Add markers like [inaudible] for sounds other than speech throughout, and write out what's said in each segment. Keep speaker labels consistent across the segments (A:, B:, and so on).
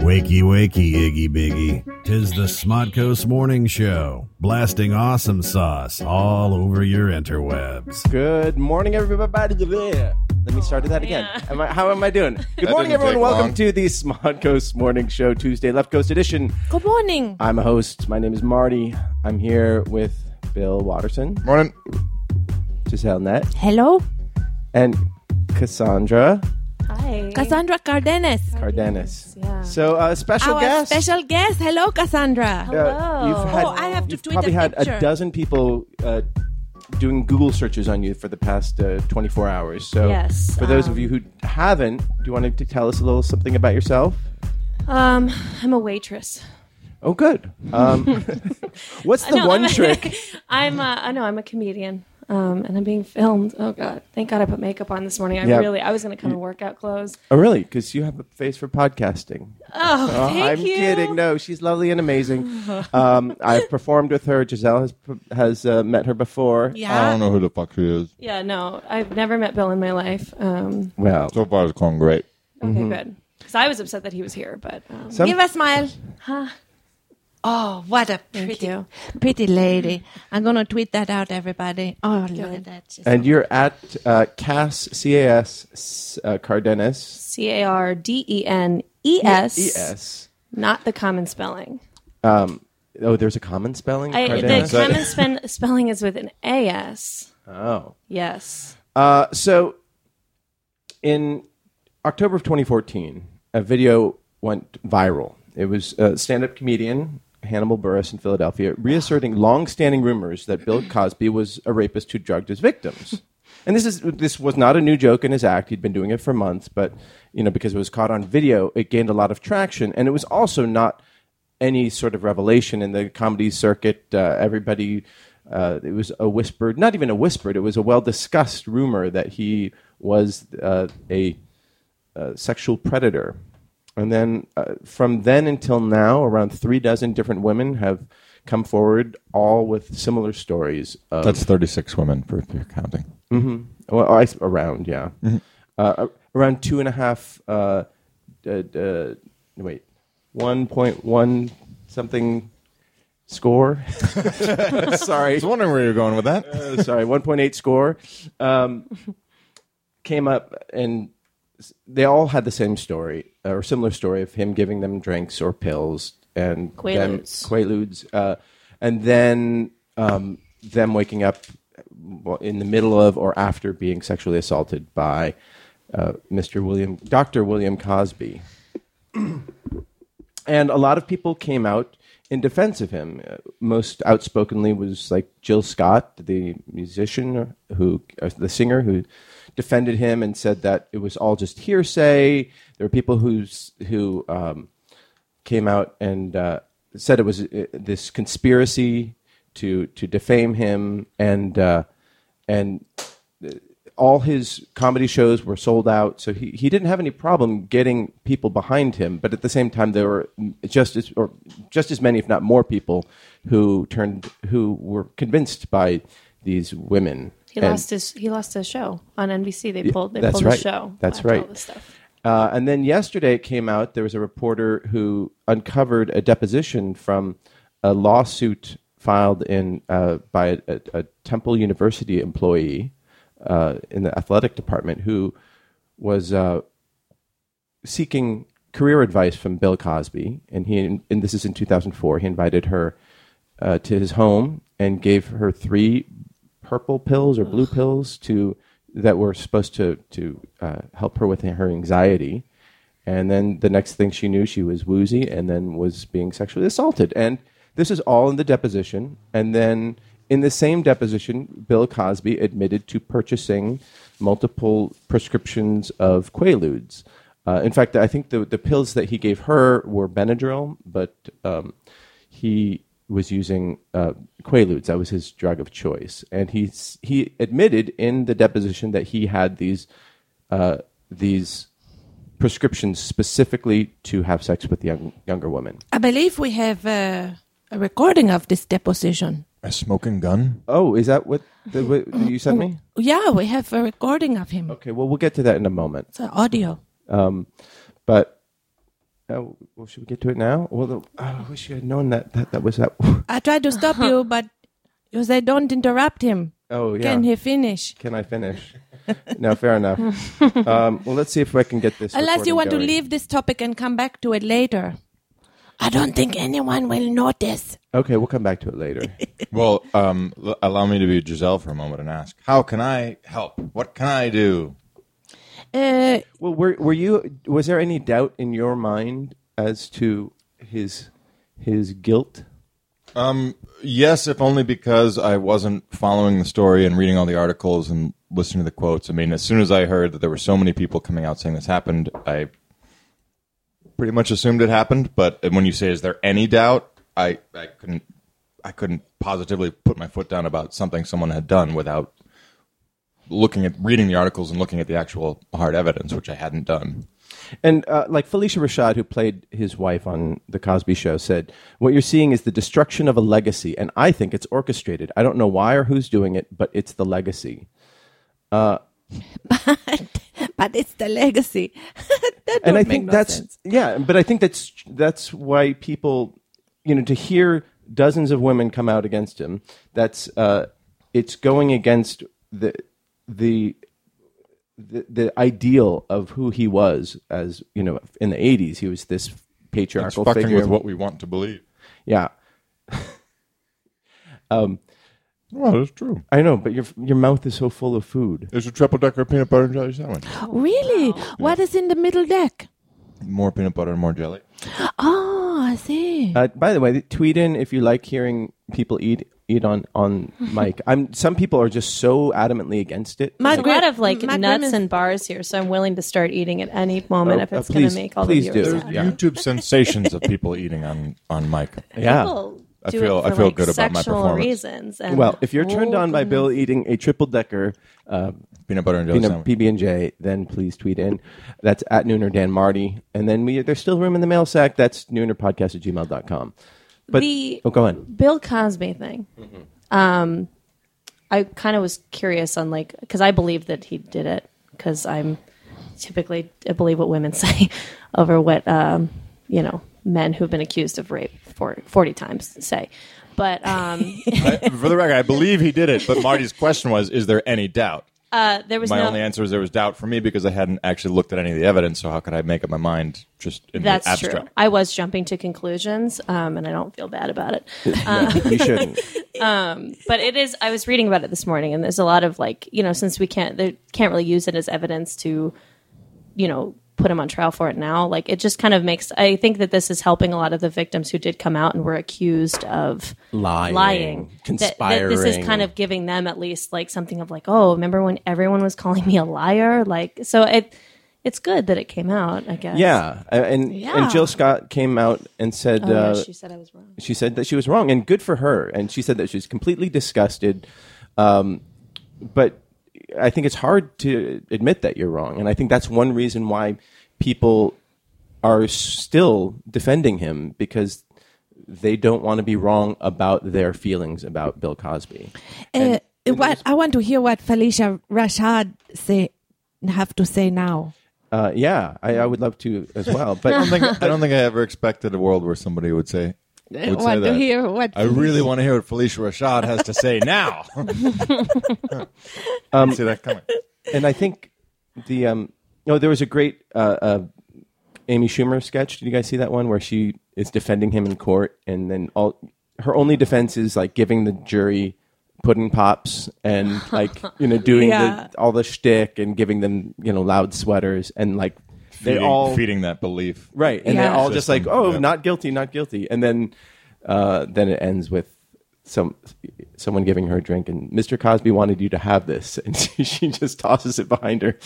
A: Wakey, wakey, Iggy Biggy. Tis the Smodcoast Morning Show, blasting awesome sauce all over your interwebs.
B: Good morning, everybody. Let me start that again.
C: Yeah.
B: Am I, how am I
C: [laughs]
B: doing? Good
D: That
B: morning,
D: didn't
B: everyone.
D: take
B: Welcome
D: long.
B: to the Smod Coast Morning Show, Tuesday Left Coast Edition.
C: Good morning.
B: I'm a host. My name is Marty. I'm here with Bill Watterson,
D: Morning.
B: Giselle Net,
C: Hello.
B: and Cassandra
E: Hi.
C: Cassandra Cardenas.
B: Cardenas.
E: Yeah.
B: So, uh, special
C: Our
B: guest.
C: special guest. Hello, Cassandra.
B: Uh, you've had,
C: Oh, I have to
B: you've
C: tweet a
B: probably had a
C: picture.
B: dozen people uh, doing Google searches on you for the past uh, 24 hours. So,
E: Yes,
B: for those of
E: um,
B: you who haven't, do you want to tell us a little something about yourself?
E: Um, I'm a waitress.
B: Oh, good.
E: [laughs]
B: Um, what's the
E: No,
B: one
E: I'm a-
B: trick?
E: [laughs] I'm. uh, I know I'm a comedian. Um, and I'm being filmed. Oh God! Thank God I put makeup on this morning. I
B: Yeah.
E: really. I was gonna come in workout clothes.
B: Oh, really? Because you have a face for podcasting.
E: Oh,
B: Oh,
E: thank
B: I'm
E: you.
B: kidding. No, she's lovely and amazing. Um, I've performed with her. Giselle has has uh, met her before.
D: I
C: Yeah.
D: don't know who the fuck he is.
E: Yeah. No, I've never met Bill in my life. Um.
B: Well,
D: So far, it's going great.
E: Okay.
B: Mm-hmm.
E: Good. Because I was upset that he was here, but um,
B: some-
C: Give a smile.
E: Huh.
C: Oh, what a
E: thank
C: pretty,
E: you.
C: pretty lady. I'm going to tweet that out, everybody. Oh, look at that. She's-
B: and you're at uh, Cass C A S uh, Cardenas
E: C A R D E N E S.
B: E S.
E: Not the common spelling.
B: Um, oh, there's a common spelling.
E: I, the
B: Cardenas?
E: common spen- spelling is with an A S.
B: oh,
E: Yes.
B: uh, so in October of 2014, a video went viral. It was a stand-up comedian Hannibal Burris in Philadelphia reasserting long-standing rumors that Bill Cosby was a rapist who drugged his victims. And this is this was not a new joke in his act. He'd been doing it for months, but you know because it was caught on video, it gained a lot of traction, and it was also not any sort of revelation in the comedy circuit. Uh, everybody, uh, it was a whispered, not even a whispered, it was a well discussed rumor that he was uh, a uh, sexual predator. And then uh, from then until now, around three dozen different women have come forward, all with similar stories of
D: That's 36 women for if you're counting.
B: well, I, around, yeah, uh, around two and a half. Uh, uh, uh, wait, one point one something score.
D: I
B: sorry,
D: was wondering where you're going with that.
B: Uh, sorry, one point eight score. Um, came up and s- they all had the same story or similar story of him giving them drinks or pills and them-
C: Quaaludes.
B: Quaaludes, uh, and then um, them waking up well, in the middle of or after being sexually assaulted by uh, Mr. William, Dr. William Cosby. and a lot of people came out in defense of him. Uh, Most outspokenly was like Jill Scott, the musician who, uh, the singer who defended him and said that it was all just hearsay. There were people who's, who, um, came out and uh, said it was uh, this conspiracy to to defame him, and uh, and uh, all his comedy shows were sold out, so he, he didn't have any problem getting people behind him. But at the same time, there were just as or just as many, if not more, people who turned who were convinced by these women.
E: He
B: And-
E: lost his he lost his show on NBC. They pulled they
B: that's
E: pulled
B: right.
E: his show.
B: That's
E: after
B: right.
E: All this stuff.
B: Uh, and then yesterday it came out there was a reporter who uncovered a deposition from a lawsuit filed in uh, by a, a, a Temple University employee uh, in the athletic department who was uh, seeking career advice from Bill Cosby, and he and this is in 2004. He invited her uh, to his home and gave her three purple pills or blue pills to that were supposed to to uh, help her with her anxiety. And then the next thing she knew, she was woozy and then was being sexually assaulted. And this is all in the deposition. And then in the same deposition, Bill Cosby admitted to purchasing multiple prescriptions of Quaaludes. Uh, in fact, I think the, the pills that he gave her were Benadryl, but um, he was using uh, Quaaludes. That was his drug of choice, and he s- he admitted in the deposition that he had these uh, these prescriptions specifically to have sex with young younger women.
C: I believe we have uh, a recording of this deposition.
D: A smoking gun?
B: Oh, is that what, the, what you sent me?
C: Yeah, we have a recording of him.
B: Okay, well we'll get to that in a moment.
C: It's an audio.
B: Um, but uh, well, should we get to it now? Well, the, oh, I wish you had known that that, that was that. [laughs]
C: I tried to [laughs] stop you, but you said don't interrupt him.
B: oh yeah.
C: Can he finish?
B: Can I finish? [laughs] no, fair enough. Um, well, let's see if I can get this.
C: Unless you
B: recording
C: want to
B: going.
C: leave this topic and come back to it later. I don't think anyone will notice.
B: Okay, we'll come back to it
C: [laughs]
B: later.
D: Well, um, l- allow me to be Giselle for a moment and ask, how can I help? What can I do?
C: Uh, [laughs]
B: well, were were you? Was there any doubt in your mind as to his his guilt?
D: Um, Yes, if only because I wasn't following the story and reading all the articles and listening to the quotes. I mean, as soon as I heard that there were so many people coming out saying this happened, I pretty much assumed it happened. But when you say, "Is there any doubt?" I, I couldn't I couldn't positively put my foot down about something someone had done without looking at reading the articles and looking at the actual hard evidence, which I hadn't done.
B: And uh, like Felicia Rashad, who played his wife on The Cosby Show, said, What you're seeing is the destruction of a legacy. And I think it's orchestrated. I don't know why or who's doing it, but it's the legacy.
C: but it's the legacy. [laughs] that
B: and
C: don't
B: I
C: make
B: think
C: no
B: that's
C: sense.
B: yeah, but I think that's that's why people, you know, to hear dozens of women come out against him, that's uh, it's going against the the. The, the ideal of who he was as you know in the 80s he was this
D: It's
B: patriarchal
D: fucking
B: figure
D: with what we want to believe.
B: yeah
D: Well, it's true.
B: i know but your your mouth is so full of food
D: There's a triple decker peanut butter and jelly sandwich.
C: Oh, Really? What is in the middle deck?
D: More peanut butter and more jelly.
C: Oh, I see.
B: Uh, by the way, tweet in if you like hearing people eat eat on on mic. I'm some people are just so adamantly against it.
C: My
E: There's a lot of like
C: my
E: nuts
C: grandma's-
E: and bars here, so I'm willing to start eating at any moment
B: Oh,
E: if
B: uh,
E: it's going
B: please-
E: to make all
B: please
E: the viewers
B: do.
E: happy.
B: Yeah.
D: [laughs] YouTube sensations of people eating on on mic.
B: yeah.
E: People
D: I
E: do
D: feel-
E: it for,
D: I feel
E: like,
D: good about my
E: sexual
D: performance.
E: reasons. And
B: Well, if you're turned
E: Oh,
B: on by Bill eating a triple decker uh,
D: Peanut butter and jelly sandwich.
B: PB and J, then please tweet in. That's at Nooner Dan Marty, and then we there's still room in the mail sack. That's noonerpodcast at gmail.com. But
E: The-
B: oh, go on.
E: Bill Cosby thing. Um,
B: Mm-hmm.
E: I kind of was curious on like because I believe that he did it because I'm typically I believe what women [laughs] say over what um, you know men who've been accused of rape for forty times say. But um,
D: I- [laughs] for the record, I believe he did it, but Marty's question was, is there any doubt?
E: uh,
B: [laughs]
E: there was
D: My
E: no.
D: only answer is there was doubt for me because I hadn't actually looked at any of the evidence, so how could I make up my mind just in
E: that's
D: the abstract?
E: true. I was jumping to conclusions, um, and I don't feel bad about it.
B: [laughs] No, you
E: [laughs]
B: shouldn't.
E: but it is i was reading about it this morning and there's a lot of like you know since we can't they can't really use it as evidence to you know put him on trial for it now like it just kind of makes i think that this is helping a lot of the victims who did come out and were accused of
B: Lying,
E: lying That- that this
B: conspiring.
E: is kind of giving them at least like something of like oh remember when everyone was calling me a liar like so it it's good that it came out i guess
B: Yeah, Uh, and
C: Yeah.
B: and Jill Scott came out and said.
E: Oh, yeah,
B: uh,
E: she said i was wrong
B: she said that she was wrong and good for her and she said that she's completely disgusted um, but i think it's hard to admit that you're wrong and i think that's one reason why people are still defending him because they don't want to be wrong about their feelings about bill cosby
C: Uh, what, I want to hear what Felicia Rashad say have to say now.
B: uh, yeah I, I would love to as well
D: I
B: but
D: don't, think, I don't think I ever expected a world where somebody would say, would say
C: want to
D: that.
C: hear what
D: I really want to hear what Felicia Rashad has to say
E: [laughs]
D: now. See that coming.
B: and i think the um, no there was a great uh, uh, Amy Schumer sketch. Did you guys see that one where she is defending him in court, and then all her only defense is like giving the jury pudding pops and like you know doing
C: Yeah.
B: the, all the shtick and giving them you know loud sweaters and like they
D: Feeding,
B: all
D: feeding that belief.
B: right and
C: Yeah.
B: they're all just like
D: System,
B: oh
D: yeah.
B: not guilty not guilty and then uh, then it ends with some someone giving her a drink and Mr. Cosby wanted you to have this [laughs] and she, she just tosses it behind her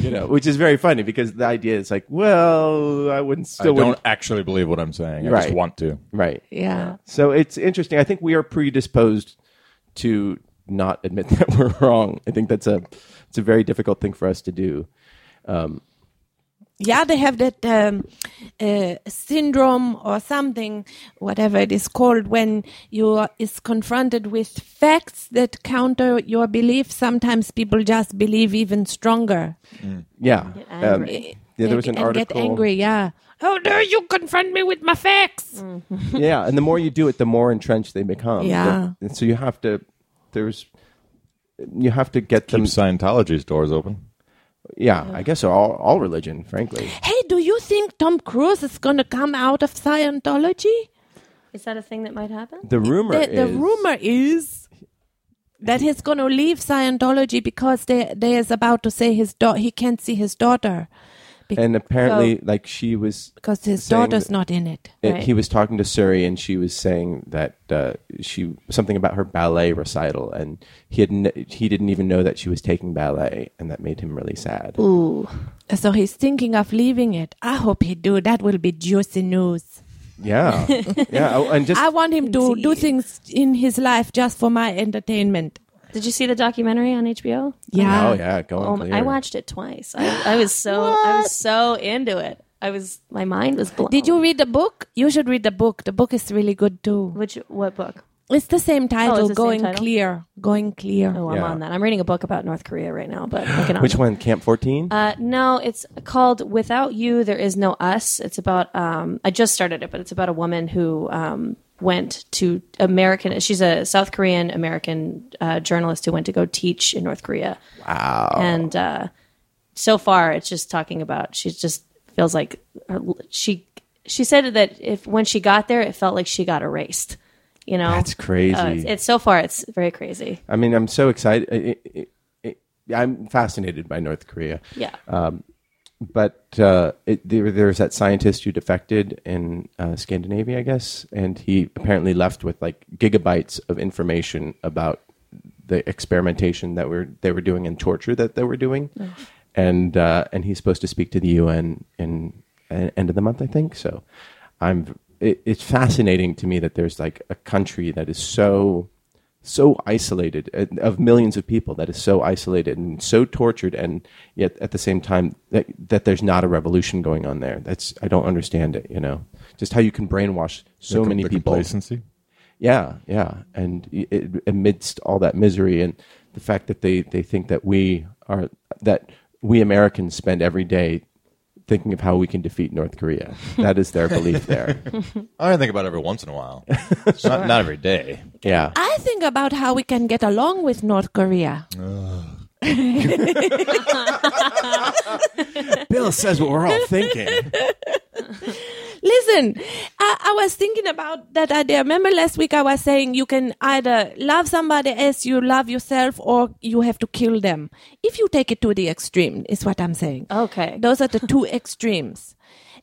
B: you know which is very funny because the idea is like well I wouldn't
D: I
B: still
D: don't
B: wouldn't-
D: actually believe what I'm saying. I
B: Right.
D: just want to.
B: right
C: Yeah.
B: so it's interesting I think we are predisposed to not admit [laughs] that we're wrong I think that's a it's a very difficult thing for us to do
C: Yeah, they have that um, uh, syndrome or something, whatever it is called, when you are, is confronted with facts that counter your belief. Sometimes people just believe even stronger.
B: yeah
E: angry.
B: Um, Yeah, there was an
C: and
B: article.
C: get angry. Yeah. How dare you confront me with my facts?
B: yeah, and the more you do it, the more entrenched they become.
C: Yeah.
B: and so you have to. There's, you have to get
D: Keep
B: them.
D: Scientology's doors open.
B: Yeah, I guess so. All, all religion, frankly.
C: Hey, do you think Tom Cruise is going to come out of Scientology?
E: Is that a thing that might happen?
B: The rumor
C: the, the
B: is
C: rumor is that he's going to leave Scientology because they they is about to say his daughter he can't see his daughter
B: and apparently, like she was,
C: because his
B: Saying
C: daughter's
B: that-
C: not in it.
B: it,
E: Right.
B: Eh, he was talking to Suri, and she was saying that uh, she something about her ballet recital, and he had n- he didn't even know that she was taking ballet, and that made him really sad.
E: Ooh.
C: So he's thinking of leaving it. I hope he do. That will be juicy news.
B: Yeah, yeah, oh, and just
C: I want him to do
E: Indeed.
C: things in his life just for my entertainment.
E: Did you see the documentary on HBO?
C: Yeah.
B: oh yeah, going
E: Oh, my- I watched it twice. I, I was so [gasps] I was so into it. I was my mind was blown.
C: Did you read the book? You should read the book. The book is really good too.
E: Which what book?
C: It's the same title,
E: Oh, the same
C: Going
E: title?
C: Clear. Going Clear.
E: Oh, I'm
B: Yeah.
E: on that. I'm reading a book about North Korea right now, but
B: [laughs]
E: I can
B: Which one? Camp fourteen.
E: Uh, no, it's called "Without You, There Is No Us." It's about um, I just started it, but it's about a woman who um, went to American. She's a South Korean American uh, journalist who went to go teach in North Korea. Wow! And uh, so far, it's just talking about she just feels like her, she she said that if when she got there, it felt like she got erased. You know,
B: That's crazy.
E: Uh, it's, it's so far, it's very crazy.
B: I mean, I'm so excited. I- I- I- I- I'm fascinated by North Korea.
E: Yeah.
B: But uh, it, there, there's that scientist who defected in uh, Scandinavia, I guess, and he apparently left with like gigabytes of information about the experimentation that were they were doing and torture that they were doing, and uh, and he's supposed to speak to the UN in, in end of the month, I think. So, I'm it, it's fascinating to me that there's like a country that is so so isolated uh, of millions of people that is so isolated and so tortured and yet at the same time that, that there's not a revolution going on there that's i don't understand it you know just how you can brainwash so
D: The-
B: many
D: the
B: people
D: Complacency.
B: yeah yeah and y- it, amidst all that misery and the fact that they they think that we are that we americans spend every day thinking of how we can defeat north korea that is their belief there
D: I think about it every once in a
B: [laughs]
D: while. It's not, not every day.
B: yeah
C: I think about how we can get along with North Korea.
B: bill says what we're all thinking
C: Listen, I, I was thinking about that idea. Remember last week I was saying you can either love somebody as you love yourself or you have to kill them. If you take it to the extreme, is what I'm saying.
E: Okay.
C: Those are the two extremes.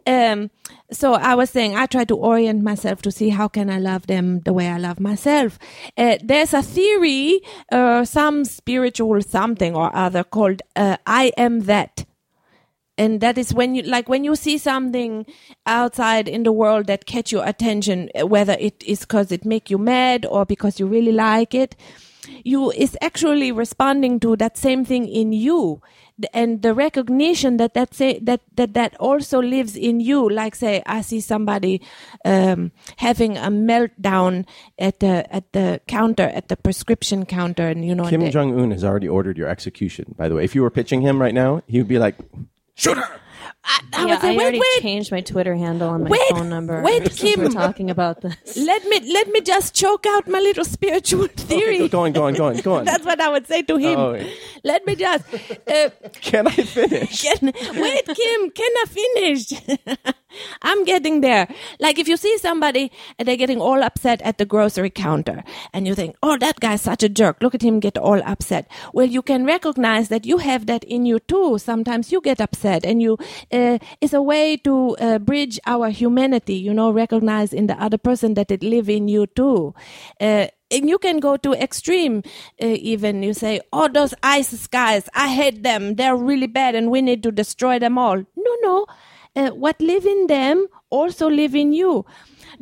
C: Um, so I was saying I try to orient myself to see how can I love them the way I love myself. Uh, there's a theory, uh, some spiritual something or other called uh, I am that and that is when you like when you see something outside in the world that catch your attention uh, whether it is because it make you mad or because you really like it you is actually responding to that same thing in you Th- and the recognition that that say that that that also lives in you like say i see somebody um, having a meltdown at the at the counter at the prescription counter and you know
B: Kim
C: and they-
B: Jong Un has already ordered your execution. By the way, if you were pitching him right now, he would be like,
C: I
E: yeah,
C: would say,
E: I
C: wait
E: already
C: wait
E: changed my Twitter handle and my
C: Wait,
E: phone number.
C: wait,
E: [laughs] since we're
C: Kim.
E: talking about this.
C: let me let me just choke out my little spiritual theory
B: "Okay, go on, go on, go on, go on."
C: That's what I would say to him.
B: Oh, yeah.
C: Let me just. Uh,
B: [laughs] Can I finish?
C: can, wait, Kim, can I finish? I'm getting there. Like if you see somebody and they're getting all upset at the grocery counter and you think, oh, that guy's such a jerk. Look at him get all upset. Well, you can recognize that you have that in you too. Sometimes you get upset and you, uh, it's a way to uh, bridge our humanity, you know, recognize in the other person that it live in you too. Uh, and you can go to extreme uh, even you say oh those isis guys i hate them they're really bad and we need to destroy them all no no uh, what live in them also live in you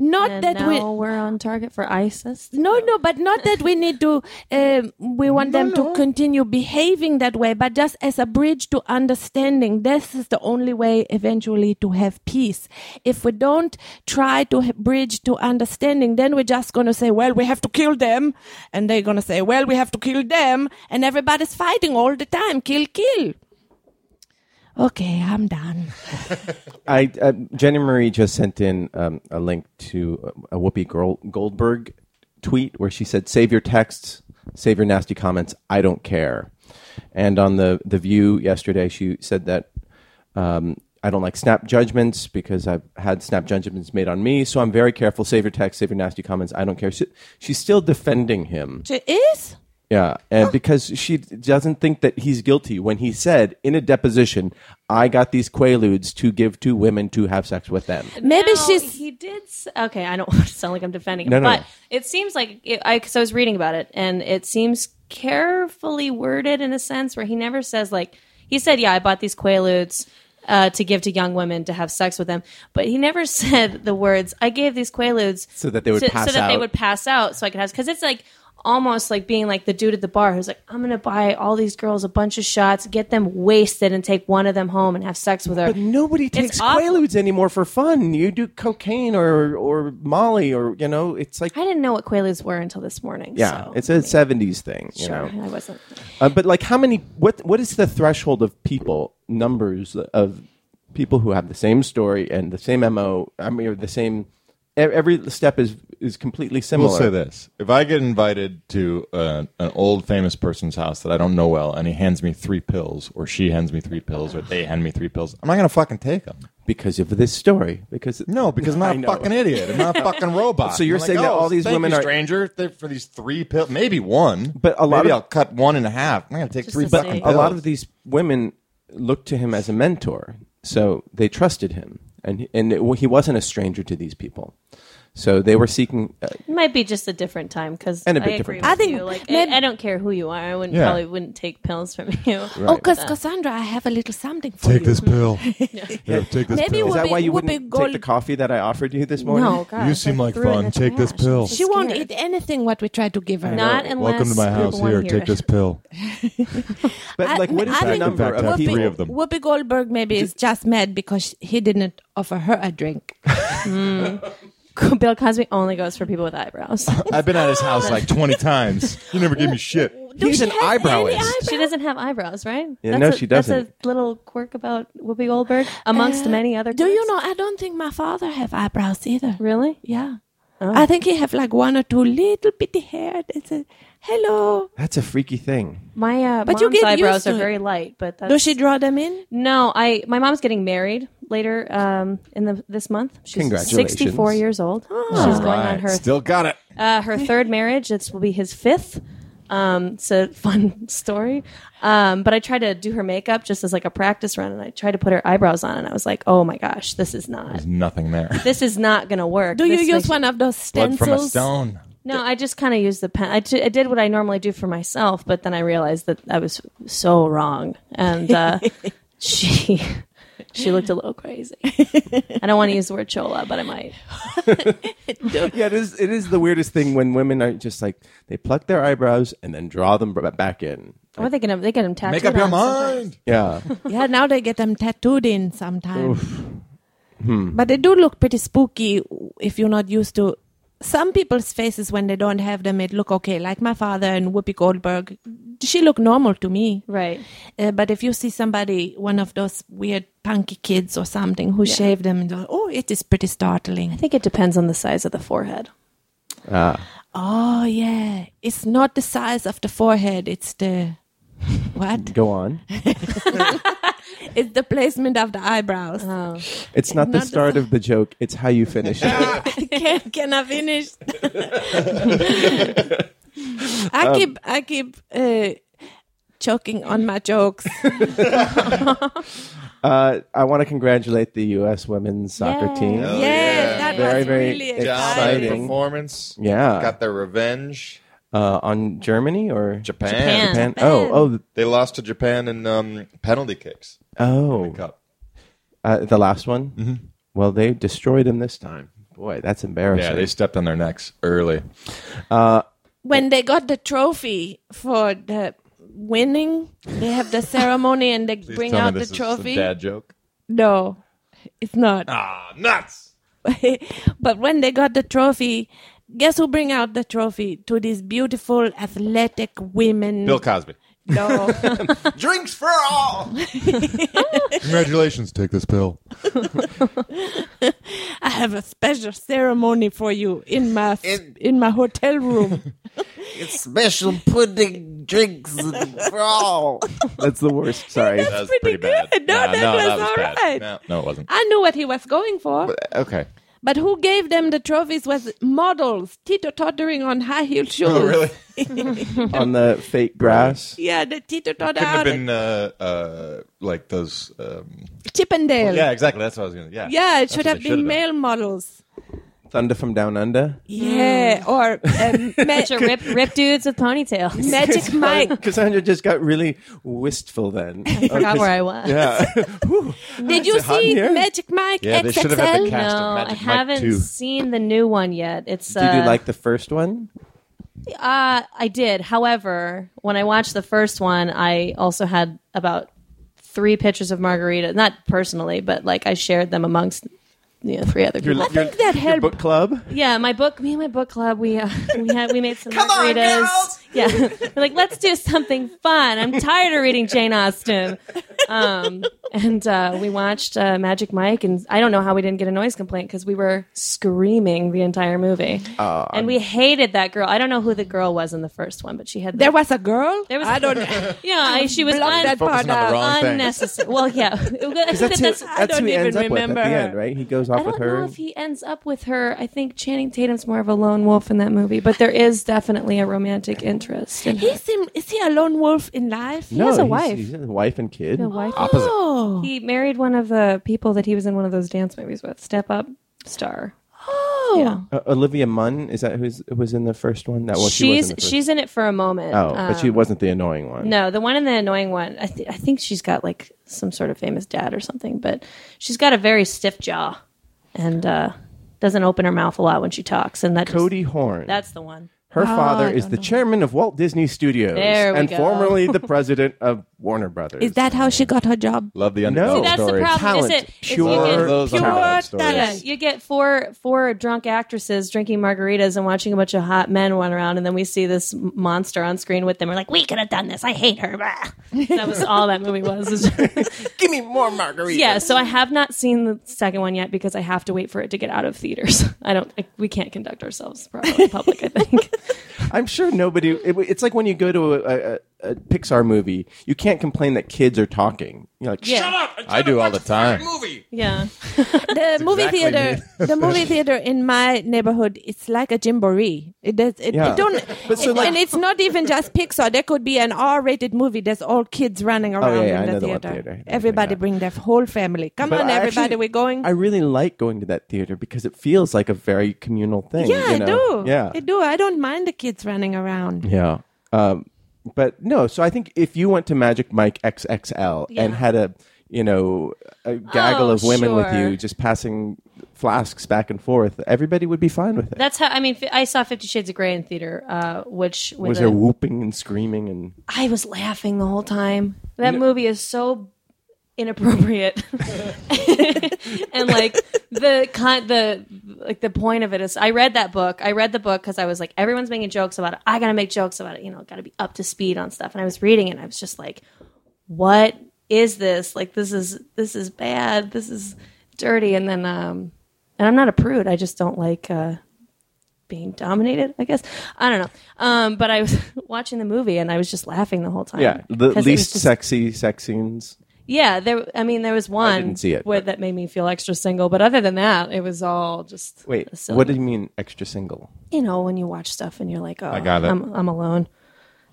C: not
E: And
C: that
E: now
C: we
E: we're on target for ISIS.
C: no no but not that we need
E: [laughs]
C: to um, we want them to continue behaving that way but just as a bridge to understanding this is the only way eventually to have peace if we don't try to h- bridge to understanding then we're just going to say well we have to kill them and they're going to say well we have to kill them and everybody's fighting all the time kill kill okay, I'm done.
E: [laughs]
B: I uh, Jenny Marie just sent in um, a link to uh, a Whoopi Gol- Goldberg tweet where she said, "Save your texts, save your nasty comments. I don't care." And on the the View yesterday, she said that um, I don't like snap judgments because I've had snap judgments made on me, so I'm very careful. Save your texts, save your nasty comments. I don't care. She, she's still defending him.
C: She is.
B: Yeah, and because she doesn't think that he's guilty when he said in a deposition, "I got these quaaludes to give to women to have sex with them."
C: Maybe
E: No,
C: she's.
E: he did. s- Okay, I don't [laughs] want to sound like I'm defending him,
B: No, no,
E: but
B: no.
E: it seems like it, I because I was reading about it, and it seems carefully worded in a sense where he never says like he said, "Yeah, I bought these quaaludes." Uh, to give to young women to have sex with them, but he never [laughs] said the words. I gave these quaaludes
B: So that they would
E: so,
B: pass
E: so that they
B: out.
E: would pass out, so I could have because it's like almost like being like the dude at the bar who's like, I'm gonna buy all these girls a bunch of shots, get them wasted, and take one of them home and have sex with her.
B: But nobody takes
E: awful.
B: quaaludes anymore for fun. You do cocaine or or Molly or you know, it's like
E: I didn't know what Quaaludes were until this morning.
B: yeah,
E: so.
B: it's a '70s thing, you
E: sure,
B: know.
E: I wasn't.
B: Uh, but like, how many? What what is the threshold of people numbers of people who have the same story and the same mo? I mean, or the same. e- Every step is is completely similar.
D: We'll say this: if I get invited to uh, an old famous person's house that I don't know well, and he hands me three pills, or she hands me three pills, or they hand me three pills, I'm not gonna fucking take them.
B: because of this story. Because
D: No,
B: [laughs]
D: because I'm
B: I
D: not a
B: know.
D: fucking idiot. I'm not a fucking robot.
B: [laughs] So you're
D: I'm "Oh,
B: saying that all these
D: thank
B: women
D: you,
B: are-
D: stranger th- for these three pills, maybe one,
B: But a lot
D: Maybe
B: of-
D: I'll cut one and a half. I'm gonna take
E: Just
D: three
E: to
D: fucking
E: say.
B: a
D: pills.
B: lot of these women looked to him as a mentor, so they trusted him, and and it, he wasn't a stranger to these people. So they were seeking. Uh,
E: It might be just a different time because I
B: And a bit
E: agree
B: different
E: with
B: time.
C: I think
E: you. Like,
C: maybe-
E: I, I don't care who you are. I wouldn't
D: Yeah.
E: probably wouldn't take pills from
B: [laughs]
E: you.
C: Oh, because Cassandra, I have a little something for you. [laughs]
D: pill. Here, take this
C: Maybe
B: is
C: Whoopi-
B: that why you wouldn't
C: Whoopi Gold-
B: take the coffee that I offered you this morning?
E: No, God,
D: You
E: I
D: seem like
E: threw it in
D: fun.
E: the
D: Take this
E: trash.
D: pill.
E: I'm
C: She won't
E: scared.
C: eat anything what we try to give her.
E: Not unless people wanna hear it.
D: pill.
B: but like, what is
C: I
B: the
C: think
B: number
D: In fact, I
B: of
D: have
B: people?
D: three of them.
C: Whoopi Goldberg maybe is just mad because he didn't offer her a [laughs] drink.
E: [laughs] Bill Cosby only goes for people with
B: [laughs]
E: eyebrows. [laughs]
D: I've been at his house
C: [laughs]
D: like 20 times. You never gave me shit.
B: He's an eyebrowist.
E: she doesn't have eyebrows, right?
B: Yeah, no,
E: a,
B: she
E: That's
B: doesn't.
E: a little quirk about Whoopi Goldberg, amongst many other.
C: Uh, Do you
E: quirks.
C: know? I don't think my father have eyebrows either.
E: Really?
C: Yeah. I think he have like one or two little bitty hair. It's a hello.
B: That's a freaky
C: [laughs]
B: thing.
E: My uh,
C: But
E: mom's
C: you get used
E: eyebrows
C: to
E: are
C: it.
E: very light, but that's,
C: Does she draw them in?
E: No, I my mom's getting married later um, in the this month. She's
B: Congratulations.
E: 64 years old.
C: Oh.
E: She's going on her
D: Still got it.
E: uh, her third marriage. This will be his fifth. Um, it's a [laughs] fun story. Um, but I tried to do her makeup just as like a practice run, and I tried to put her eyebrows on, and I was like, oh my gosh, this is not.
D: There's nothing there.
E: This is not gonna work.
C: Do
E: This
C: you use
E: makes-
C: one of those
D: Blood
C: stencils?
D: from a stone.
E: No, I just kind of used the pen. I, ju- I did what I normally do for myself, but then I realized that I was so wrong, and [laughs] uh, she she looked a little [laughs] crazy. I don't want to use the word chola, but I might.
B: Yeah, it is. It is the weirdest thing when women are just like they pluck their eyebrows and then draw them b- back in.
E: Or they can they get him tattooed.
D: Make up your
E: on sometimes.
D: mind.
B: [laughs] Yeah,
C: Yeah, now they get them tattooed in sometimes. But they do look pretty spooky if you're not used to. Some people's faces when they don't have them, it look okay. Like my father and Whoopi Goldberg, she looked normal to me.
E: Right.
C: Uh, but if you see somebody, one of those weird punky kids or something, who shaved them, and oh, it is pretty startling.
E: I think it depends on the size of the forehead.
B: Uh,
C: Oh yeah, it's not the size of the forehead; it's the [laughs] what?
B: go on.
C: it's the placement of the eyebrows.
B: It's not the
C: Not the-
B: start of the joke. It's how you finish it.
C: [laughs] can, can I
B: [laughs]
C: finish? I
B: Um,
C: keep I keep uh, choking on my jokes.
B: Uh, I want to congratulate the U.S. women's soccer
E: Yay.
B: team.
D: Oh,
C: yes,
D: yeah.
C: that
B: Very,
C: was
B: very
C: really
B: exciting.
C: exciting.
B: Exciting.
D: performance.
B: Yeah.
D: Got their revenge.
B: Uh, on Germany or
D: Japan.
E: Japan.
B: Japan? Oh, oh, th-
D: They lost to Japan in um, penalty kicks.
B: oh.
D: Cup.
B: Uh, the last one. Well, they destroyed him this time. Boy, that's
D: Yeah,
B: embarrassing.
D: they stepped on their necks early.
C: When they got the trophy for the winning, they have the ceremony and they bring out the trophy.
D: dad joke.
C: No, it's not.
D: Ah, nuts.
C: [laughs] but when they got the trophy, guess who bring out the trophy to these beautiful athletic women? [laughs]
D: Bill Cosby. [laughs]
C: No.
D: Drinks for
C: [laughs]
D: all. Congratulations. Take this pill.
C: I have a special ceremony for you in my
F: In-
C: in my hotel room.
F: It's special pudding drinks and all.
B: That's the
E: [laughs]
B: worst. Sorry.
D: That was
C: pretty good. No, that was all
D: bad.
C: right.
D: No, no, it wasn't.
C: I knew what he was going for,
D: Okay.
C: but who gave them the trophies was models teeter tottering on high heeled shoes.
D: Oh, really?
B: [laughs] On the fake grass.
C: Yeah, the teeter totter
D: Couldn't have
C: out.
D: been uh, uh, like those. Um,
C: Chippendale.
D: yeah, exactly. That's what I was gonna. Yeah.
C: Yeah, it
D: That's
C: should
D: what
C: have
D: they done.
C: been male models.
B: Thunder from Down
E: [laughs]
B: Under.
D: Mm.
C: Yeah, or
D: [laughs]
C: um, ma-
E: Bunch of rip, rip dudes with ponytails.
C: Magic Mike.
B: Cassandra just got really wistful then. Oh, I
D: Oh,
E: Forgot where [laughs] I was.
B: Yeah. Whew.
C: Did you
B: it hot in
C: see
B: here?
C: Magic Mike
D: Yeah, they should have had the
C: XXL?
D: cat- Cast of
E: No, I
D: Magic Mike
E: haven't
D: 2.
E: seen the new one yet. It's
B: Did you
E: uh,
B: like the first one?
E: Uh, I did. However, when I watched the first one, I also had about three pictures of margarita. Not personally, but like I shared them amongst you know three other people.
B: your,
C: that helped.
B: book club?
E: Yeah, my book, me and my book club, we uh, [laughs] we had we made some margaritas. [laughs] Yeah, we're like let's do something fun. I'm tired of reading Jane Austen. Um, and uh, we watched uh, Magic Mike, and I don't know how we didn't get a noise complaint because we were screaming the entire movie, and we hated that girl. I don't know who the girl was in the first one, but she had the,
C: There was a girl.
E: There was-
C: I
E: [laughs]
C: don't.
E: yeah, I, she was
C: Block that part
D: on the
C: out.
D: wrong- thing.
E: unnecessary. well, yeah, [laughs] I think that
B: That's,
E: that's.
B: who,
C: I
B: that's
C: don't
B: who he
C: even
B: ends up with at
C: remember
B: the
C: her.
B: end, right? He goes off
E: I
B: with
E: don't
B: her.
E: know if he ends up with her. I think Channing Tatum's more of a lone wolf in that movie, but there is definitely a romantic interest. In
C: He seem- is he a lone wolf in life?
B: no,
E: has a
B: he's-
E: wife.
B: He's a wife and kid.
E: the wife.
C: Oh,
E: He married one of the people that he was in one of those dance movies with, Step Up Star.
C: oh.
E: Yeah.
B: Uh, Olivia Munn is that who's who was in the first one? That was she was in
E: she's
B: the first-
E: she's in it for a moment.
B: oh, but she
E: Um,
B: wasn't the annoying one.
E: No, the one in the annoying one. I, th- I think she's got like some sort of famous dad or something, but she's got a very stiff jaw and uh, doesn't open her mouth a lot when she talks. And that Oh, just-
B: Cody Horn.
E: that's the one.
B: her father
C: I
B: is
C: don't
B: the chairman of Walt Disney Studios
E: There we
B: and
E: go.
B: formerly
E: [laughs]
B: the president of Warner Brothers.
C: Is that how she got her job?
D: Love the underdog
B: See,
E: that's the
D: story.
E: problem.
B: talent?
E: Is it- is you
B: pure
E: can-
D: Those
C: Pure
D: underdog stories.
E: Yeah,
C: talent.
E: you get four four drunk actresses drinking margaritas and watching a bunch of hot men run around, and then we see this monster on screen with them. We're like, we could have done this. I hate her. Blah. That was all that movie was. was [laughs]
F: Give me more margarita.
E: yeah. So I have not seen the second one yet because I have to wait for it to get out of theaters. [laughs] I don't. I, we can't conduct
B: [laughs]
E: ourselves properly in public. I think.
B: I'm sure nobody. It, it's like when you go to a, a, a Pixar movie, you can't complain that kids are talking. You're like,
E: Yeah.
B: shut up.
D: I do all the time.
F: Movie.
E: Yeah.
C: The movie
D: exactly
C: theater, the movie theater in my neighborhood, it's like a jamboree. It does, it,
B: Yeah.
C: it don't,
B: But so,
C: it-
B: like-
C: and it's not even just Pixar. There could be an R-rated movie. There's all kids running around
B: Oh, yeah, yeah, I
C: in
B: know
C: the
B: the one
C: theater.
B: theater. I know the
C: Everybody
B: theater.
C: bring their whole family. Come
B: But
C: on,
B: I
C: everybody,
B: actually-
C: we're going.
B: I really like going to that theater because it feels like a very communal thing.
C: yeah,
B: you
C: I
B: know?
C: do.
B: Yeah,
C: I do. I don't mind the kids running around.
B: yeah. Um, but no, so I think if you went to Magic Mike XXL and
E: Yeah.
B: had a you know a gaggle
E: Oh,
B: of women with
E: sure.
B: you just passing flasks back and forth, everybody would be fine with it.
E: That's how. I mean, fi- I saw Fifty Shades of Grey in theater, uh, which with
B: was
E: a-
B: there whooping and screaming and
E: I was laughing the whole time. That movie is so
B: [laughs]
E: inappropriate, and like the con- the like the point of it is, I read that book. I read the book because I was like, everyone's making jokes about it. I gotta make jokes about it. You know, gotta be up to speed on stuff. And I was reading it, and I was just like, what is this? Like, this is this is bad. This is dirty. And then, um, and I'm not a prude. I just don't like. uh being dominated, I guess. I don't know. Um, but I was [laughs] watching the movie and I was just laughing the whole time.
B: yeah, the
E: 'Cause it was
B: least
E: just-
B: sexy sex scenes.
E: Yeah, there. I mean, there was one
B: didn't see it,
E: where
B: but-
E: that made me feel extra single. But other than that, it was all just
B: Wait,
E: silly.
B: what do you mean extra single?
E: you know when you watch stuff and you're like, oh, I
D: got it.
E: am I'm alone.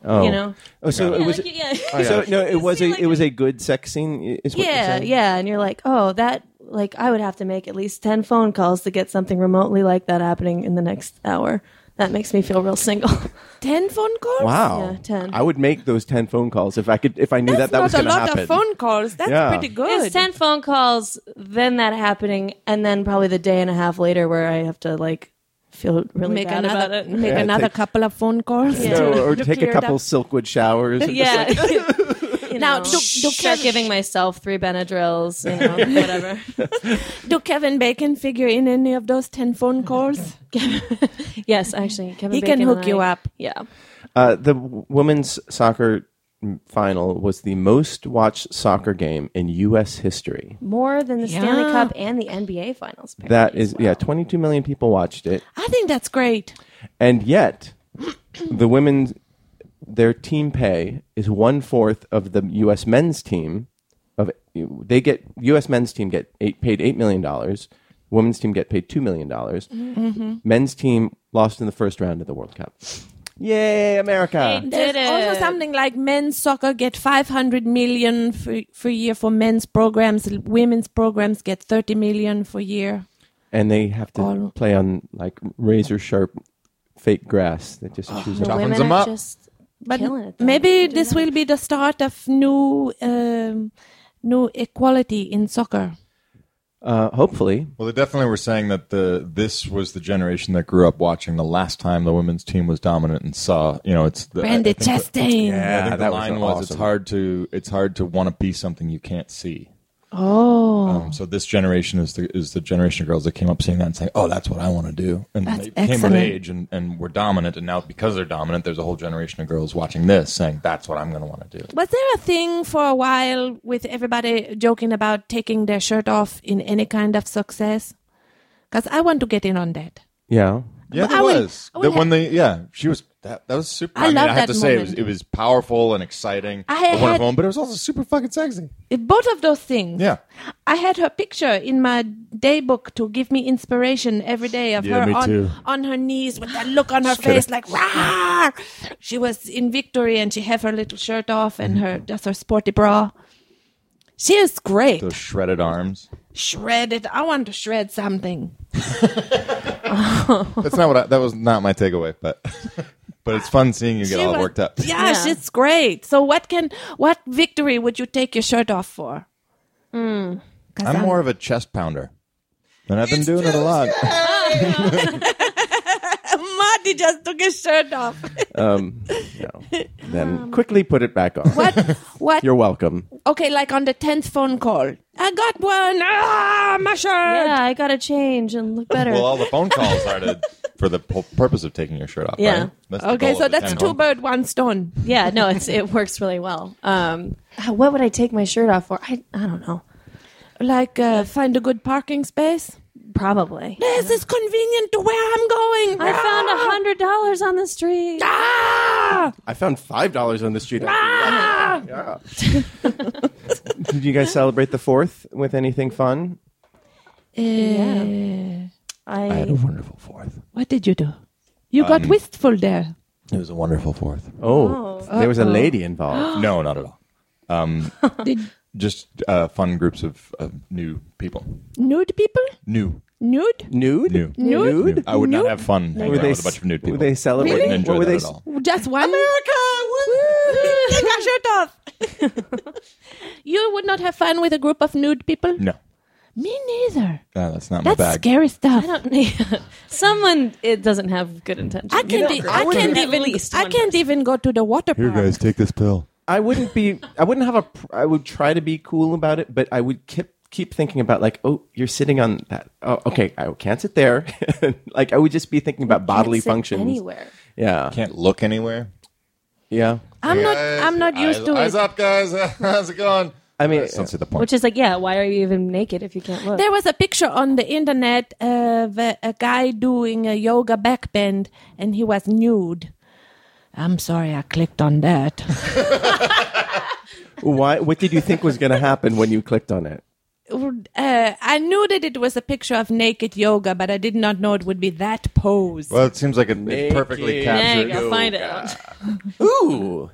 B: Oh,
E: You know.
B: Oh, so
E: Yeah,
B: it was.
E: [laughs]
B: oh,
E: like, yeah.
B: So no, it
E: You
B: was
E: see,
B: a
E: like,
B: it was a good sex scene. i- Is what you're
E: yeah,
B: saying?
E: yeah, and you're like, oh, that like I would have to make at least ten phone calls to get something remotely like that happening in the next hour. That makes me feel real single. [laughs]
C: Ten phone calls?
B: Wow,
E: Yeah, 10.
B: I would make those ten phone calls if I could. If I knew that
C: That's
B: that was
C: not
B: going
C: a
B: to
C: lot
B: happen.
C: of phone calls. That's
B: Yeah.
C: pretty good.
E: It's ten phone calls, then that happening, and then probably the day and a half later where I have to like feel really
C: make
E: bad
C: another,
E: about it. [laughs]
C: make
B: Yeah,
C: another
B: take-
C: couple of phone calls.
E: Yeah.
B: No,
E: to-
B: or
C: to
B: take a
C: clear it
B: couple
C: up.
B: silkwood showers. and just
E: [laughs] Yeah.
C: Now,
E: [laughs] now,
C: do- do
E: start
C: Kevin-
E: giving myself three Benadryls, you know, [laughs] whatever.
C: Do Kevin Bacon figure in any of those ten phone calls?
E: yes, actually, Kevin
C: He can
E: Bacon
C: hook
E: and
C: you
E: I-
C: up.
E: Yeah,
B: Uh, the w- women's soccer final was the most watched soccer game in U.S. history.
E: More than the Stanley
C: Yeah.
E: Cup and the NBA Finals. apparently
B: That
E: as
B: is,
E: well.
B: yeah, 22 million people watched it.
C: I think that's great.
B: And
E: [clears throat]
B: yet, the women's, their team pay is one fourth of the U.S. men's team. Of They get, U.S. men's team get eight, paid $8 million. Women's team get paid $2 million.
E: Mm-hmm.
B: Men's team lost in the first round of the World Cup. Yay, America!
C: There's also something like men's soccer get 500 million for, for year for men's programs. Women's programs get 30 million for year.
B: and they have to
C: All-
B: play on like razor sharp fake grass that just chews
E: The
B: up.
E: women
D: them
E: are
D: up.
E: just
C: But
E: killing it. though.
C: maybe
E: They do
C: this
E: that.
C: will be the start of new um, new equality in soccer.
B: Uh, hopefully,
D: Well, they definitely were saying that the this was the generation that grew up watching the last time the women's team was dominant and saw. You know, it's the
C: Brandy
D: I think the-
C: Chastain.
D: I think
B: Yeah,
D: the
B: that was
D: line was, it's
B: awesome.
D: hard to it's hard to want to be something you can't see.
C: Oh,
D: Um, so this generation is the is the generation of girls that came up seeing that and saying, "Oh, that's what I want to do." And
C: That's
D: they came of
C: excellent.
D: age and, and were dominant. And now because they're dominant, there's a whole generation of girls watching this saying, "That's what I'm going to want to do."
C: was there a thing for a while with everybody joking about taking their shirt off in any kind of success? Because I want to get in on that.
B: yeah.
D: Yeah,
C: But
D: there
C: I would-
D: was.
C: I
D: The-
C: would
D: when they, yeah, she was. That, that was super.
C: I
D: I, mean,
C: love
D: I have
C: that
D: to say, it was,
C: moment.
D: it was powerful and exciting. a
C: I had-
D: wonderful moment, but it was also super fucking sexy.
C: Both of those things.
D: Yeah.
C: I had her picture in my daybook to give me inspiration every day of
D: Yeah,
C: her
D: me
C: on,
D: too.
C: on her knees with that look on her face, like rah. She was in victory, and she had her little shirt off and
D: Mm-hmm.
C: her just her sporty bra. She is great.
D: Those shredded arms.
C: Shredded. I want to shred something.
D: [laughs] That's not what I, that was not my takeaway, but [laughs] but it's fun seeing you get
C: She
D: all
C: was-
D: worked up.
C: Yeah,
E: Yeah.
C: she's great. So what can what victory would you take your shirt off for? 'Cause
D: I'm more of a chest pounder, and I've been doing it a lot.
C: Marty just took his shirt off.
B: [laughs] Um, no. Then quickly put it back on.
C: What?
D: [laughs]
C: What?
B: [laughs] You're welcome.
C: okay, like on the tenth phone call. I got one. Ah, my shirt.
E: Yeah, I gotta change and look better.
D: Well, all the phone calls are to, for the pu- purpose of taking your shirt off.
E: Yeah.
D: right? That's the
C: Okay,
D: goal
C: so
D: of the
C: that's
D: ten
C: two
D: home.
C: bird, one stone.
E: yeah, no, it's it works really well. Um, what would I take my shirt off for? I I don't know.
C: Like uh, find a good parking space.
E: Probably.
C: This is convenient to where I'm going.
E: I found a hundred dollars on the street.
C: Ah!
B: I found five dollars on the street. Ah! [laughs] Did you guys celebrate the fourth with anything fun?
C: Eh,
E: Yeah. I
D: wonderful fourth.
C: What did you do? You got
D: Um,
C: wistful there.
E: [laughs]
D: It was a wonderful
C: [gasps]
D: fourth.
B: Oh, there was a lady involved.
D: No, not at all.
C: Did
D: Just uh, fun groups of, of new people.
C: nude people?
D: New.
B: [gasps]
C: Nude?
B: Nude?
D: New.
C: Nude?
D: New. I would
C: Nude?
D: not have fun hanging
B: Were
D: around
B: they
D: with a bunch of nude people.
B: Were they celebrating?
D: Wouldn't enjoy
B: What were
D: that
B: they
D: at all.
C: Just one? America! [laughs] Take our shirt off!
E: [laughs]
C: you would not have fun with a group of nude people?
D: No,
C: Me neither.
D: No, Ah, that's not
C: That's
D: my bag.
C: scary stuff.
E: I don't. [laughs] Someone it doesn't have good intentions.
C: I can't. e- I
E: wouldn't
C: can't
E: have
C: even.
E: at least
C: I
E: one
C: can't even go to the water park.
D: take this pill.
B: I wouldn't be. I wouldn't have a. pr- I would try to be cool about it, but I would keep keep thinking about like, oh, you're sitting on that. Oh, okay, I can't sit there. [laughs] like I would just be thinking about bodily
E: Can't sit
B: functions.
E: anywhere.
B: Yeah,
D: Can't look anywhere.
B: yeah.
D: Ah.
C: I'm not. I'm not used to it.
D: up, guys. [laughs] How's it going?
B: I mean,
D: That's the point.
E: Which is like, yeah, why are you even naked if you can't look?
C: There was a picture on the internet of a, a guy doing a yoga backbend, and he was nude. I'm sorry, I clicked on that. [laughs]
B: why? What did you think was going to happen when you clicked on it?
C: uh, I knew that it was a picture of naked yoga, but I did not know it would be that pose.
D: Well, it seems like it, it perfectly
B: Naked.
E: yeah, you
D: captured.
E: go find it. out.
B: Ooh.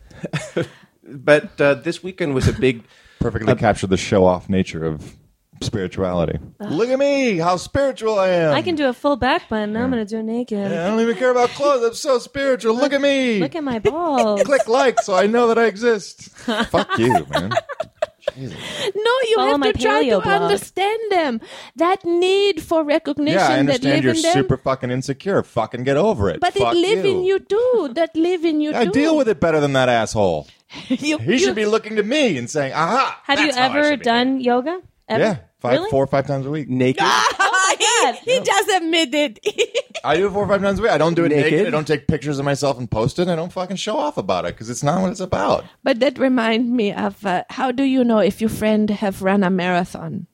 B: [laughs] but uh, this weekend was a big.
D: perfectly captured the show-off nature of spirituality. Look at me, how spiritual I am.
E: I can do a full back bend. Now I'm gonna do it naked.
D: I don't even care about clothes. I'm so spiritual. Look at me.
E: Look at
D: [laughs]
E: my balls.
D: Click like so I know that I exist. Fuck you, man.
C: no, you
E: Follow
C: have
E: my
C: to try to
E: paleo blog.
C: understand them. That need for recognition
D: Yeah, I
C: that
D: understand
C: live
D: you're
C: in them.
D: super fucking insecure. Fucking get over it.
C: but
D: Fuck
C: it live in you too. That live in you
D: I
C: too.
D: deal with it better than that asshole.
C: You,
D: He
C: you-
D: should be looking to me and saying, "Aha!"
E: Have you
D: that's how I
E: ever
D: should be
E: done yoga?
D: doing it."
E: Ever?
D: Yeah, five,
E: really?
C: Ah. Oh [laughs]
D: four or five times a week.
B: Naked.
E: Oh my god.
C: He just admitted. [laughs]
D: I do it four or five times a week. I don't do it naked.
B: Naked?
D: I don't take pictures of myself and post it. I don't fucking show off about it because it's not what it's [laughs] about.
C: But that reminds me of uh, how do you know if your friend have run a marathon?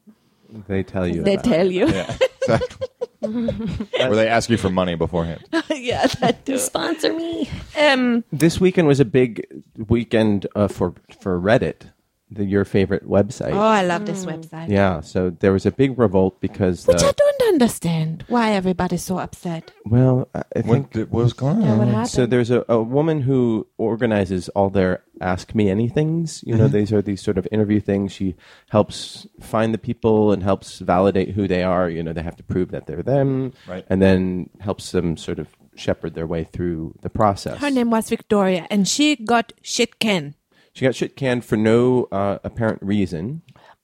B: They tell you.
C: They
B: about it.
C: tell you.
D: Yeah, exactly. or they ask you for money beforehand.
C: [laughs] yeah, that too.
E: Sponsor me.
C: Um,
B: This weekend was a big weekend uh, for for Reddit, the, your favorite website.
C: oh, I love this website.
B: Yeah, so there was a big revolt because uh,
C: Which I
B: the,
C: don't understand why everybody's so upset.
B: well, I I think
D: What, did- what was going on?
B: Mm, so. There's a, a woman who organizes all their Ask Me Anythings. You know, these are these sort of interview things. She helps find the people and helps validate who they are. You know, they have to prove that they're them,
D: Right.
B: and then helps them sort of shepherd their way through the process.
C: Her name was Victoria, and she got shit can.
B: She got shit canned for no uh, apparent reason.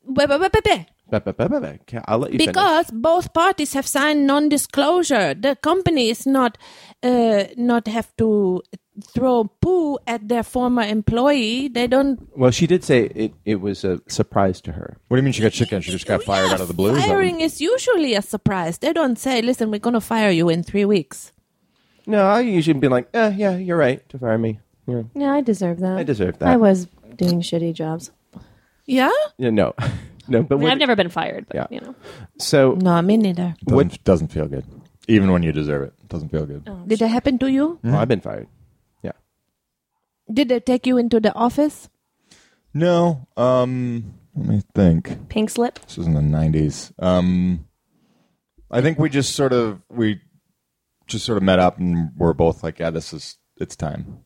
C: Wait, wait, wait, wait, wait.
B: Ba- ba- ba- ba- ba. Ca- I'll let you finish.
C: Because both parties have signed non-disclosure. The company is not uh, not have to throw poo at their former employee. They don't.
B: Well, she did say it, it was a surprise to her.
D: What do you mean she got chicken? She just got fired out of the blue. or something?
C: Firing is usually a surprise. They don't say, "Listen, we're going to fire you in three weeks."
B: No, I usually be like, eh, yeah, you're right to fire me. Yeah.
E: Yeah, I deserve that.
B: I deserve that.
E: I was doing shitty jobs.
C: Yeah?
B: Yeah, no, [laughs] no. But
E: I mean,
B: what-
E: I've never been fired, but
B: Yeah.
E: you know.
B: So
C: No, me neither.
D: Doesn't, doesn't feel good. Even when you deserve it, doesn't feel good.
C: Did that happen to you?
B: Oh, I've been fired. Yeah.
C: Did they take you into the office?
D: No. Um, let me think.
E: Pink slip.
D: This was in the '90s. Um, I think we just sort of we just sort of met up and we're both like, yeah, this is it's time.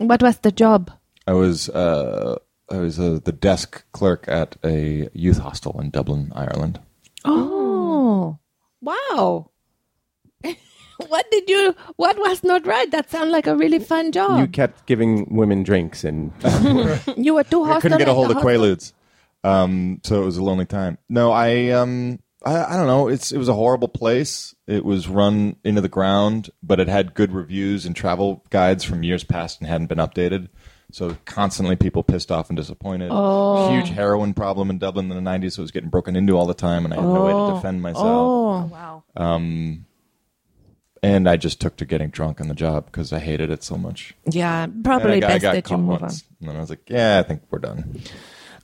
C: What was the job?
D: I was uh, I was uh, the desk clerk at a youth hostel in Dublin, Ireland.
C: Oh, wow. [laughs] what did you, what was not right? That sounds like a really fun
B: You
C: job.
B: kept giving women drinks, and
C: You, were too hostile.
D: I couldn't get
C: at
D: a hold
C: the
D: of
C: hostel.
D: Quaaludes, um, so it was a lonely time. No, I um, I, I don't know. It's it was a horrible place. It was run into the ground, but it had good reviews and travel guides from years past and hadn't been updated. So constantly people pissed off and disappointed. Oh. Huge heroin problem in Dublin in the '90s. So it was getting broken into all the time, and I had no way to defend myself. Um,
C: Oh,
E: Wow.
D: And I just took to getting drunk on the job because I hated it so much.
C: yeah.
D: And I
C: Probably
D: got, I
C: best
D: got
C: that you
D: caught
C: move
D: once, and then I was like, "Yeah, I think we're done."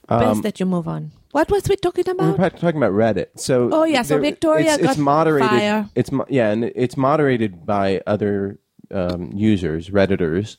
C: on. best that you move on. What was we talking
B: we [laughs] were
C: about?
B: talking about Reddit. So
C: Oh, yeah, so Victoria
B: it's, it's
C: got
B: moderated.
C: fire.
B: It's mo- yeah, and it's moderated by other um, users, redditors,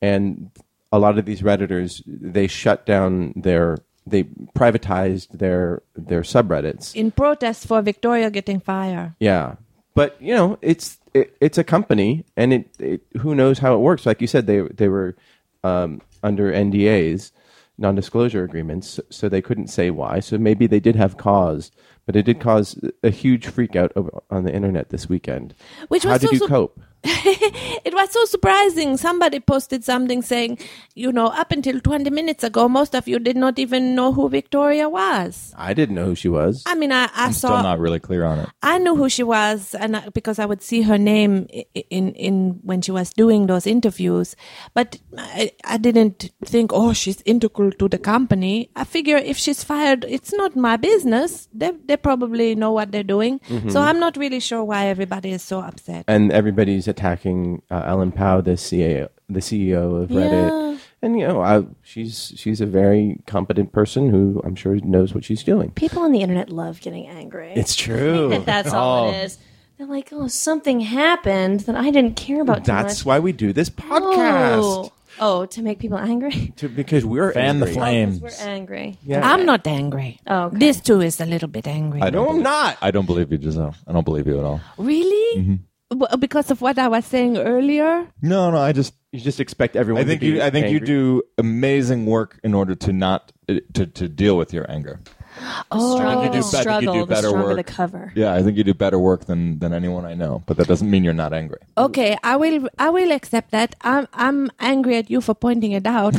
B: and a lot of these redditors they shut down their they privatized their their subreddits.
C: In protest for Victoria getting fired.
B: Yeah, but you know, it's it, it's a company, and it, it who knows how it works. Like you said, they they were um, under NDAs, non disclosure agreements, so, so they couldn't say why. So maybe they did have cause, but it did cause a huge freak out over, on the internet this weekend.
C: Which
B: how
C: was
B: did you
C: also-
B: cope?
C: It was so surprising. Somebody posted something saying, you know, up until 20 minutes ago, most of you did not even know who Victoria was.
B: I didn't know who she was.
C: I mean, I, I
D: I'm
C: saw.
D: still not really clear on it.
C: I knew who she was, and I, because I would see her name i- i- in in when she was doing those interviews, but I, I didn't think, oh, she's integral to the company. I figure if she's fired, it's not my business. They they probably know what they're doing,
D: Mm-hmm.
C: so I'm not really sure why everybody is so upset.
B: and everybody's attacking uh, Ellen Pao, the CEO, the CEO of Reddit.
C: Yeah.
B: And you know, I, she's she's a very competent person who I'm sure knows what she's doing.
E: People on the internet love getting
B: [laughs]
E: angry.
B: It's true.
E: that [laughs] that's all
B: Oh.
E: it is. They're like, oh, something happened that I didn't care about too
B: That's
E: much.
B: why we do this podcast.
E: Oh. oh, to make people angry? [laughs]
B: To- because we're
D: Fan the
B: angry.
D: flame.
E: Because we're angry.
B: Yeah.
C: I'm not angry.
E: Oh, okay.
C: This too is a little bit angry.
D: I don't
B: No, I'm
D: believe-
B: not.
D: I don't believe you, Giselle. I don't believe you at all.
C: Really?
D: Mm-hmm.
C: W- because of what I was saying earlier.
D: No, no. I just,
B: You just expect everyone.
D: I think
B: to be
D: you, I think you
B: angry.
D: do amazing work in order to not to to deal with your anger.
E: Oh,
D: you do better-
E: the
D: you
E: struggle,
D: do
E: the
D: better
E: stronger
D: work.
E: the cover.
D: Yeah, I think you do better work than than anyone I know, but that doesn't mean you're not angry.
C: Okay, I will. I will accept that. I'm. I'm angry at you for pointing it
D: [laughs]
C: out.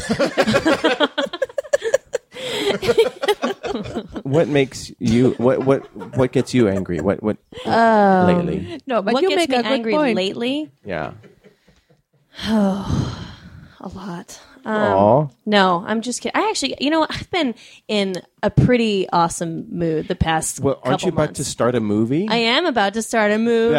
B: What makes you? What what what gets you angry? What what
E: Um,
B: lately?
C: no, but
E: what
C: you
E: gets
C: make
E: me
C: a good
E: angry
C: point.
E: lately?
B: Yeah.
E: A lot.
B: Aw.
E: No, I'm just kidding. I actually, you know, what? I've been in a pretty awesome mood the past.
B: Well, aren't
E: couple
B: you about
E: months.
B: to start a movie?
E: I am about to start a movie.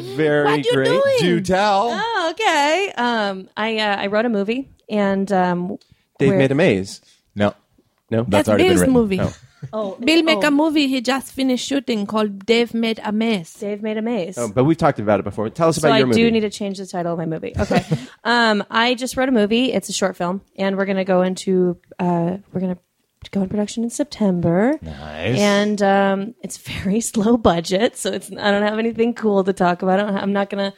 B: That's very
E: what you
B: great.
E: doing?
D: Do tell.
E: Oh, okay. Um, I uh, I wrote a movie, and um,
B: They've
E: we're-
B: made a maze.
D: No,
B: No,
D: That's already been
C: Bill's
D: written.
C: movie.
B: Oh.
E: oh,
C: Bill make
E: oh,
C: a movie he just finished shooting called Dave Made a Mess.
E: Dave made a maze.
B: Oh, but we've talked about it before. Tell us
E: so
B: about
E: I
B: your movie.
E: do need to change the title of my movie. Okay. [laughs] um, I just wrote a movie. It's a short film, and we're gonna go into uh, we're gonna go in production in September. Nice. And um, it's very [laughs] slow budget, so it's I don't have anything cool to talk about. I don't, I'm not gonna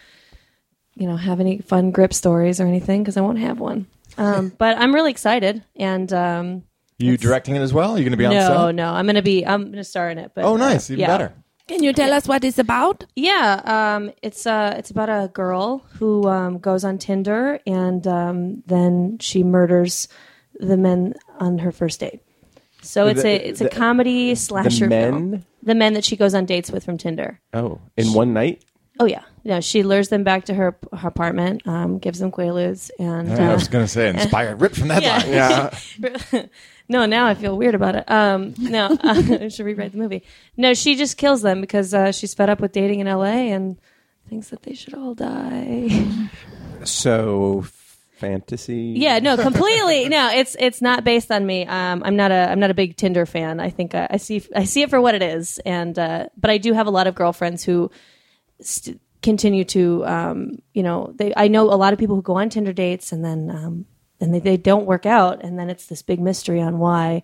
E: you know have any fun grip stories or anything because I won't have one. Um, but I'm really excited, and um,
D: you directing it as well? Are you going to be on
E: no,
D: set?
E: no, I'm gonna be I'm gonna star in it. But
D: Oh,
E: uh,
D: nice, even
E: yeah.
D: better.
C: Can you tell us what it's about?
E: Yeah, um, it's uh, it's about a girl who um, goes on Tinder and um, then she murders the men on her first date. So it's
B: The-
E: a it's a comedy slasher
B: men?
E: film. The men that she goes on dates with from Tinder.
B: Oh, in one night?
E: Oh yeah, no, she lures them back to her, her apartment, um, gives them quaaludes, and
D: I
E: uh,
D: was going to say inspired, ripped from that
E: Yeah.
D: line.
B: Yeah.
E: uh, [laughs] no, now I feel weird about it. Um, no, [laughs] I should rewrite the movie. No, she just kills them because uh, she's fed up with dating in L.A. and thinks that they should all die.
B: so, fantasy.
E: Yeah, no, completely. no, it's it's not based on me. Um, I'm not a I'm not a big Tinder fan. I think uh, I, I see I see it for what it is, and uh, but I do have a lot of girlfriends who st- continue to um, you know they I know a lot of people who go on Tinder dates and then um, and they, they don't work out, and then it's this big mystery on why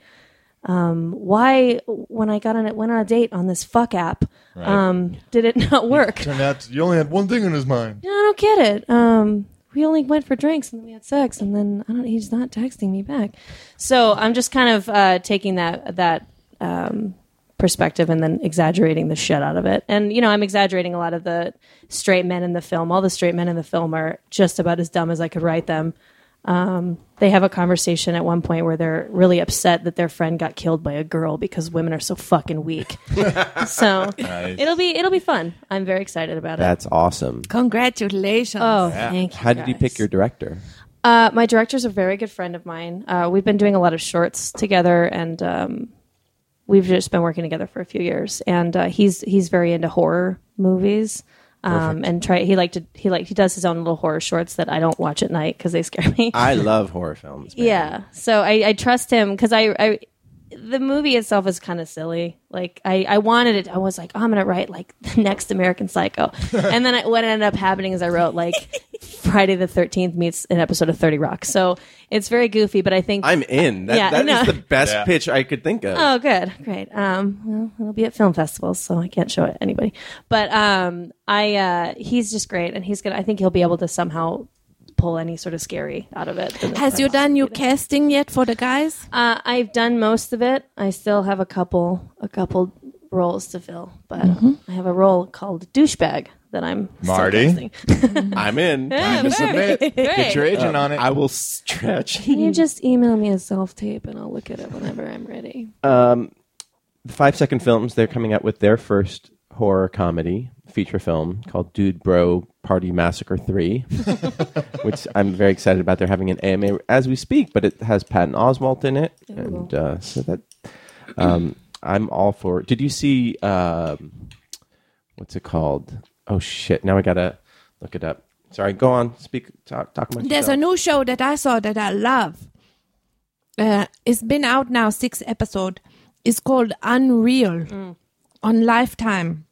E: um, why when I got on it went on a date on this fuck app um, did it [laughs] not
D: [laughs]
E: work.
D: Turned out you only had one thing in his mind.
E: No, I don't get it. Um, we only went for drinks and then we had sex, and then I don't. He's not texting me back. So I'm just kind of uh, taking that that um, perspective and then exaggerating the shit out of it. And you know, I'm exaggerating a lot of the straight men in the film. All the straight men in the film are just about as dumb as I could write them. Um, they have a conversation at one point where they're really upset that their friend got killed by a girl because women are so fucking weak. so it'll be it'll be fun. I'm very excited about it.
B: That's awesome.
C: Congratulations.
E: Oh, thank you.
B: How did you
E: guys.
B: pick your director?
E: Uh, my director's a very good friend of mine. Uh, we've been doing a lot of shorts together, and um, we've just been working together for a few years. And uh, he's he's very into horror movies, um, and try he like to he like he does his own little horror shorts that I don't watch at night because they scare me.
B: I love horror films. man.
E: yeah, so I, I trust him because I, I the movie itself is kind of silly. Like I, I wanted it. I was like, oh, I'm gonna write like [laughs] the next American Psycho, and then I, what ended up happening is I
B: [laughs]
E: wrote like Friday the Thirteenth meets an episode of Thirty Rock. So it's very goofy, but I think
B: I'm in. That,
E: Yeah,
B: that
E: no.
B: is the best
D: Yeah.
B: pitch I could think of.
E: Oh, good, great. Um, well, it'll be at film festivals, so I can't show it to anybody. But um, I, uh, he's just great, and he's gonna. I think he'll be able to somehow pull any sort of scary out of it.
C: Has you done your casting yet for the guys?
E: Uh, I've done most of it. I still have a couple, a couple roles to fill, but I have a role called douchebag that I'm still
D: Marty?
E: casting.
B: I'm in.
E: um,
D: Time to submit. Get your agent on it.
B: I will stretch.
E: Can you just email me a self tape and I'll look at it whenever I'm ready?
B: Five Second Films, they're coming out with their first horror comedy feature film called Dude Bro Party Massacre 3, [laughs] which I'm very excited about. They're having an AMA as we speak, but it has Patton Oswalt in it. And uh, so that um, I'm all for Did you see, um, what's it called? Oh, shit. Now I got to look it up. Sorry, go on. Speak, talk, talk about
C: There's a
B: yourself.
C: new show that I saw that I love. Uh, it's been out now six episode. It's called Unreal on Lifetime,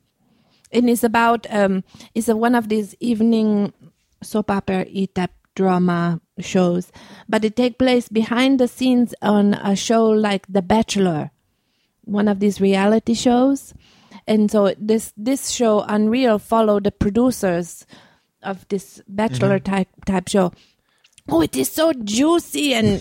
C: and it's about um, it's a, one of these evening soap opera e type drama shows, but it take place behind the scenes on a show like The Bachelor, one of these reality shows, and so this this show Unreal follow the producers of this Bachelor type type show. Oh, it is so juicy and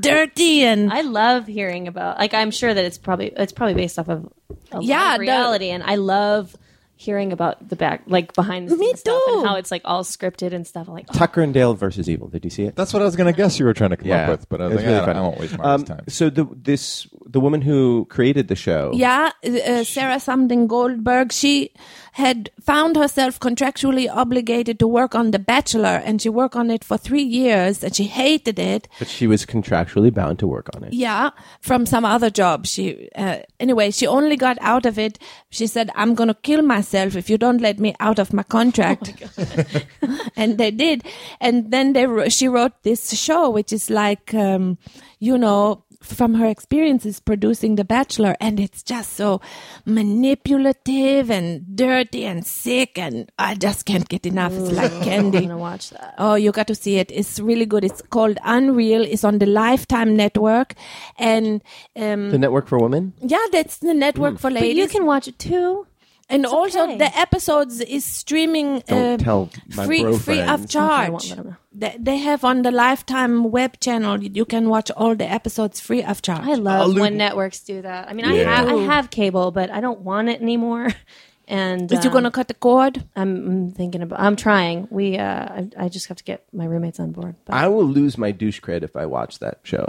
C: dirty and
E: I love hearing about. Like, I'm sure that it's probably it's probably based off of a
C: Yeah,
E: yeah
C: the-
E: reality, and I love hearing about the back, like behind the
C: Me
E: scenes stuff and
C: too.
E: how it's like all scripted and stuff. I'm like, oh,
B: Tucker and Dale versus Evil. Did you see it?
D: That's what I was going to guess you were trying to come
B: Yeah,
D: up with, but I was
B: It's
D: like,
B: really
D: "Ah, I,
B: funny.
D: I won't waste my
B: Um,
D: time.
B: so the this the woman who created the show.
C: Yeah, uh, uh, Sarah something Goldberg. She had found herself contractually obligated to work on The Bachelor, and she worked on it for three years, and she hated it.
B: But she was contractually bound to work on it.
C: Yeah, from some other job. She uh, anyway, she only got out of it. She said, "I'm gonna kill myself if you don't let me out of my contract." [laughs] and they did. And then they wr- she wrote this show, which is like, um, you know, from her experiences producing The Bachelor, and it's just so manipulative and dirty and sick, and I just can't get enough. It's like
E: I'm
C: candy.
E: gonna watch that.
C: Oh, you got to see it. It's really good. It's called Unreal. It's on the Lifetime Network, and
E: Mm.
C: um,
B: The network for women.
E: Mm-hmm.
C: yeah, that's the network for
E: But you
C: ladies.
E: can watch it too.
C: and also,
E: okay.
C: the episodes is streaming.
B: Don't
C: uh,
B: tell my
C: free,
B: bro
C: free of
B: friends.
E: I
C: charge.
E: won't let 'em know.
C: They- they have on the Lifetime web channel. You can watch all the episodes free of charge.
E: I love when networks do that. I mean, I,
B: Yeah.
E: have, I have cable, but I don't want it anymore. [laughs] And
C: is you
E: um,
C: gonna cut the
E: [laughs]
C: cord?
E: I'm, I'm thinking about. I'm trying. We. Uh, I, I just have to get my roommates on board. But
B: I will lose my douche cred if I watch that show.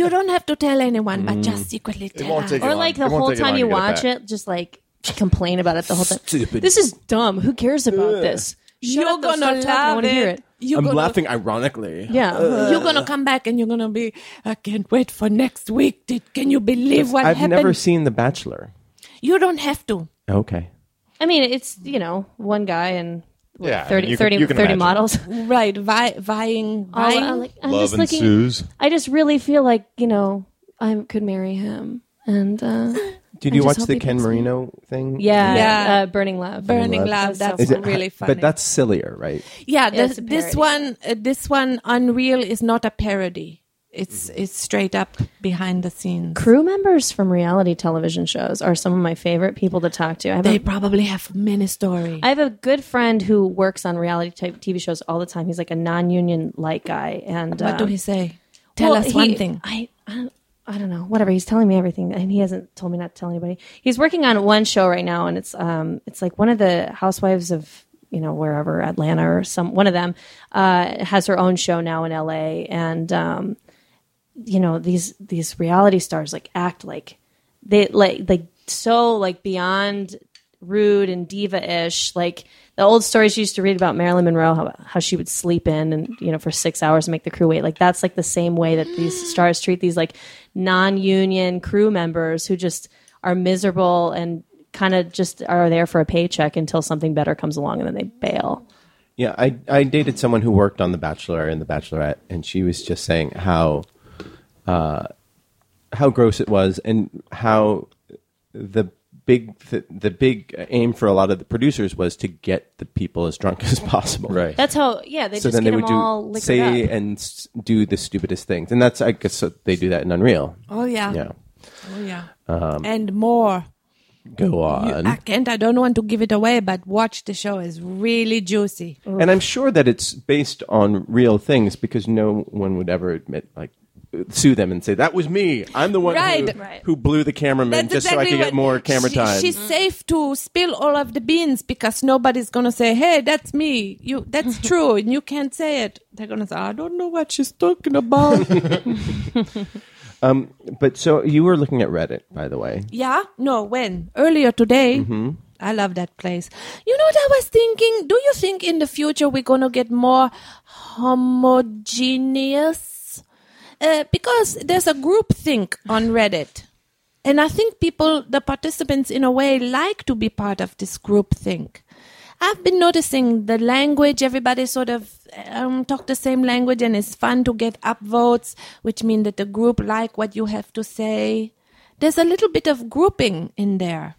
C: you don't have to tell anyone, but just secretly tell.
D: won't
C: us.
D: take it
E: or
D: long.
E: like the
D: It won't
E: whole
D: take you
E: time
D: long
E: you
D: to get it
E: watch
D: back.
E: it, just like complain about it the whole time. This is dumb. Who cares about this? Shut
C: You're
E: up, they'll
C: gonna
E: stop talking. I
C: love
E: wanna hear
C: it.
E: it.
C: You're
G: I'm
C: gonna-
G: laughing ironically.
E: Yeah.
D: Uh.
C: You're gonna come back and you're gonna be. I can't wait for next week. Did, can you believe what
B: I've
C: happened?
B: never seen The Bachelor.
C: you don't have to.
B: Okay.
E: I mean, it's you know one guy and what,
D: Yeah, I mean,
E: 30,
D: you can-
E: 30,
D: you can
E: 30
D: imagine.
E: [laughs] models.
C: Right, vi- vying,
E: All,
C: vying.
E: uh, like, I'm
D: Love
E: just
D: and
E: looking.
D: Suze.
E: I just really feel like you know I could marry him. And uh,
B: Did
E: I
B: you
E: just
B: watch
E: hope
B: the
E: he
B: Ken
E: picks me.
B: Marino thing?
E: yeah,
C: Yeah.
E: Uh, burning love,
C: Burning
B: Love.
C: Love.
E: That's so
C: That's
E: funny.
C: really funny.
B: But that's sillier, right?
C: yeah. This,
E: It's a
C: this
E: parody.
C: one, uh, this one, Unreal is not a parody. It's
B: Mm-hmm.
C: it's straight up behind the scenes.
E: Crew members from reality television shows are some of my favorite people to talk to. I have,
C: They
E: a,
C: probably have many stories.
E: I have a good friend who works on reality type TV shows all the time. He's like a non-union light guy, and
C: What do
E: um,
C: he say? Tell
E: Well,
C: us one
E: he-
C: thing.
E: I, I don't, I don't know. Whatever. He's telling me everything, and he hasn't told me not to tell anybody. He's working on one show right now, and it's um, it's like one of the housewives of you know wherever Atlanta or some one of them uh, has her own show now in L.A. and um, you know these these reality stars like act like they like like so like beyond rude and diva-ish like the old stories you used to read about marilyn monroe how, how she would sleep in and you know for six hours and make the crew wait like that's like the same way that these stars treat these like non-union crew members who just are miserable and kind of just are there for a paycheck until something better comes along and then they bail
B: Yeah, I, I dated someone who worked on The Bachelor and The Bachelorette, and she was just saying how uh, how gross it was, and how the big the, the big aim for a lot of the producers was to get the people as drunk as possible.
D: Right.
E: that's how yeah they
B: so
E: just
B: then
E: get
B: they would
E: them all
B: do
E: liquored
B: say
E: up.
B: and s- do the stupidest things, and that's I guess so they do that in Unreal.
C: oh yeah.
B: Yeah, Um,
C: Oh yeah. and more.
B: go
C: You-
B: on.
C: I can't. I don't want to give it away, but watch the show. It's really juicy.
B: And I'm sure that it's based on real things because no one would ever admit, like, sue them and say that was me. I'm the one
C: Right.
B: who,
E: Right.
B: who blew the cameraman just so I could
C: what-
B: get more camera
C: she-
B: time.
C: She's safe to spill all of the beans because nobody's gonna say, "Hey, that's me." You, that's true, and you can't say it. They're gonna say, "I don't know what she's talking
B: [laughs]
C: about."
B: But so you were looking at Reddit, by the way.
C: yeah, no, when earlier today.
B: Mm-hmm.
C: I love that place. You know what I was thinking? Do you think in the future we're gonna get more homogeneous? Uh, because there's a group think on Reddit. And I think people, the participants in a way, like to be part of this group think. I've been noticing the language, everybody sort of um, talk the same language and it's fun to get upvotes, which mean that the group like what you have to say. There's a little bit of grouping in there.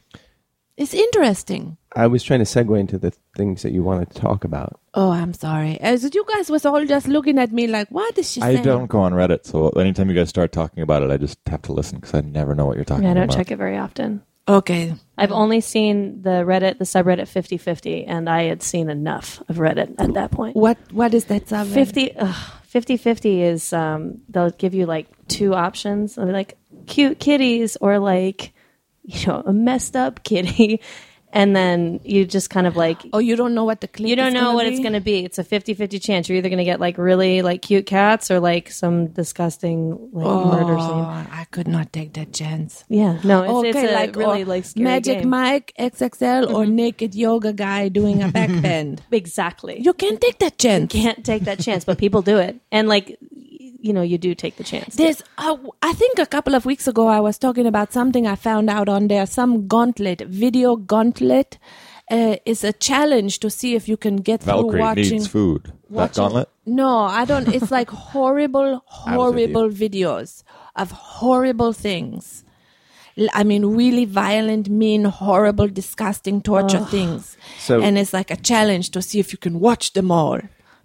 C: It's interesting.
B: I was trying to segue into the things that you wanted to talk about.
C: Oh, I'm sorry. As you guys was all just looking at me like, what is she
D: I
C: saying?
D: don't go on Reddit, so anytime you guys start talking about it, I just have to listen because I never know what you're talking
E: yeah, i
D: about.
E: don't check it very often
C: Okay.
E: I've only seen the Reddit, the subreddit 5050, and I had seen enough of Reddit at that point.
C: What What is that subreddit?
E: 50 ugh, 5050 is um, they'll give you like two options. They'll be like cute kitties or like, you know, a messed up kitty. [laughs] and then you just kind of like
C: Oh, you don't know what the clique
E: you don't
C: is
E: know
C: gonna
E: what
C: be?
E: it's going to be. It's a 50-50 chance. You're either going to get like really like cute cats or like some disgusting like murder scene.
C: Oh, I could not take that chance.
E: Yeah, no, it's, it's a really
C: or
E: like oh, scary
C: Magic
E: game. Mm-hmm.
C: Mike XXL or naked yoga guy doing a [laughs] backbend.
E: exactly. You
C: you can't take that chance.
E: can't take that chance, but people do it, and like y- you know, you do take the chance.
C: There's, uh, I think a couple of weeks ago, I was talking about something I found out on there. Some gauntlet, video gauntlet, uh, is a challenge to see if you can get through
D: Valkyrie
C: watching.
D: needs food. That
C: watching-
D: gauntlet.
C: No, I don't. It's
B: [laughs]
C: like
B: was
C: horrible,
B: with you.
C: horrible videos of horrible things. L- I mean, really violent, mean, horrible, disgusting, torture things.
B: So-
C: and it's like a challenge to see if you can watch them all.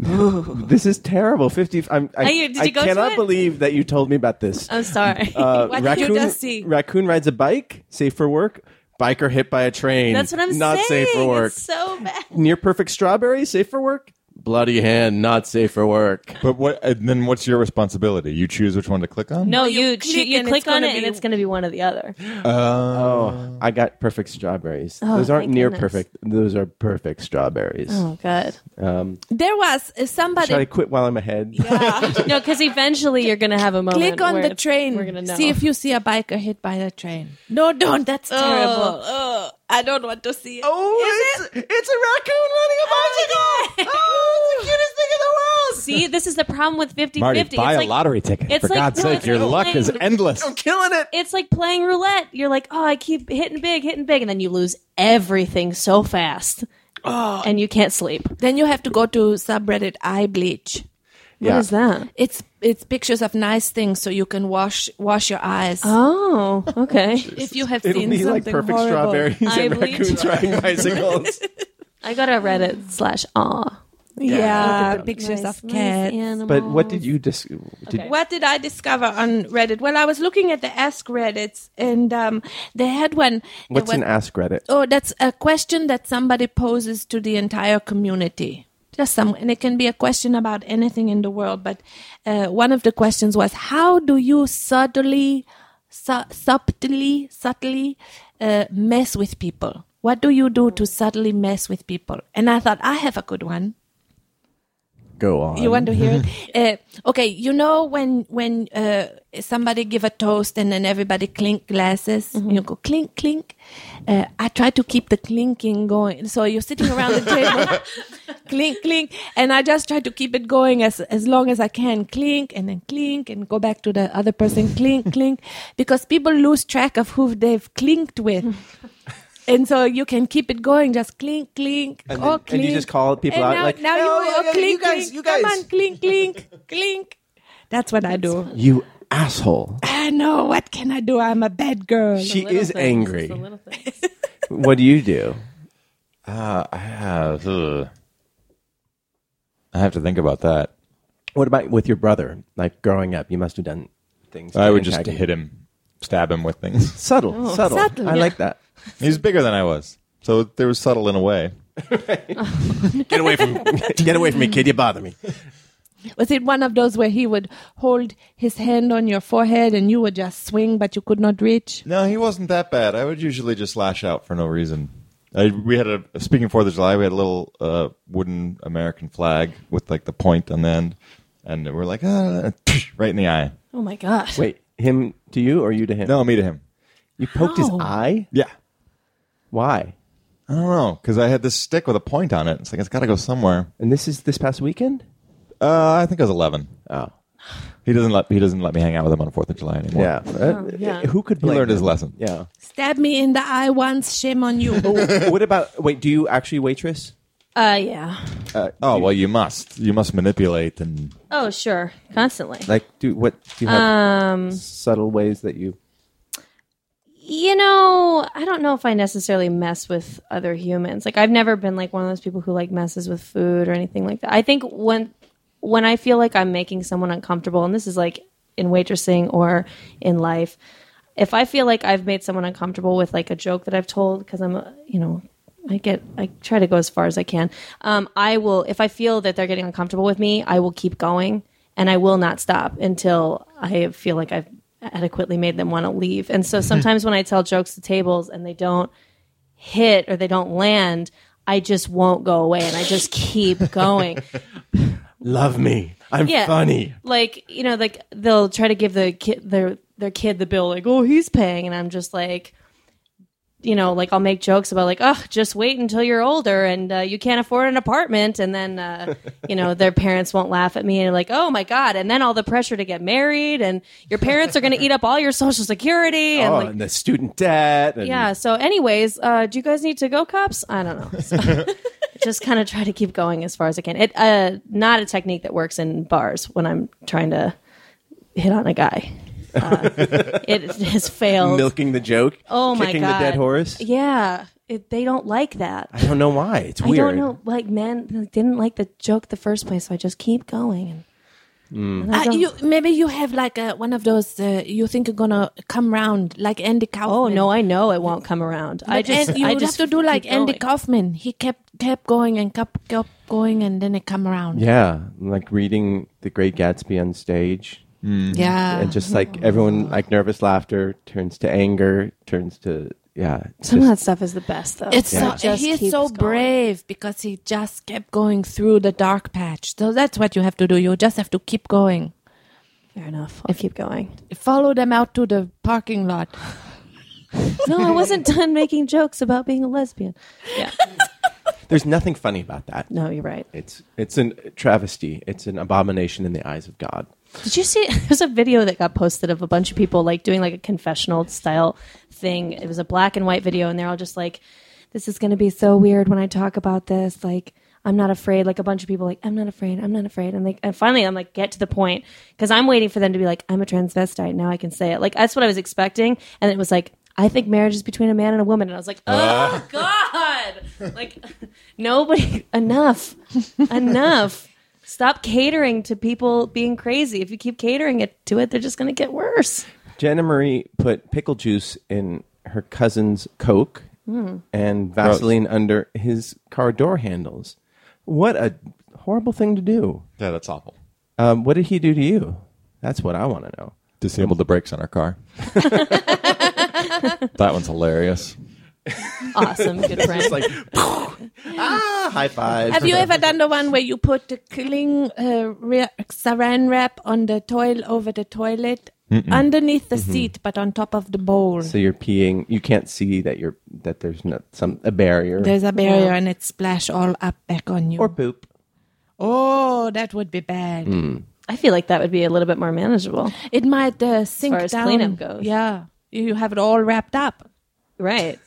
B: This is terrible. Fifty. I'm, I,
E: Are you- did
B: I
E: you go to
B: cannot
E: it? Oh,
B: believe that you told me about this.
E: [laughs] I'm sorry.
B: Uh,
C: What did you
B: raccoon,
C: just see?
B: raccoon rides a bike. Safe for work. Biker hit by a train.
E: That's what I'm
B: not
E: saying.
B: safe for work.
E: It's so bad.
B: Near perfect strawberry. Safe for work. Bloody hand. Not safe for work.
D: But what? And then what's your responsibility? You choose which one to click on.
E: No,
C: you
E: you
C: click
E: choo- you
C: and
E: click
C: it's
E: on
C: gonna
E: it, and
C: be-
E: it's going to be one or the other.
B: Oh, I got perfect strawberries. Those aren't
E: Oh, thank
B: near
E: goodness.
B: perfect. Those are perfect strawberries.
E: Oh god.
C: There was uh,
B: Should I
C: somebody.
B: quit while I'm ahead?
E: No, because eventually you're going to have a moment.
C: Click on
E: where
C: the
E: it's-
C: train.
E: We're going to know. [laughs]
C: See if you see a biker hit by a train. No, don't. That's terrible. I don't want to see it.
B: [laughs] Oh, it's, it's a raccoon running a bicycle. Oh, it's the cutest thing in the world.
E: See, this is the problem with 50
G: Marty,
E: 50.
G: buy
E: it's
G: a
E: like,
G: lottery ticket.
E: it's
G: For
E: like-
G: God's
E: no,
G: sake,
E: it's
G: your
E: like
G: luck
E: playing-
G: is endless.
B: I'm killing it.
E: It's like playing roulette. You're like, oh, I keep hitting big, hitting big, and then you lose everything so fast. Oh. And you can't sleep.
C: Then you have to go to subreddit eye bleach.
B: Yeah.
E: What is that?
C: It's it's pictures of nice things so you can wash wash your eyes.
B: Ah.
E: Oh, okay.
C: if you
B: [laughs]
C: have
B: It'll
C: seen
B: be like
C: something
B: perfect
C: horrible.
B: strawberries
E: I
B: and
E: believe
B: raccoons
E: [laughs]
B: riding bicycles.
E: I got a Reddit slash aw.
C: Yeah, pictures of cats.
B: but what did you dis- did
C: What did I discover on Reddit? Well, I was looking at the Ask Reddits, and um, they had one. They
B: What's
C: were-
B: an ask Reddit?
C: Oh, that's a question that somebody poses to the entire community. Just some, and it can be a question about anything in the world. But uh, one of the questions was, how do you subtly, su- subtly, subtly uh, mess with people? What do you do to subtly mess with people? And I thought I have a good one.
B: Go on.
C: You want to hear
B: [laughs]
C: it? Uh, okay, you know when when uh, somebody give a toast and then everybody clink glasses,
B: Mm-hmm.
C: you go clink clink. Uh, I try to keep the clinking going, so you're sitting around the table, [laughs] clink clink, and I just try to keep it going as as long as I can, clink and then clink and go back to the other person, clink [laughs] clink, because people lose track of who they've clinked
B: [laughs]
C: with. And so you can keep it going, just clink, clink,
B: And then-
C: oh,
B: and you
C: clink.
B: just call people
C: And
B: out,
C: now,
B: like,
C: now
B: "No,
C: you,
B: yeah,
C: oh,
B: yeah,
C: clink,
B: you guys,
C: clink,
B: you
C: come
B: guys."
C: on,
B: [laughs]
C: clink, clink, clink. That's what I do.
B: You asshole.
C: I know. What can I do? I'm a bad girl.
B: She is angry. What do you do?
D: Uh, I have. ugh. I have to think about that.
B: What about with your brother? Like growing up, you must have done things.
D: I
B: to
D: would just
B: antagonize-
D: hit him, stab him with things. [laughs]
B: Subtle,
E: Oh,
B: subtle.
C: Subtle,
B: I
C: yeah.
B: like that.
D: He's bigger than I was, so there was subtle in a way.
B: [laughs] Get away from get away from me, kid. You bother me.
C: Was it one of those where he would hold his hand on your forehead and you would just swing, but you could not reach?
D: No, he wasn't that bad. I would usually just lash out for no reason. I, we had a speaking of Fourth of July. We had a little uh, wooden American flag with like the point on the end, and we're like ah, [laughs] right in the eye.
E: Oh my gosh.
B: Wait, him to you or you to him?
D: No, me to him.
B: you poked his eye.
D: Yeah,
B: Why?
D: I don't know because I had this stick with a point on it. It's like it's got to go somewhere.
B: And this is this past weekend.
D: Uh, I think I was eleven.
B: Oh,
D: He doesn't let he doesn't let me hang out with him on Fourth of July anymore.
B: yeah. Uh,
E: Oh, yeah.
B: Who could
D: he
B: blame
D: learned his
B: him?
D: lesson.
B: Yeah.
C: Stab me in the eye once, shame on
B: [laughs] Oh,
C: you.
B: what about? Wait, do you actually waitress?
E: Uh, yeah.
D: Oh well, you must you must manipulate and
E: Oh, sure. Constantly. Um,
B: Like, do what? Do you have subtle ways that you?
E: you know, I don't know if I necessarily mess with other humans. Like I've never been like one of those people who like messes with food or anything like that. I think when when I feel like I'm making someone uncomfortable, and this is like in waitressing or in life, if I feel like I've made someone uncomfortable with like a joke that I've told because I'm, uh, you know, I get I try to go as far as I can. Um, I will if I feel that they're getting uncomfortable with me, I will keep going and I will not stop until I feel like I've adequately made them want to leave. And so sometimes when I tell jokes to tables and they don't hit or they don't land, I just won't go away and I just keep going.
B: Love me. I'm
E: Yeah.
B: funny.
E: like you know like they'll try to give the kid their their kid the bill like oh he's paying and i'm just like you know like i'll make jokes about like oh just wait until you're older and uh, you can't afford an apartment and
B: [laughs]
E: then uh, you know their parents won't laugh at me and like oh my god and then all the pressure to get married and your parents are going to eat up all your social security and
B: oh,
E: like
B: and the student debt. And
E: yeah so anyways uh, do you guys need to go cops i don't know So, [laughs] just kind of try to keep going as far as i can it uh, not a technique that works in bars when i'm trying to hit on a guy uh, it has failed
B: milking the joke.
E: oh my
B: kicking
E: god
B: the dead horse.
E: yeah it, they don't like that
B: I don't know why. It's weird.
E: I don't know. Like men like, didn't like the joke the first place, so I just keep going. And I
C: Uh,
E: don't-
C: you maybe you have like a, one of those uh, you think are gonna come round like Andy Kaufman.
E: oh no, I know it won't come around. I
C: But
E: just
C: An- you
E: I
C: would
E: just
C: have to do
E: keep
C: like Andy
E: going.
C: Kaufman. He kept kept going and kept kept going, and then it come around.
B: Yeah, like reading The Great Gatsby on stage,
C: Yeah.
B: and just like
E: Uh-huh.
B: everyone, like nervous laughter turns to anger, turns to yeah. it's
E: Some of
B: just-
E: that stuff is the best though.
C: It's
E: It
C: so
E: just
C: he is
E: keeps
C: so
E: going.
C: brave because he just kept going through the dark patch. So that's what you have to do. You just have to keep going.
E: Fair enough. I'll keep going.
C: Follow them out to the parking lot.
E: No, I wasn't done making jokes about being a lesbian. Yeah.
B: there's nothing funny about that.
E: [laughs] No, you're right.
B: It's it's an travesty. It's an abomination in the eyes of God.
E: Did you see? [laughs] There's a video that got posted of a bunch of people like doing like a confessional style thing. It was a black and white video, and they're all just like, "This is going to be so weird when I talk about this." Like, I'm not afraid. Like a bunch of people like, "I'm not afraid. I'm not afraid." I'm like, and finally, I'm like, get to the point because I'm waiting for them to be like, "I'm a transvestite. Now I can say it." Like that's what I was expecting, and it was like. I think marriage is between a man and a woman, and I was like, "Oh God!" Like, [laughs] nobody enough, enough. Stop catering to people being crazy. If you keep catering it to it, they're just going to get worse.
B: Jenna Marie put pickle juice in her cousin's Coke
E: Hmm.
B: and Vaseline under his car door handles. What a horrible thing to do.
D: Yeah, that's awful.
B: Um, what did he do to you? That's what I want to know.
D: Disabled the brakes on our car. that one's hilarious.
E: Awesome, good friend.
B: Like, ah, high five.
C: Have you ever done the one where you put the cling uh, re- saran wrap on the toilet over the toilet underneath the
E: Mm-hmm.
C: seat, but on top of the bowl?
B: So you're peeing. You can't see that you're that there's not some a barrier
C: There's a barrier and it splash all up back on you.
B: or poop.
C: oh, that would be bad.
E: I feel like that would be a little bit more manageable,
C: It might uh, sink
E: far as
C: down.
E: cleanup goes.
C: Yeah, you have it all wrapped up.
E: right?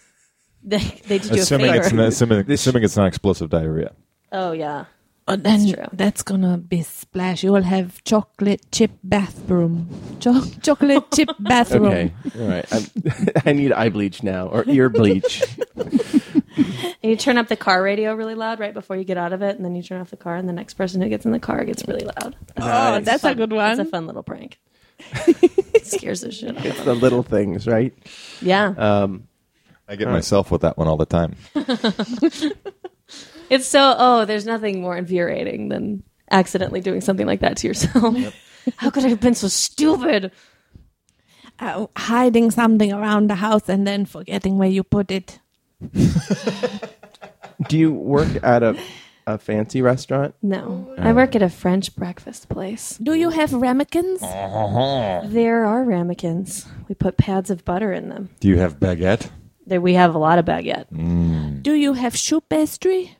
E: They, they did you
D: Assuming
E: a
D: it's,
E: favor.
D: not, assuming, assuming it's not explosive diarrhea.
E: oh yeah,
C: Oh, then that's,
E: true.
C: gonna be splash. You will have chocolate chip bathroom, Cho-
E: [laughs]
C: chocolate chip bathroom.
B: Okay, all right. I'm, [laughs] I need eye bleach now or ear bleach.
E: and you turn up the car radio really loud right before you get out of it, and then you turn off the car, and the next person who gets in the car gets really loud.
C: Oh, that's a good one.
E: It's a fun little [laughs] prank. Scares the shit out of them.
B: the little things, right? Um,
E: Yeah,
B: Uh,
D: I get myself with that one all the time.
E: it's so. Oh, there's nothing more infuriating than accidentally doing something like that to yourself. [laughs] How could I have been so stupid?
C: Uh, hiding something around the house and then forgetting where you put it.
B: Do you work at a a fancy restaurant?
E: No, I work at a French breakfast place.
C: Do you have ramekins?
D: Mm.
E: There are ramekins. We put pads of butter in them.
D: Do you have baguette?
E: There, we have a lot of baguette.
C: Do you have shoe pastry?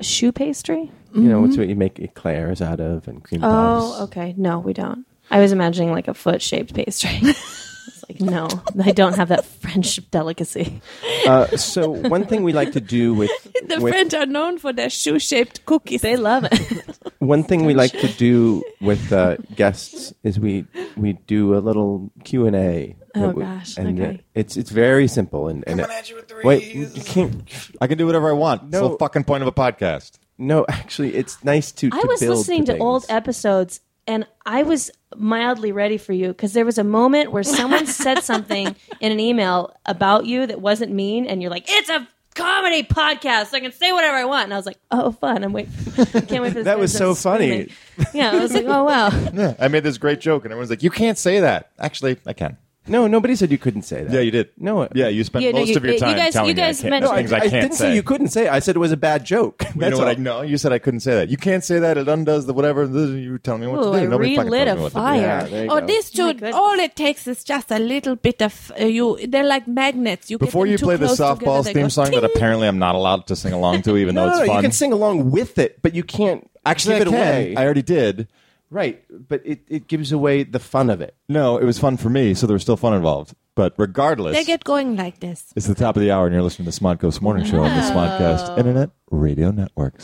E: Shoe pastry?
B: You know,
C: Mm-hmm.
B: it's what you make eclairs out of and cream puffs.
E: Oh, okay. No, we don't. I was imagining like a foot shaped pastry. [laughs] It's like, no, I don't have that French delicacy.
B: Uh, so one thing we like to do with,
C: [laughs] The
B: with
C: French are known for their shoe-shaped cookies.
E: They love it.
B: one thing we like to do with uh, guests is we we do a little Q and A.
E: Oh, gosh,
B: And uh,
E: okay.
B: it's it's very simple and, and it- wait, you can't.
D: I can do whatever I want. That's
B: No.
D: the whole fucking point of a podcast.
B: No, actually, it's nice to.
E: I
B: to
E: was
B: build
E: listening to,
B: things.
E: old episodes and I was mildly ready for you because there was a moment where
B: [laughs]
E: someone said something in an email about you that wasn't mean, and you're like, it's a comedy podcast, so I can say whatever I want. And I was like, oh, fun. I'm waiting.
B: [laughs]
E: Can't wait for this.
B: That was so
E: person to scream
B: funny.
E: at me." Yeah, I was like, oh, wow.
B: [laughs]
D: Yeah, I made this great joke, and everyone's like, "You can't say that." Actually, I can.
B: No, nobody said you couldn't say that.
D: Yeah, you did.
B: No,
D: yeah, you spent
E: Yeah, no,
D: most
E: you-
D: of your
E: you
D: time
E: guys-
D: telling
E: you
D: me I
E: guys
D: can't-
E: mentioned-
D: things I,
B: I
D: can't
B: didn't
D: say.
B: say you couldn't say. it. I said it was a bad joke.
D: You
B: That's
D: know what?
B: all.
D: I, no, you said I couldn't say that. You can't say that. It undoes the whatever. the- You tell me what
E: Ooh,
D: to do.
E: I
D: Nobody fucking
E: relit
D: tells
E: a
D: me what
E: fire.
D: To do.
B: Yeah, there you
C: Oh,
B: go.
C: this
E: my
C: should.
E: goodness.
C: All it takes is just a little bit of uh, you. They're like magnets. You get
D: Before
C: them
D: you
C: too
D: play the
C: close together,
D: softball
C: they
D: theme
C: go
D: song that
C: ting.
D: apparently I'm not allowed to sing along to, even
B: no,
D: though
B: no,
D: it's
B: no,
D: fun.
B: you can sing along with it, but you can't
D: Actually,
B: give it
D: I can.
B: away.
D: I already did.
B: right, but it, it gives away the fun of it.
D: No, it was fun for me, so there was still fun involved. But regardless,
C: They get going like this.
D: it's the top of the hour, and you're listening to Smodco's Morning Show on the Smodcast Internet Radio Network.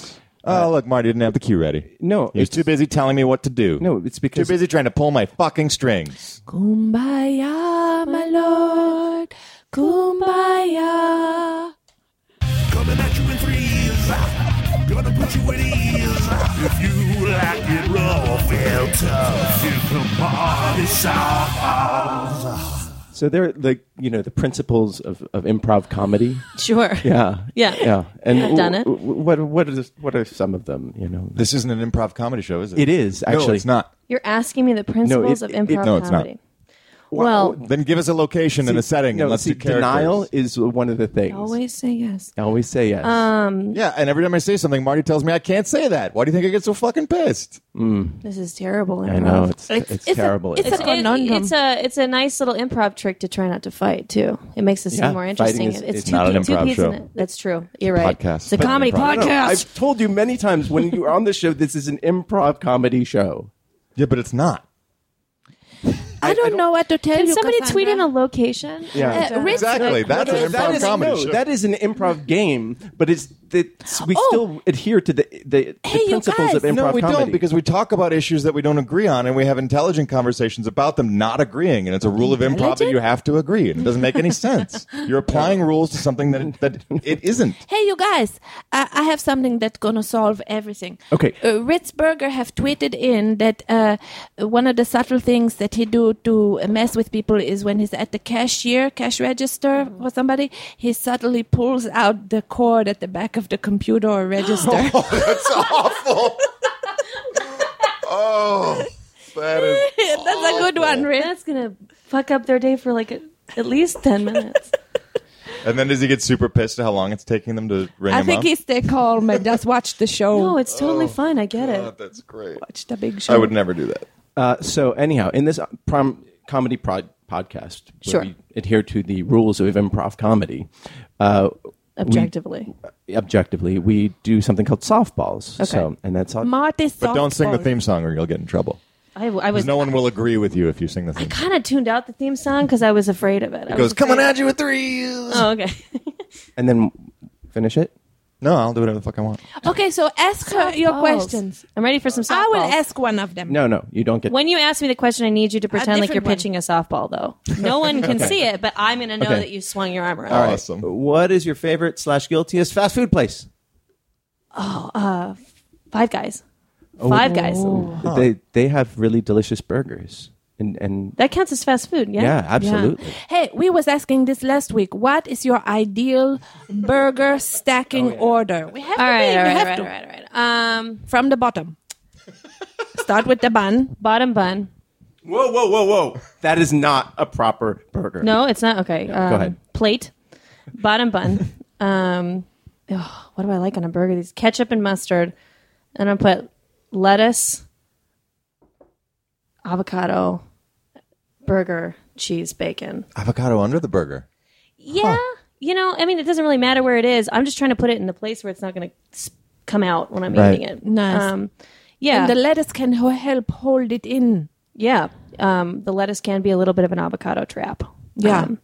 D: Oh, look, Marty didn't have the cue ready.
B: Uh, No,
D: he was
B: it's-
D: too busy telling me what to do.
B: No, it's because-
D: too busy trying to pull my fucking strings.
C: Kumbaya, my lord. Kumbaya.
G: Coming at you in threes. Gonna put you at ease. If you like it rough and tough, you can party soft.
B: So they're like you know the principles of, of improv comedy.
E: Sure.
B: Yeah,
E: Yeah.
B: yeah. And
E: I've done it.
B: w- w- What what are what are some of them? You know,
D: This isn't an improv comedy show, is it?
B: It is,
D: No,
B: actually.
D: it's not.
E: You're asking me the principles
B: it-
E: of
B: it-
E: improv
D: no, it's not.
E: comedy. Well,
D: Then give us a location and a setting,
B: No,
D: and let's
B: see,
D: do characters.
B: denial is one of the things.
C: Always Um, say yes.
B: Always say yes.
D: Yeah, and every time I say something, Marty tells me I can't say that. Why do you think I get so fucking pissed?
E: this is terrible.
B: I know it's it's, terrible.
C: it's
E: It's
C: a
E: a,
C: conundrum.
E: it's a it's a nice little improv trick to try not to fight too. It makes it seem
B: Yeah,
E: more
B: fighting
E: interesting.
B: is-
E: it's
B: it's
E: two,
D: not an
E: pe- two
D: improv
E: peas
D: show.
E: in it. That's true. You're right.
D: podcast,
E: It's a
D: but an
E: comedy
D: improv-
B: No,
E: podcast.
B: I've told you many times when you are on the show, this is an improv comedy show.
D: Yeah, but it's not.
C: I, don't know what to tell
E: Can
C: you.
E: somebody tweet in
C: Cassandra.
E: a location?
B: Yeah.
C: Uh, Rich-
D: Exactly. That's an improv
B: That is,
D: comedy
B: no,
D: show.
B: that is an improv game, but it's that we
C: Oh.
B: still adhere to the the, the
C: Hey, you
B: principles of
C: guys.
B: improv
D: no, we
B: comedy.
D: don't because we talk about issues that we don't agree on, and we have intelligent conversations about them not agreeing, and it's a rule of improv that you have to agree, and it doesn't make any sense. You're applying rules to something that that it isn't.
C: Hey, you guys, I, I have something that's going to solve everything.
B: Okay.
C: Uh, Ritz Berger have tweeted in that uh, one of the subtle things that he do to mess with people is when he's at the cashier, cash register for somebody, he subtly pulls out the cord at the back of the computer or [laughs] register.
D: That's awful. oh, that is.
C: That's a good one, Ritz.
E: That's gonna fuck up their day for like a, at least ten minutes.
D: And then does he get super pissed at how long it's taking them to ring
C: I
D: him
C: think
D: up?
C: he stay calm and just watch [laughs] the show.
E: [laughs] no, it's totally fine. I get
D: Oh, God,
E: it.
D: that's great.
C: watch the big show.
D: I would never do that.
B: Uh, so anyhow, in this uh, prom comedy prod podcast, where
E: Sure.
B: we adhere to the rules of improv comedy. Uh,
E: Objectively,
B: objectively, we do something called softballs.
E: Okay.
B: So, and that's all.
C: Marty
D: But don't sing the
C: softball.
D: theme song or you'll get in trouble.
E: I, I was
D: Because no one will agree with you if you sing the
E: I
D: theme song.
E: kind of tuned out the theme song because I was afraid of it. I
D: It goes,
E: was
D: come on
E: afraid-
D: at you with threes.
E: Oh, okay. [laughs]
B: And then finish it.
D: No, I'll do whatever the fuck I want.
C: Okay, so ask her your
E: Softballs.
C: questions.
E: I'm ready for some. Softballs.
C: I will ask one of them.
B: No, no, you don't get.
E: When you ask me the question, I need you to pretend like you're
C: different one.
E: pitching a
C: [laughs]
E: softball, though. No one can see it, but I'm going to know
B: Okay.
E: that you swung your arm around.
D: Awesome.
B: what is your favorite slash guiltiest fast food place?
E: Five guys.
B: Oh.
E: Five guys.
B: They they have really delicious burgers and and
E: That counts as fast food, yeah?
B: yeah, absolutely.
C: Hey, we was asking this last week. What is your ideal burger stacking
D: Oh,
C: order? We have
E: All
C: to
E: right,
C: be,
E: all
C: we
E: right, all
C: have
E: right,
C: to.
E: all right, all right. Um,
C: from the bottom. Start with the
E: [laughs]
C: bun.
E: bottom bun.
B: Whoa, whoa, whoa, whoa! That is not a proper burger.
E: No, it's not. Okay. um,
B: ahead.
E: Plate. Bottom
B: [laughs]
E: bun. um, oh, what do I like on a burger? These ketchup and mustard. And I put lettuce, avocado, burger, cheese, bacon.
D: Avocado under the burger.
E: Yeah. You know, I mean, it doesn't really matter where it is. I'm just trying to put it in the place where it's not going to come out when I'm
D: Right.
E: eating it.
C: Nice.
E: Um, yeah.
C: And the lettuce can ho- help hold it in.
E: yeah. Um, the lettuce can be a little bit of an avocado trap.
C: Yeah.
E: Um,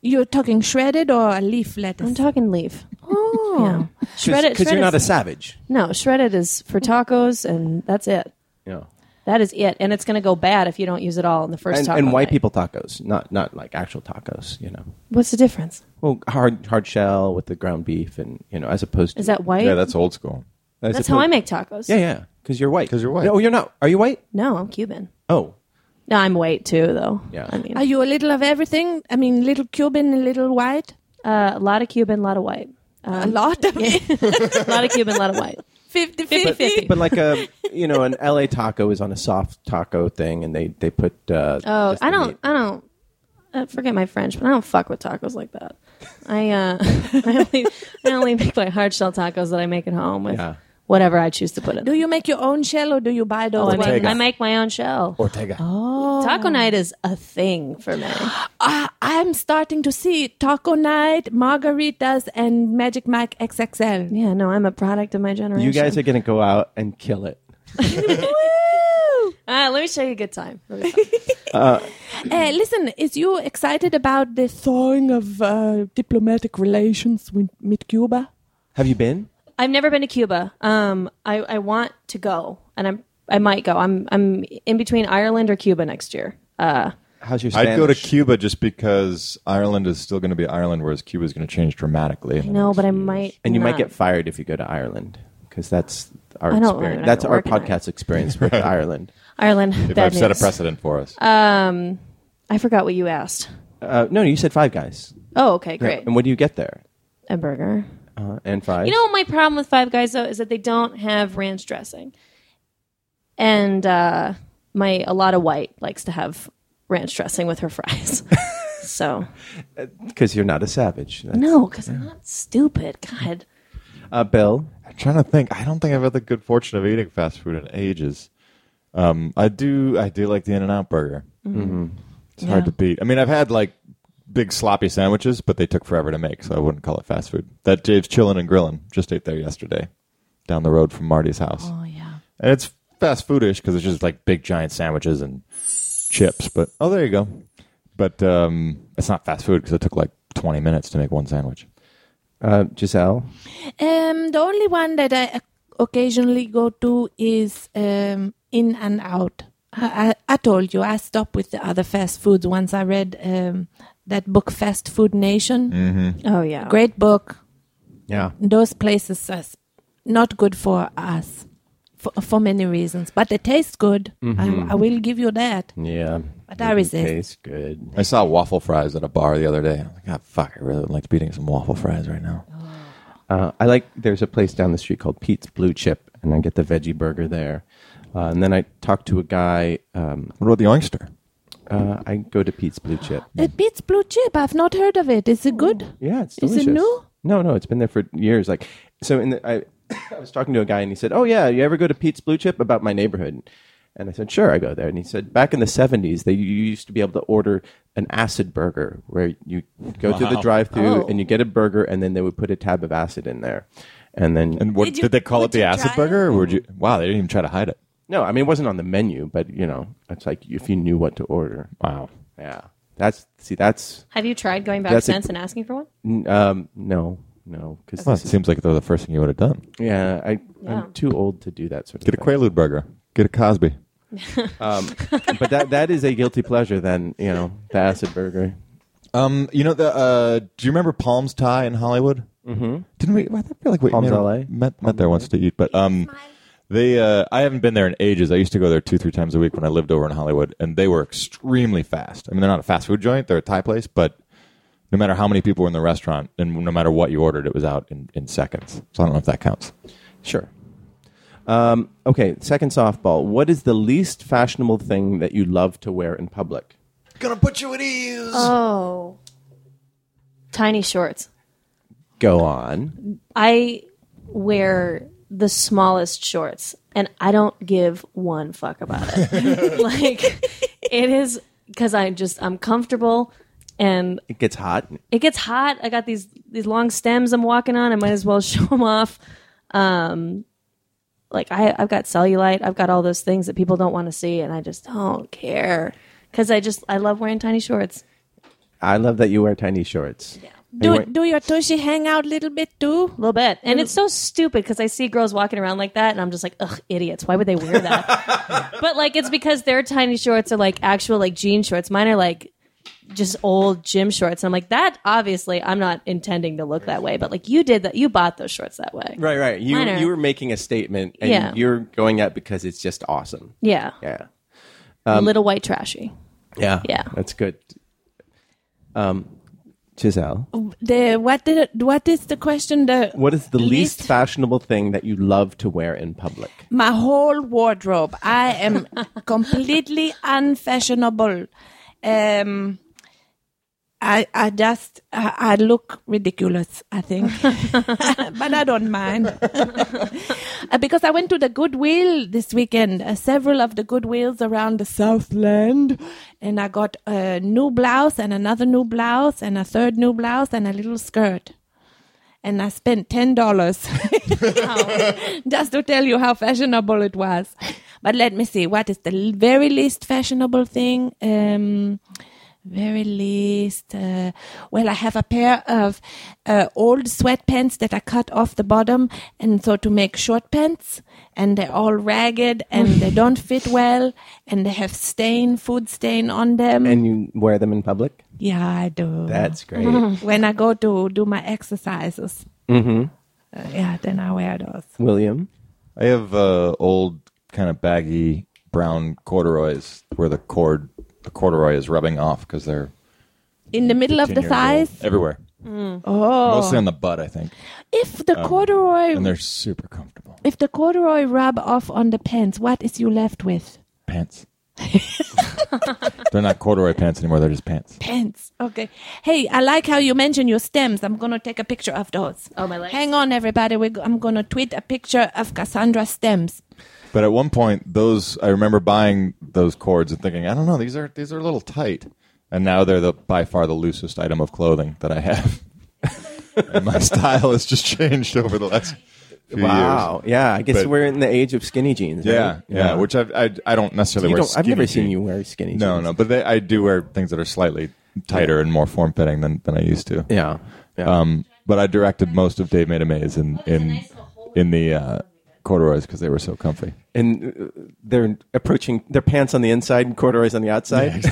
C: You're talking shredded or a leaf
E: I'm
C: lettuce?
E: talking leaf.
C: Oh.
E: Yeah. Shredded.
B: because you're
E: shredded-
B: not a savage.
E: no, shredded is for tacos, and that's it.
B: Yeah.
E: That is it. And it's going to go bad if you don't use it all in the first
B: And,
E: taco.
B: and white
E: night.
B: people tacos, not not like actual tacos. You know,
E: What's the difference?
B: well, hard hard shell with the ground beef, and you know, as opposed to
E: Is that white?
D: Yeah, that's old school.
B: as
E: That's how
B: opposed-
E: I make tacos.
B: Yeah, yeah, because you're white.
D: 'Cause you're white.
B: No, you're not. Are you white?
E: No, I'm Cuban.
B: Oh,
E: No, I'm white too, though.
B: Yeah.
E: I mean,
C: Are you a little of everything? I mean, little Cuban, a little white?
E: uh, a lot of Cuban, a lot of white.
C: a lot of it.
E: A lot of Cuban, a lot of white.
C: 50
E: But-
C: 50.
B: but like a you know an LA taco is on a soft taco thing, and they they put uh,
E: Oh,
B: just the
E: I don't,
B: meat.
E: I don't, uh, forget my French, but I don't fuck with tacos like that. I uh, [laughs] I only I only make my hard shell tacos that I make at home with
B: Yeah.
E: whatever I choose to put in.
C: Do you make your own shell or do you buy
E: Oh,
C: those?
E: I,
C: ones?
E: make, I make my own shell.
D: Ortega.
E: Oh,
B: Oh.
E: Taco night is a thing for me.
C: I, Ah, I'm starting to see taco night, margaritas, and Magic Mike XXL.
E: Yeah, no, I'm a product of my generation.
B: You guys are going to go out and kill it.
E: Ah, let me show you a good time. Let me show you.
C: Uh, listen, is you excited about the thawing of uh, diplomatic relations with, with Cuba?
B: Have you been?
E: I've never been to Cuba. Um, I, I want to go, and I'm I might go. I'm I'm in between Ireland or Cuba next year. Uh,
B: How's your Spanish?
D: I'd go to Cuba just because Ireland is still going to be Ireland, whereas Cuba is going to change dramatically.
E: no, but I might.
B: And you might
E: not.
B: get fired if you go to Ireland because that's our
E: I don't- I
B: experience.
E: don't
B: That's our
E: work in Ireland.
B: podcast experience
D: [laughs]
B: with Ireland.
E: Ireland.
D: If
E: bad
D: I've set a
E: news.
D: precedent for us.
E: Um, I forgot what you asked.
B: Uh, no, you said Five Guys.
E: Oh, okay, great.
B: And what do you get there?
E: A burger.
B: Uh, and fries.
E: You know, my problem with Five Guys though is that they don't have ranch dressing, and uh, my Alana White likes to have ranch dressing with
D: [laughs]
E: her fries. so
B: because you're not a savage. That's-
E: no, because I'm not stupid. God,
B: Uh, Bill,
D: I'm trying to think. I don't think I've had the good fortune of eating fast food in ages. Um, I do. I do like the In-N-Out burger. Mm-hmm. It's hard to beat. I mean, I've had like big sloppy sandwiches, but they took forever to make, so I wouldn't call it fast food. That Dave's Chillin' and Grillin' just ate there yesterday, down the road from Marty's house. Oh yeah, and it's fast foodish because it's just like big giant sandwiches and chips. But oh, there you go. But um, it's not fast food because it took like 20 minutes to make one sandwich.
B: uh, Giselle,
C: Um, the only one that I occasionally go to is um, In and Out. I, I, I told you I stopped with the other fast foods once I read um, that book, Fast Food Nation.
E: oh yeah,
C: Great book.
B: yeah,
C: Those places are s- not good for us for, for many reasons, but they taste good.
B: Mm-hmm.
C: I, I will give you that.
B: yeah,
C: But I resist.
B: Tastes good.
D: I saw waffle fries at a bar the other day. I'm like, God, fuck, I really would like to be eating some waffle fries right now.
C: Oh.
B: Uh, I like. There's a place down the street called Pete's Blue Chip, and I get the veggie burger there. Uh, and then I talk to a guy. Um,
D: What about the oyster?
B: uh, I go to Pete's Blue Chip.
C: It beats blue chip. I've not heard of it. Is it good?
B: Yeah, it's
C: Is it
B: delicious.
C: new?
B: No, no, it's been there for years. Like, so in the, I, [coughs] I was talking to a guy and he said, "Oh yeah, you ever go to Pete's Blue Chip about my neighborhood?" And I said, "Sure, I go there." And he said, "Back in the '70s, they you used to be able to order an acid burger where you go through the drive-through
E: Oh.
B: and you get a burger, and then they would put a tab of acid in there." And then,
D: And what,
C: Did
D: did,
C: you-
D: they call
C: would
D: it the
C: you
D: acid
C: try
D: burger? Or would you? Wow, they didn't even try to hide it.
B: no, I mean it wasn't on the menu, but you know, it's like if you knew what to order.
D: Wow.
B: Yeah, that's see, that's
E: Have you tried going back
B: That's a-
E: since and asking for one?
B: um, no, no, because
D: Well, it seems like they're the first thing you would have done.
B: yeah, I,
E: Yeah.
B: I'm too old to do that sort of
D: Get a
B: thing.
D: Quaalude burger. Get a Cosby.
B: Um, but that that is a guilty pleasure then you know the acid burger
D: Um, you know the? Uh, do you remember Palms Thai in Hollywood? Mm-hmm. Didn't we? I feel like we
B: Palms
D: may-
B: LA?
D: met met there once to eat, but um, they. Uh, I haven't been there in ages. I used to go there two three times a week when I lived over in Hollywood, and they were extremely fast. I mean, they're not a fast food joint; they're a Thai place, but no matter how many people were in the restaurant, and no matter what you ordered, it was out in, in seconds. So I don't know if that counts.
B: sure um, okay second softball what is the least fashionable thing that you love to wear in public
G: Gonna put you at ease.
E: Oh, tiny shorts.
B: go on
E: I wear the smallest shorts and I don't give one fuck about it. like it is cuz I just I'm comfortable and
B: it gets hot
E: it gets hot. I got these these long stems I'm walking on. I might as well [laughs] show them off. Um like I I've got cellulite. I've got all those things that people don't want to see and I just don't care cuz I just I love wearing tiny shorts.
B: i love that you wear tiny shorts
C: Do
B: Anyway.
C: do your tushy hang out a little bit too?
E: A little bit. And it's so stupid because I see girls walking around like that and I'm just like, ugh, idiots. Why would they wear that?
B: [laughs]
E: but like, it's because their tiny shorts are like actual like jean shorts. Mine are like just old gym shorts. And I'm like, that obviously, I'm not intending to look that way. But like, you did that. You bought those shorts that way.
B: right right you,
E: Mine are-
B: you were making a statement and
E: Yeah.
B: you're going at because it's just awesome
E: Yeah.
B: yeah Um,
E: little white trashy.
B: yeah
E: Yeah.
B: that's good um, giselle
E: Oh,
C: The what did it- what is the question? The
B: what is the least
C: Least-
B: fashionable thing that you love to wear in public
C: my whole wardrobe. [laughs] I am completely unfashionable. Um, I, I just I, I look ridiculous, I think, [laughs] but I don't mind Uh, because I went to the Goodwill this weekend, uh, several of the Goodwills around the Southland, and I got a new blouse and another new blouse and a third new blouse and a little skirt, and I spent ten dollars [laughs] just to tell you how fashionable it was. But let me see, what is the l- very least fashionable thing? Um, very least. Uh, well, I have a pair of uh, old sweatpants that I cut off the bottom, and so to make short pants, and they're all ragged and they don't fit well, and they have stain, food stain on them.
B: And you wear them in public?
C: yeah, I do.
B: That's
E: Mm-hmm.
B: great.
C: when I go to do my exercises. Mm-hmm. yeah, then I wear those.
B: William?
D: I have uh, old kind of baggy brown corduroys where the cord the corduroy is rubbing off because they're
C: In the middle of
D: 10
C: the
D: years old.
C: thighs.
D: everywhere.
B: Mm.
C: Oh,
D: Mostly on the butt, I think,
C: if the corduroy
D: Um, and they're super comfortable
C: if the corduroy rub off on the pants, what is you left with?
D: pants. [laughs] they're not corduroy pants anymore; they're just pants.
C: Pants. Okay. Hey, I like how you mention your stems. I'm gonna take a picture of those.
E: Oh, my legs.
C: Hang on, everybody. We go- I'm gonna tweet a picture of Cassandra stems.
D: But at one point, those I remember buying those cords and thinking, I don't know, these are these are a little tight. And now they're the by far the loosest item of clothing that I have. [laughs]
B: [laughs]
D: and my style has just changed over the last few
B: Wow.
D: years.
B: Yeah, I guess
D: But-
B: we're in the age of skinny jeans.
D: Yeah,
B: right?
D: yeah, Which I've, I I don't necessarily
B: you
D: wear.
B: don't, I've never
D: skinny
B: seen
D: jeans.
B: you wear skinny
D: No,
B: jeans.
D: no, but they, I do wear things that are slightly tighter and more form fitting than, than I used to.
B: Yeah. yeah.
D: Um, but I directed most of Dave Made a Maze in in in the uh, corduroys because they were so comfy.
B: and uh, they're approaching their pants on the inside and corduroys on the outside.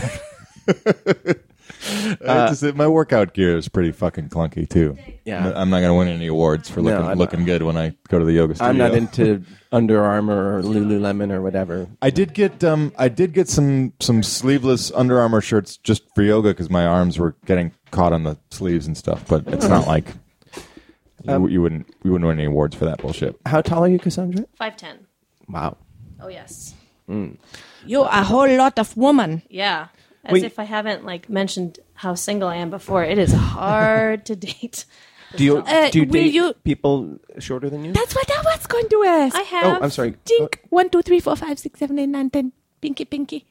D: I just- my workout gear is pretty fucking clunky too.
B: Yeah.
D: I'm not gonna win any awards for looking
B: I don't-
D: looking good when I go to the yoga studio.
B: I'm not into Under Armour or Lululemon or whatever.
D: I did get um I did get some some sleeveless Under Armour shirts just for yoga because my arms were getting caught on the sleeves and stuff. But it's [laughs] not like you- you, wouldn't you wouldn't win any awards for that bullshit.
B: How tall are you, Cassandra?
E: Five ten.
B: Wow.
E: Oh yes.
C: You're a whole lot of woman.
E: Yeah. As
B: Wait.
E: if I haven't like mentioned how single I am before. It is hard to date.
B: Do you
C: Uh,
B: do you
C: will
B: date
C: you-
B: people shorter than you?
C: That's what I was going to ask. Uh,
E: I
B: Oh,
E: have.
B: I'm sorry.
C: Tink. One, two, three, four, five, six, seven, eight, nine, ten. Pinky, pinky.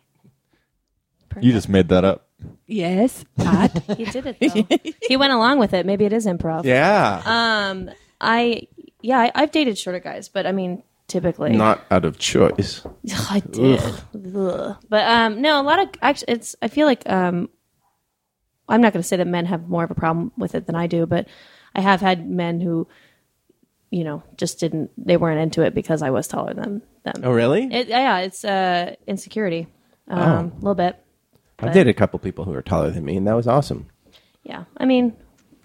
D: You just made that up.
C: Yes, [laughs] but
E: He did it
B: [laughs]
E: though. he went along with it. Maybe it is improv.
B: Yeah.
E: Um. I. Yeah. I, I've dated shorter guys, but I mean, typically
B: Not out of choice.
E: Ugh, [laughs] I did. Ugh. But um, no, a lot of actually, it's. I feel like um, I'm not going to say that men have more of a problem with it than I do, but I have had men who, you know, just didn't. They weren't into it because I was taller than them.
B: Oh, really?
E: It, yeah, it's uh, insecurity, um,
B: Oh.
E: a little bit.
B: I dated a couple people who were taller than me, and that was awesome.
E: Yeah, I mean,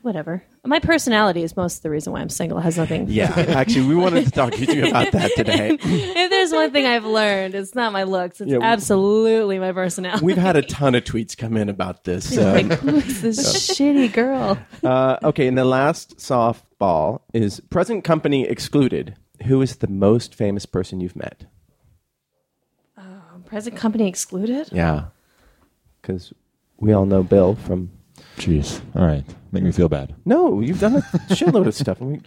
E: whatever. My personality is most of the reason why I'm single. It has nothing.
B: Yeah. [laughs] Actually, we wanted to talk to you about that [laughs] today.
E: if there's one thing I've learned, it's not my looks. It's
B: Yeah, we-
E: absolutely my personality. [laughs]
B: We've had a ton of tweets come in about this. [laughs] Um,
E: Who's this shitty girl?
B: uh, okay, and the last softball is present company excluded. Who is the most famous person you've met?
E: Present company excluded?
B: Yeah. Because we all know Bill from.
D: Jeez. All right. Make me feel bad.
B: No, you've [laughs] done a shitload of stuff. and we-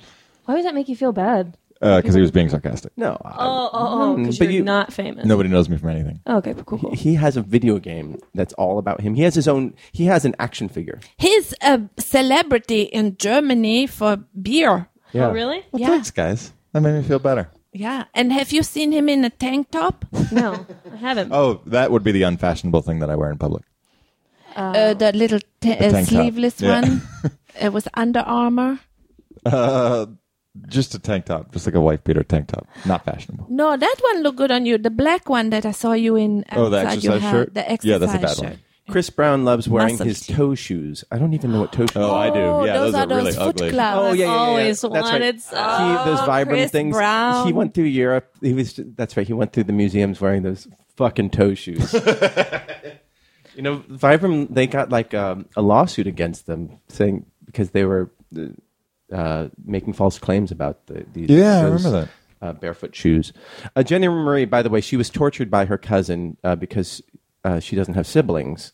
E: Why would that make you feel bad?
D: Because Uh, he was being sarcastic.
B: no. I-
E: Oh, oh, oh, because
B: Mm, but
E: you're
B: you-
E: not famous.
D: Nobody knows me from
C: [laughs]
D: anything.
E: Oh, okay, cool, cool.
B: he has a video game that's all about him. He has his own. He has an action
C: Oh,
B: figure.
C: he's a celebrity in Germany for beer.
B: Yeah.
E: Oh, really?
D: Well,
C: Yeah.
D: thanks, guys. That made me feel better.
C: Yeah. And have you seen him in a tank top?
E: No, [laughs] I haven't.
D: Oh, that would be the unfashionable thing that I wear in public.
C: uh, the little t- uh,
D: tank top.
C: sleeveless
D: Yeah.
C: [laughs] one. it was Under Armour.
D: Uh, just a tank top, just like a white beater tank top. Not fashionable.
C: No, that one looked good on you. The black one that I saw you in.
D: Oh, the
C: outside your
D: exercise
C: house,
D: shirt?
C: The exercise
D: Yeah, that's a bad
C: shirt.
D: one.
B: Chris Brown loves wearing
C: Must have
B: his
C: seen.
B: toe shoes. I don't even know [gasps] what toe shoes.
D: Oh,
B: are.
D: I do.
C: Oh,
D: Yeah,
C: those,
D: those,
C: are,
D: really
C: those
D: ugly.
C: Foot Club.
B: Oh,
E: yeah. always
B: That's right.
E: wanted some.
B: He, those vibrant
C: uh, Chris
B: things.
C: Brown.
B: He went through Europe. He was. That's right. He went through the museums wearing those fucking toe shoes. [laughs] you know, Vibram. They got like um, a lawsuit against them, saying because they were uh, making false claims about the these.
D: Yeah, I
B: those,
D: remember that.
B: Uh, barefoot shoes. Uh, Jenny Marie, by the way, she was tortured by her cousin uh, because uh, she doesn't have siblings.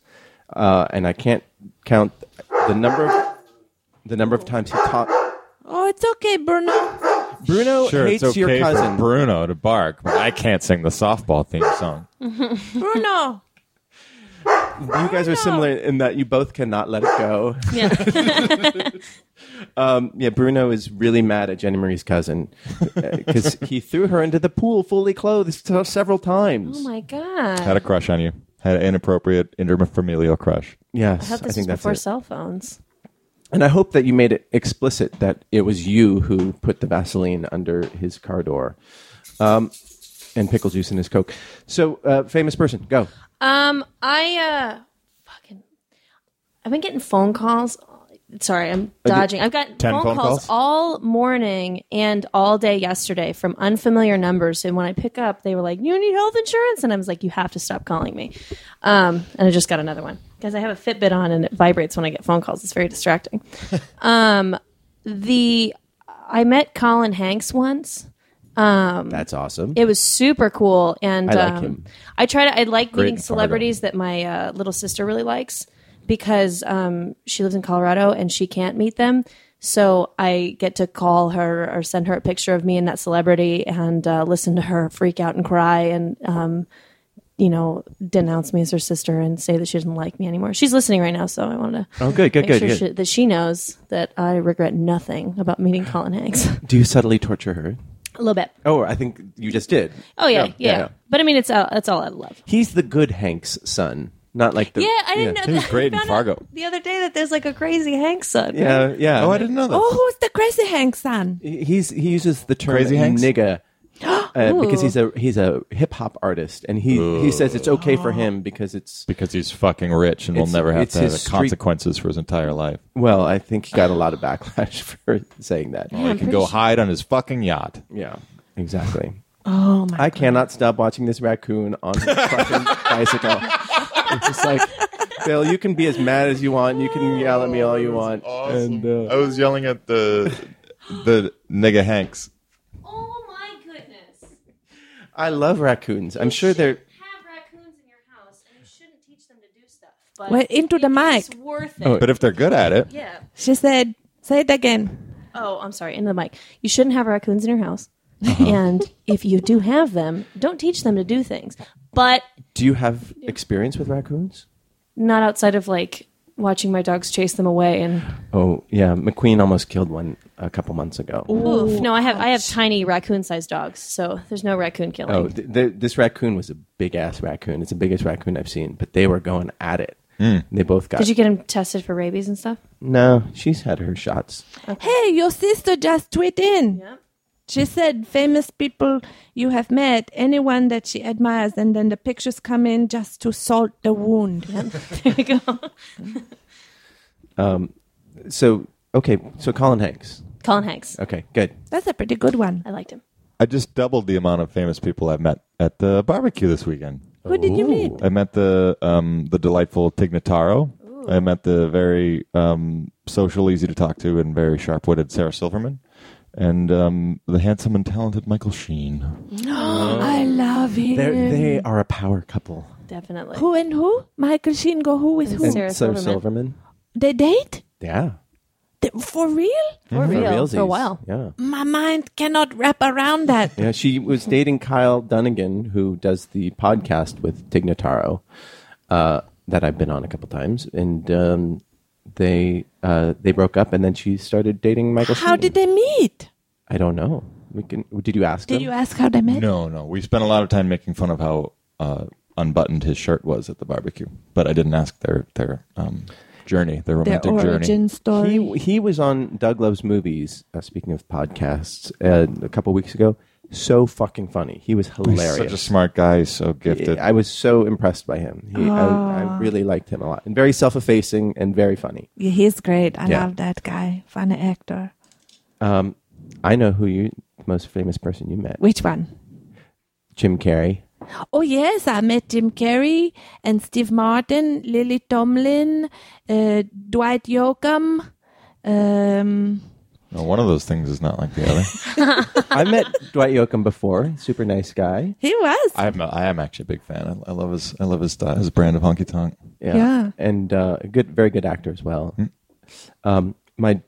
B: uh, and I can't count the number of the number of times he taught.
C: Oh, it's okay, Bruno.
B: Bruno
D: Sure,
B: hates
D: it's okay
B: your cousin.
D: for Bruno to bark, but I can't sing the softball theme song.
C: Mm. Bruno.
B: you guys are similar in that you both cannot let it go.
E: Yeah.
B: [laughs] Um, yeah, Bruno is really mad at Jenny Marie's cousin because he threw her into the pool fully clothed se- several times.
E: oh my god.
D: Had a crush on you. Had an inappropriate interfamilial crush.
B: yes,
E: I thought
B: I,
E: this
B: think
E: was
B: that's
E: before
B: it.
E: cell phones.
B: And I hope that you made it explicit that it was you who put the Vaseline under his car door, um, and pickle juice in his Coke. So, uh, famous person, go.
E: Um, I uh, fucking, I've been getting phone calls. Sorry, I'm dodging. I've
D: 10
E: got phone,
D: phone calls?
E: calls, all morning and all day yesterday from unfamiliar numbers. And when I pick up, they were like, "You need health insurance," and I was like, "You have to stop calling me." Um, and I just got another one because I have a Fitbit on and it vibrates when I get phone calls. It's very
D: [laughs]
E: distracting. um, the I met Colin Hanks once.
B: That's awesome.
E: It was super cool, and
B: I like
E: um,
B: him.
E: I try to. I like meeting
D: and fargo.
E: celebrities that my uh, little sister really likes because um, she lives in Colorado and she can't meet them. So I get to call her or send her a picture of me and that celebrity and uh, listen to her freak out and cry and um, you know denounce me as her sister and say that she doesn't like me anymore. She's listening right now, so I wanted to
B: oh, good, good,
E: make
B: good,
E: sure
B: good.
E: She, that she knows that I regret nothing about meeting Colin Hanks. [laughs] a
B: Do you subtly torture her?
E: little bit.
B: Oh, I think you just did.
E: Oh yeah,
B: No,
E: yeah.
B: no.
E: But I mean, it's out, it's all out of love.
B: He's the good Hank's son, not like the.
D: [laughs]
E: Yeah, I didn't know.
D: He was
E: that.
D: great
E: I
D: in
E: found
D: Fargo.
E: out The other day, that there's like a crazy Hank son.
B: Yeah, yeah.
D: Oh, I didn't know that.
C: Oh, who's the crazy Hank son?
B: He's he uses the term
D: Crazy Hanks?
E: [gasps]
B: nigga. Uh, because
E: Ooh.
B: he's a he's a hip hop artist, and he, he says it's okay
E: [gasps]
B: for him because it's
D: Because he's fucking rich and will
B: It's-
D: never have
B: it's
D: to have
B: his
D: the
B: street-
D: consequences for his entire life.
B: well, I think he got a lot of backlash [laughs] for saying that.
D: he can go hide on his fucking yacht.
B: Yeah, exactly.
C: Oh my!
B: I cannot stop watching this raccoon on
D: [laughs]
B: his fucking bicycle. It's just like, Bill, you can be as mad as you want. You can yell at me all you want.
D: Oh.
B: And, uh,
D: I was yelling at [laughs] the the nigga Hanks.
E: Oh my goodness!
B: I love raccoons. I'm sure they're.
E: Have raccoons in your house, and you shouldn't teach them to do stuff. But
C: Wait, into the mic.
E: It's worth it.
D: Oh, But if they're good at it,
E: Yeah.
C: She said, "Say it again."
E: Oh, I'm sorry. Into the mic. You shouldn't have raccoons in your house.
D: Uh-huh.
E: [laughs] and if you do have them, don't teach them to do things. But
B: Do you have experience with raccoons?
E: not outside of like watching my dogs chase them away and
B: Oh yeah, McQueen almost killed one a couple months ago.
E: Oof. no i have i have tiny raccoon sized dogs so there's no raccoon killing
B: Oh, th- th- this raccoon was a big ass raccoon. It's the biggest raccoon I've seen. But they were going at it.
D: Hmm.
B: They both got.
E: did you get them tested for rabies and stuff [laughs]
B: No, she's had her shots.
C: Hey, your sister just tweeted in. She said, "Famous people you have met, anyone that she admires," and then the pictures come in just to salt the wound.
E: there you go
B: So okay, so Colin Hanks.
E: Colin Hanks.
B: Okay, good.
C: That's a pretty good one.
E: [gasps] I liked him.
D: I just doubled the amount of famous people I've met at the barbecue this weekend.
C: Who did you meet?
D: I met the um, the delightful Tignataro. I met the very um, social, easy to talk to, and very sharp witted Sarah Silverman, and um, the handsome and talented Michael Sheen.
C: I love him.
B: They're, they are a power couple.
E: Definitely.
C: Who and who? Michael Sheen go who with who?
E: And- Sarah
B: so
E: Silverman.
B: Silverman.
C: They date?
B: Yeah.
C: They- For real?
D: Mm-hmm.
E: For real. For a
B: realsies.
E: while.
B: Yeah.
C: My mind cannot wrap around that.
B: Yeah. She was dating Kyle Dunnigan, who does the podcast with Tignataro, uh, that I've been on a couple times, and um, they uh, they broke up, and then she started dating Michael.
C: How
B: Sheen.
C: did they meet?
B: I don't know. We can. Did you ask?
C: Did
B: them?
C: you ask how they met?
D: No, no, we spent a lot of time making fun of how uh, unbuttoned his shirt was at the barbecue, but I didn't ask their their um, journey, their
C: Their
D: romantic
C: origin
D: journey.
C: story.
B: He he was on Doug Loves Movies. Uh, speaking of podcasts, uh, a couple weeks ago, so fucking funny. He was
D: He's
B: hilarious.
D: such a smart guy, so gifted.
B: I was so impressed by him. He, I, I really liked him a lot, and very self-effacing and very funny.
C: yeah, he's great. I
B: Yeah.
C: love that guy. Funny actor.
B: Um, I know who you, the most famous person you met,
C: Which one?
B: Jim Carrey.
C: Oh yes, I met Jim Carrey and Steve Martin, Lily Tomlin, uh, Dwight Yoakam. Um,
D: No, one of those things is not like the other.
B: I met Dwight Yoakam before. Super nice guy.
C: He was.
D: I'm a, [laughs] I am actually a big fan. I, I love his I love his uh, style, his brand of honky tonk.
B: Yeah.
C: Yeah.
B: And uh, a good, very good actor as well.
D: Hmm.
B: Um, my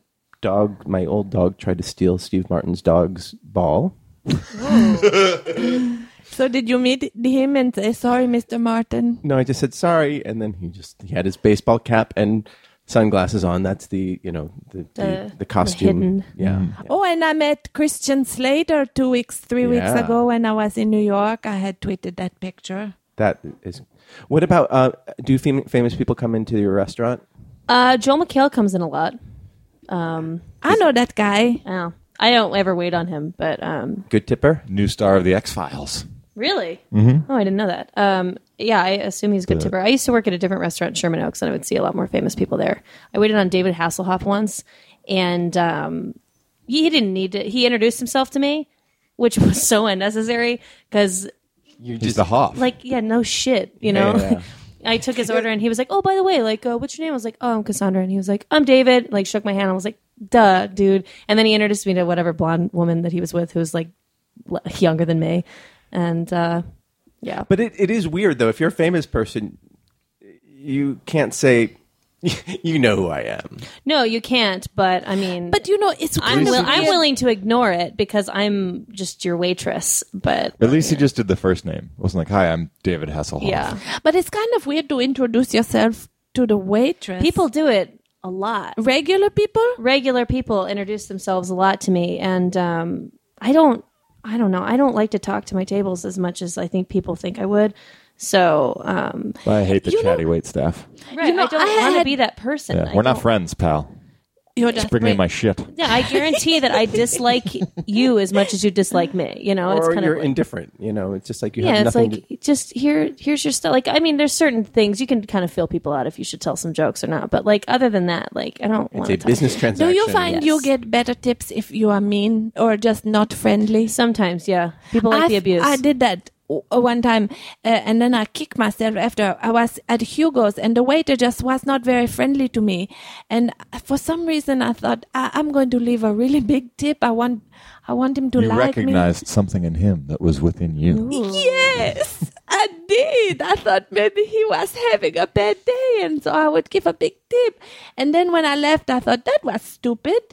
B: dog, my old dog, tried to steal Steve Martin's dog's ball.
C: so did you meet him and say sorry, Mr. Martin?
B: No, I just said sorry, and then he just he had his baseball cap and sunglasses on. That's the you know the the,
E: The-
B: the, costume.
E: hidden.
B: yeah.
C: Oh, and I met Christian Slater two weeks, three weeks
B: Yeah.
C: ago when I was in New York. I had tweeted that picture.
B: that is. What about uh, do fam- famous people come into your restaurant?
E: Uh, Joel McHale comes in a lot. Um,
C: I know that guy.
E: I don't, I don't ever wait on him, but um,
B: Good tipper.
D: New star of the X Files.
E: really, mm-hmm. oh, I didn't know that. Um, yeah, I assume he's a good tipper. I used to work at a different restaurant in Sherman Oaks, and I would see a lot more famous people there. I waited on David Hasselhoff once, and um, he didn't need to. He introduced himself to me, which [laughs] was so unnecessary because
D: He's the Hoff.
E: like yeah no shit you know
B: yeah.
E: [laughs] i took his order and he was like oh by the way like uh, what's your name i was like oh i'm cassandra and he was like i'm david like shook my hand i was like duh dude and then he introduced me to whatever blonde woman that he was with who was like l- younger than me and uh yeah
B: But it, it is weird though. If you're a famous person, you can't say [laughs] you know who I am.
E: no you can't but i mean
C: But you know, it's
E: I'm,
C: kind
E: will-
C: of
E: I'm
C: weird.
E: willing to ignore it because i'm just your waitress but
D: At least he just did the first name. It wasn't like, "Hi, I'm David Hasselhoff."
E: yeah
C: But it's kind of weird to introduce yourself to the waitress.
E: people do it a lot
C: regular people.
E: regular people introduce themselves a lot to me and um, i don't i don't know i don't like to talk to my tables as much as i think people think i would so um,
D: I hate the chatty wait staff.
E: right, i don't
C: I
E: want to
C: had-
E: be that person
D: Yeah,
E: I
D: we're not
E: don't-
D: friends, pal.
C: You're just
D: Bring me
C: wait-
D: my shit.
E: yeah i guarantee that i dislike you as much as you dislike me you know it's
B: or
E: kind
B: you're
E: of
B: indifferent. You know, it's just like you
E: yeah
B: have
E: it's
B: nothing.
E: like just here here's your stuff like i mean there's certain things you can kind of feel people out if you should tell some jokes or not but like other than that like i don't want
B: to,
E: to
B: it's a business
C: Do
B: transaction.
C: you find
E: Yes.
C: you get better tips if you are mean or just not friendly?
E: sometimes yeah people like
C: I
E: the
C: f-
E: abuse
C: I did that o- one time, uh, and then I kicked myself after I was at Hugo's, and the waiter just was not very friendly to me. And for some reason, I thought I- I'm going to leave a really big tip. I want, I want him to
D: You
C: like
D: recognized something in him that was within you.
C: me. Yes, I did. I thought maybe he was having a bad day, and so I would give a big tip. And then when I left, I thought that was stupid.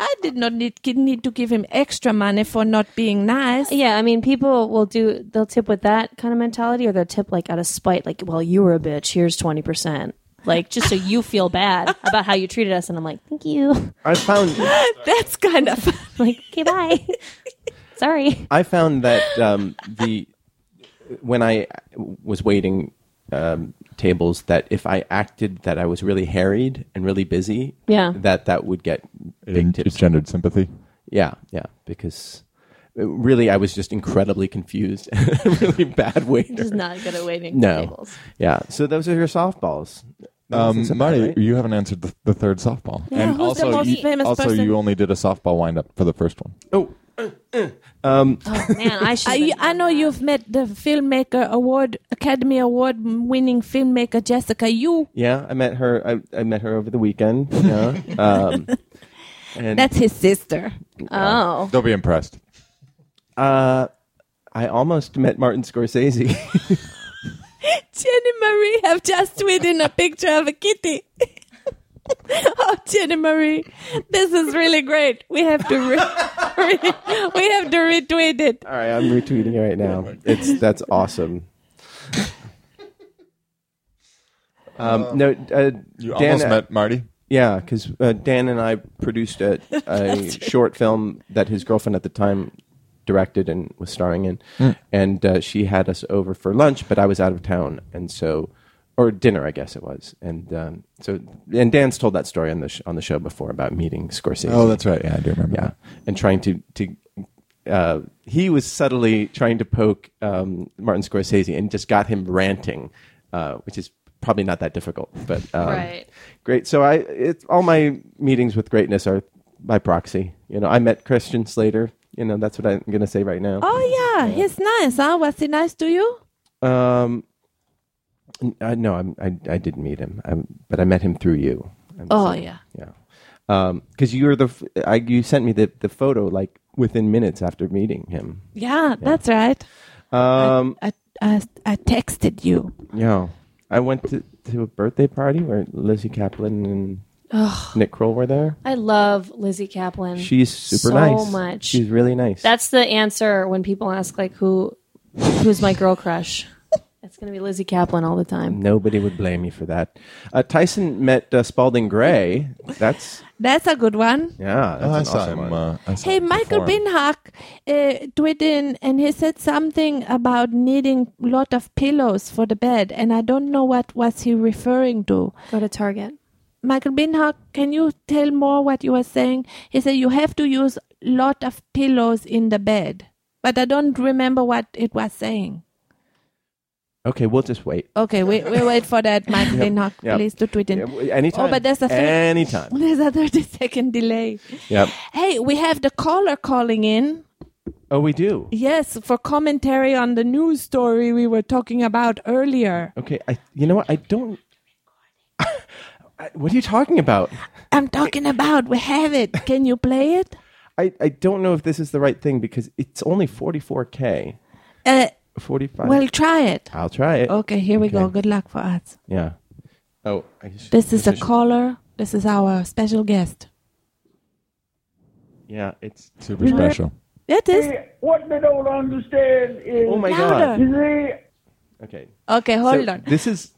C: I did not need, need to give him extra money for not being nice.
E: Yeah, I mean, people will do. They'll tip with that kind of mentality, or they'll tip like out of spite, like, "Well, you were a bitch. Here's twenty percent." Like just so you feel [laughs] bad about how you treated us, and I'm like, "Thank you." [laughs]
B: I found
C: That's kind of.
E: like, okay, bye. [laughs] Sorry.
B: I found that um, the when I was waiting um, tables that if I acted that I was really harried and really busy,
E: Yeah.
B: that that would get big
D: And
B: tips.
D: gendered sympathy.
B: Yeah, yeah, because uh, really I was just incredibly confused, [laughs] really bad waiter.
E: Just not good at waiting.
B: [laughs] No,
E: Tables.
B: yeah. So those are your softballs.
D: Um,
B: That's about
D: Marty,
B: right.
D: you haven't answered the, the third softball. and
C: who's the
D: also,
C: most
D: you,
C: famous
D: also
C: person?
D: you only did a softball windup for the first one.
B: oh,
E: Man, I
C: [laughs]
E: should.
C: I, I know you've met the filmmaker award Academy Award winning filmmaker Jessica Yu.
B: yeah. I met her. I, I met her over the weekend.
E: [laughs]
B: Yeah. um, and
C: That's his sister.
E: Oh,
D: Don't be impressed.
B: uh, I almost met Martin Scorsese. [laughs]
C: Jenny Marie have just tweeted a picture of a kitty. [laughs] oh, Jenny Marie, this is really great. We have to re- re- we have to retweet it.
B: All right, I'm retweeting it right
D: Oh
B: now. It's that's
D: [laughs]
B: awesome. Um, no, uh,
D: You
B: Dan,
D: almost
B: uh,
D: met Marty.
B: Yeah, because uh, Dan and I produced
D: [laughs]
B: a, a short film that his girlfriend at the time directed and was starring in,
D: Hmm.
B: and uh, she had us over for lunch, but I was out of town, and so or dinner, I guess it was, and um, so and Dan's told that story on the sh- on the show before about meeting Scorsese.
D: Oh, that's right. Yeah, I do remember.
B: Yeah, and trying to to uh, he was subtly trying to poke um, Martin Scorsese and just got him ranting, uh, which is probably not that difficult. But um,
E: Right.
B: great. So I it's all my meetings with greatness are by proxy. You know, I met Christian Slater. You know, that's what I'm going to say right now.
C: Oh yeah, he's nice, huh? Was he nice to you?
B: Um, n- I, no, I'm, I I didn't meet him, i but I met him through you. I'm
C: Oh
B: saying,
C: yeah.
B: yeah. because you were the f- I, you sent me the, the photo like within minutes after meeting him.
C: Yeah, that's right.
B: Um,
C: I, I, I texted you.
B: yeah, I went to, to a birthday party where Lizzie Kaplan and Nick Kroll were there.
E: I love Lizzie Kaplan.
B: She's super
E: so
B: nice.
E: much.
B: She's really nice.
E: That's the answer when people ask like who who's my girl [laughs] crush. It's gonna be Lizzie Kaplan all the time.
B: Nobody would blame me for that. Uh, Tyson met uh, Spalding Gray. That's
C: That's a good one.
B: yeah. That's
D: Oh, I
B: an
D: saw
B: awesome
D: him.
B: one.
D: Uh, I saw
C: Hey,
D: him
C: Michael
D: perform.
C: Binhack uh, tweeted and he said something about needing lot of pillows for the bed, and I don't know what was he referring to.
E: Go to Target.
C: Michael Binhock, can you tell more what you were saying? He said you have to use lot of pillows in the bed, but I don't remember what it was saying.
B: Okay, we'll just wait.
C: Okay, we we wait for
B: [laughs]
C: that, Michael Binhock,
B: yep.
C: please to tweet in.
B: Yeah, w- anytime.
C: Oh, but there's a thing-
B: anytime.
C: [laughs] There's a 30 second delay.
B: Yep.
C: Hey, we have the caller calling in.
B: Oh, we do.
C: Yes, for commentary on the news story we were talking about earlier.
B: Okay, I. You know what? I don't. [laughs] I- what are you talking about?
C: I'm talking about we have it. Can you play it?
B: I, I don't know if this is the right thing because it's only 44k,
C: Uh,
B: 45.
C: well, oh, try it.
B: I'll try it.
C: Okay, here we go.
B: Okay.
C: Good luck for us.
B: Yeah. Oh, I just,
C: This is a caller. This is our special guest.
B: yeah. It's
D: Super special.
C: It is
H: What they don't understand is,
B: oh my god.
C: louder.
H: you see,
B: Okay.
C: Okay, hold on.
B: This is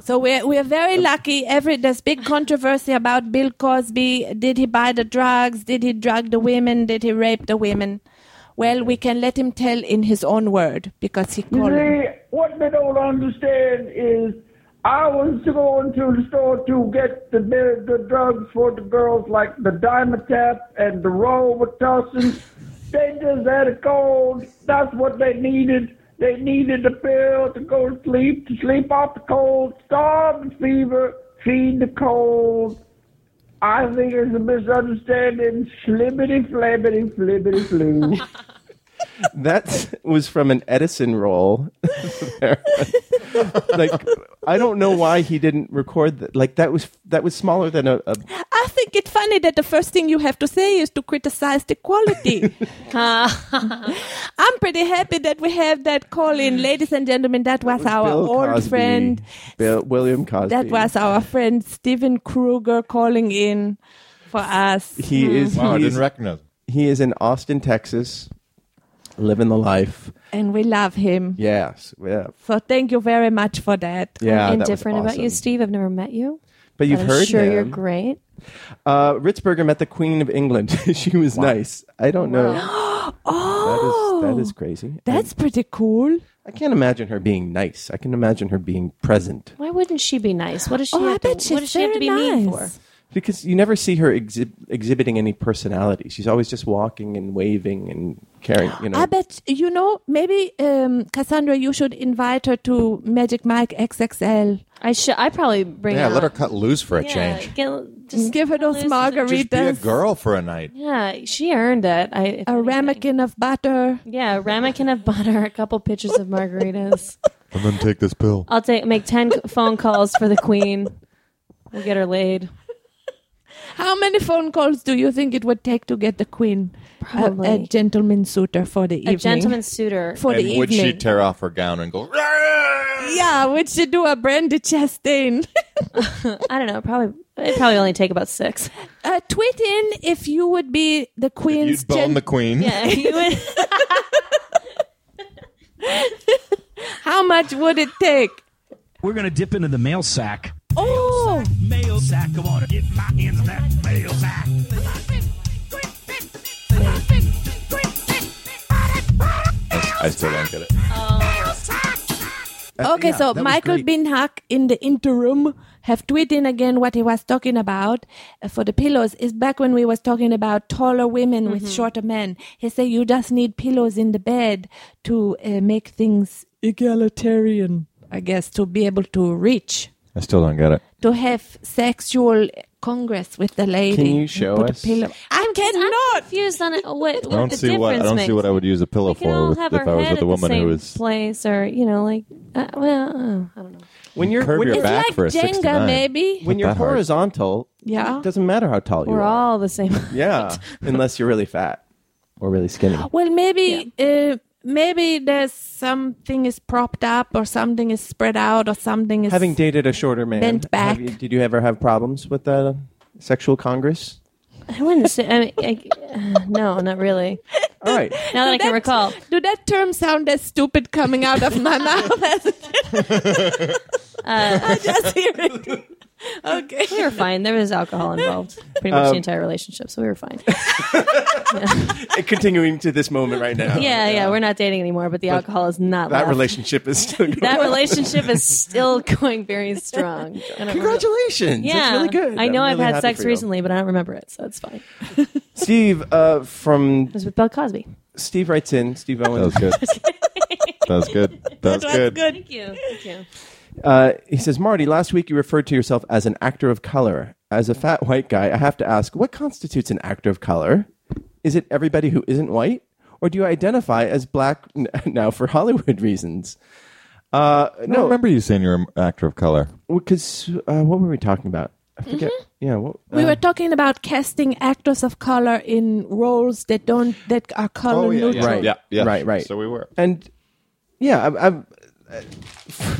C: So we're we're very lucky. Every there's big controversy about Bill Cosby. Did he buy the drugs? Did he drug the women? Did he rape the women? Well, we can let him tell in his own word because he
H: you
C: called.
H: see, what they don't understand is, I was going to the store to get the the, the drugs for the girls like the Dimetap and the Robitussin. they just had a cold. That's what they needed. They needed the pill to go to sleep, to sleep off the cold, starve the fever, feed the cold. I think it's a misunderstanding. Slibbity, flabbity, flibbity, flu.
B: that was from an Edison roll. There. [laughs] like I don't know why he didn't record that. Like that was that was smaller than a, a
C: I think it's funny that the first thing you have to say is to criticize the
B: [laughs]
C: quality. I'm pretty happy that we have that call in, ladies and gentlemen. That was, our
B: Bill
C: old
B: Cosby.
C: friend.
B: Bill, William Cosby.
C: That was our friend Steven Kruger calling in for us.
B: he is
D: Wow, I
B: he, is
D: didn't recognize him.
B: he is in Austin, Texas, living the life.
C: And we love him.
B: Yes, yeah,
C: So thank you very much for that.
B: yeah. Ah, that was
E: Indifferent about you,
B: awesome.
E: Steve. I've never met you.
B: but you've
E: I'm
B: heard
E: sure
B: him.
E: you're great.
B: Uh, Ritzberger met the Queen of England. [laughs] she was nice. I don't know.
C: Oh,
B: [gasps] That is that is crazy.
C: that's pretty cool.
B: I can't imagine her being nice. I can imagine her being present
E: Why wouldn't she be nice? What does she
C: Oh, I
E: have
C: bet
E: to,
C: she's
E: what does she have to
C: very
E: be mean for?
C: nice.
B: because you never see her exhi- exhibiting any personality. She's always just walking and waving and caring. You know.
C: [gasps] I bet you know maybe um, Cassandra, you should invite her to Magic Mike XXL.
E: I should I probably bring
D: Yeah,
E: out,
D: let her cut loose for a
E: yeah,
D: change.
E: get- just
C: Give her those
E: Just be a
C: margaritas,
D: Just be a girl for a night.
E: Yeah, she earned it. I if
C: a
E: anything.
C: ramekin of butter.
E: Yeah, a ramekin of butter, a couple pictures of margaritas.
D: And then take this
E: [laughs]
D: pill.
E: I'll take make ten phone calls for the queen. We'll get her laid.
C: How many phone calls do you think it would take to get the Queen uh, a,
E: Probably.
C: a gentleman suitor for the evening?
E: A gentleman suitor.
C: for the
D: And would she
C: evening.
D: tear off her gown and go,
C: yeah, would she do a Brandy Chastain?
E: I don't know. Probably it probably only take about six. [laughs]
C: uh, tweet in if you would be the Queen's
D: You'd bone
C: gen-
D: the queen.
E: Yeah, you would-
C: How much would it take?
I: We're gonna dip into the mail sack.
C: Oh,
I: Mail sack, come on, get my hands on that mail sack.
D: I still don't get it.
C: okay. so Michael Binhack in the interim have tweeted in again what he was talking about uh, for the pillows. Is back when we was talking about taller women with shorter men. He said you just need pillows in the bed to uh, make things egalitarian. I guess to be able to reach.
D: I still don't get it.
C: to have sexual congress with the lady.
B: Can you show
C: Put a
B: us?
C: pillow- I cannot.
E: I'm confused on it. What, what
D: I don't
E: the
D: see
E: difference
D: what I don't
E: makes.
D: see what I would use a pillow
E: we can
D: for
E: all
D: with,
E: have
D: if
E: our
D: I was
E: head
D: with a
E: at
D: woman
E: the same
D: who was
E: place or you know like uh, well uh, I don't know.
B: When you're
D: Curb
B: when
D: your
B: you're,
C: It's
D: back
C: like
D: for a six to
C: Jenga,
D: nine.
C: maybe.
B: when you're
D: that hard.
B: horizontal,
C: Yeah.
B: it doesn't matter how tall you
E: We're
B: are.
E: all the same. [laughs]
B: yeah, unless you're really fat or really skinny.
C: Well, maybe uh, maybe there's something is propped up or something is spread out or something is
B: Having dated a shorter man,
C: Bent
B: have
C: back.
B: you- did you ever have problems with the sexual congress?
E: I wouldn't say. I mean, I, uh, no, not really.
B: All right.
D: [laughs]
E: Now that I can
C: That-
E: recall,
C: Do that term sound as stupid coming out of [laughs] my mouth? as- I just hear
E: [laughs]
C: it. Okay.
E: uh, we were fine. There was alcohol involved, pretty
B: Um,
E: much the entire relationship, so we
B: [laughs]
E: were fine.
B: Continuing to this moment right now.
E: yeah, yeah, we're not dating anymore, but the alcohol is not
B: That
E: left.
B: relationship is still going. [laughs]
E: That relationship is still going very strong. I don't remember-
B: Congratulations.
E: Yeah,
B: That's really good.
E: I know
B: I'm
E: I've
B: really
E: had
B: happy
E: sex
B: for you.
E: recently, but I don't remember it, so it's fine. It
B: Steve uh, from
E: was with Bill Cosby.
B: Steve writes in, Steve
D: That was
B: Owens.
C: [laughs]
D: good. that was good. That was good.
E: Thank you, thank you.
B: Uh, he says, Marty, last week you referred to yourself as an actor of color. As a fat white guy, I have to ask, what constitutes an actor of color? Is it everybody who isn't white? Or do you identify as black n- [laughs] now for Hollywood reasons? Uh,
D: I don't
B: no,
D: remember you saying you're an actor of color.
B: because uh, what were we talking about? I forget.
E: Mm-hmm.
B: Yeah, what,
C: We
B: uh,
C: were talking about casting actors of color in roles that don't that are color neutral.
B: Oh, Right.
D: yeah, yeah.
B: Right, right.
D: So we were
B: and yeah, I, I'm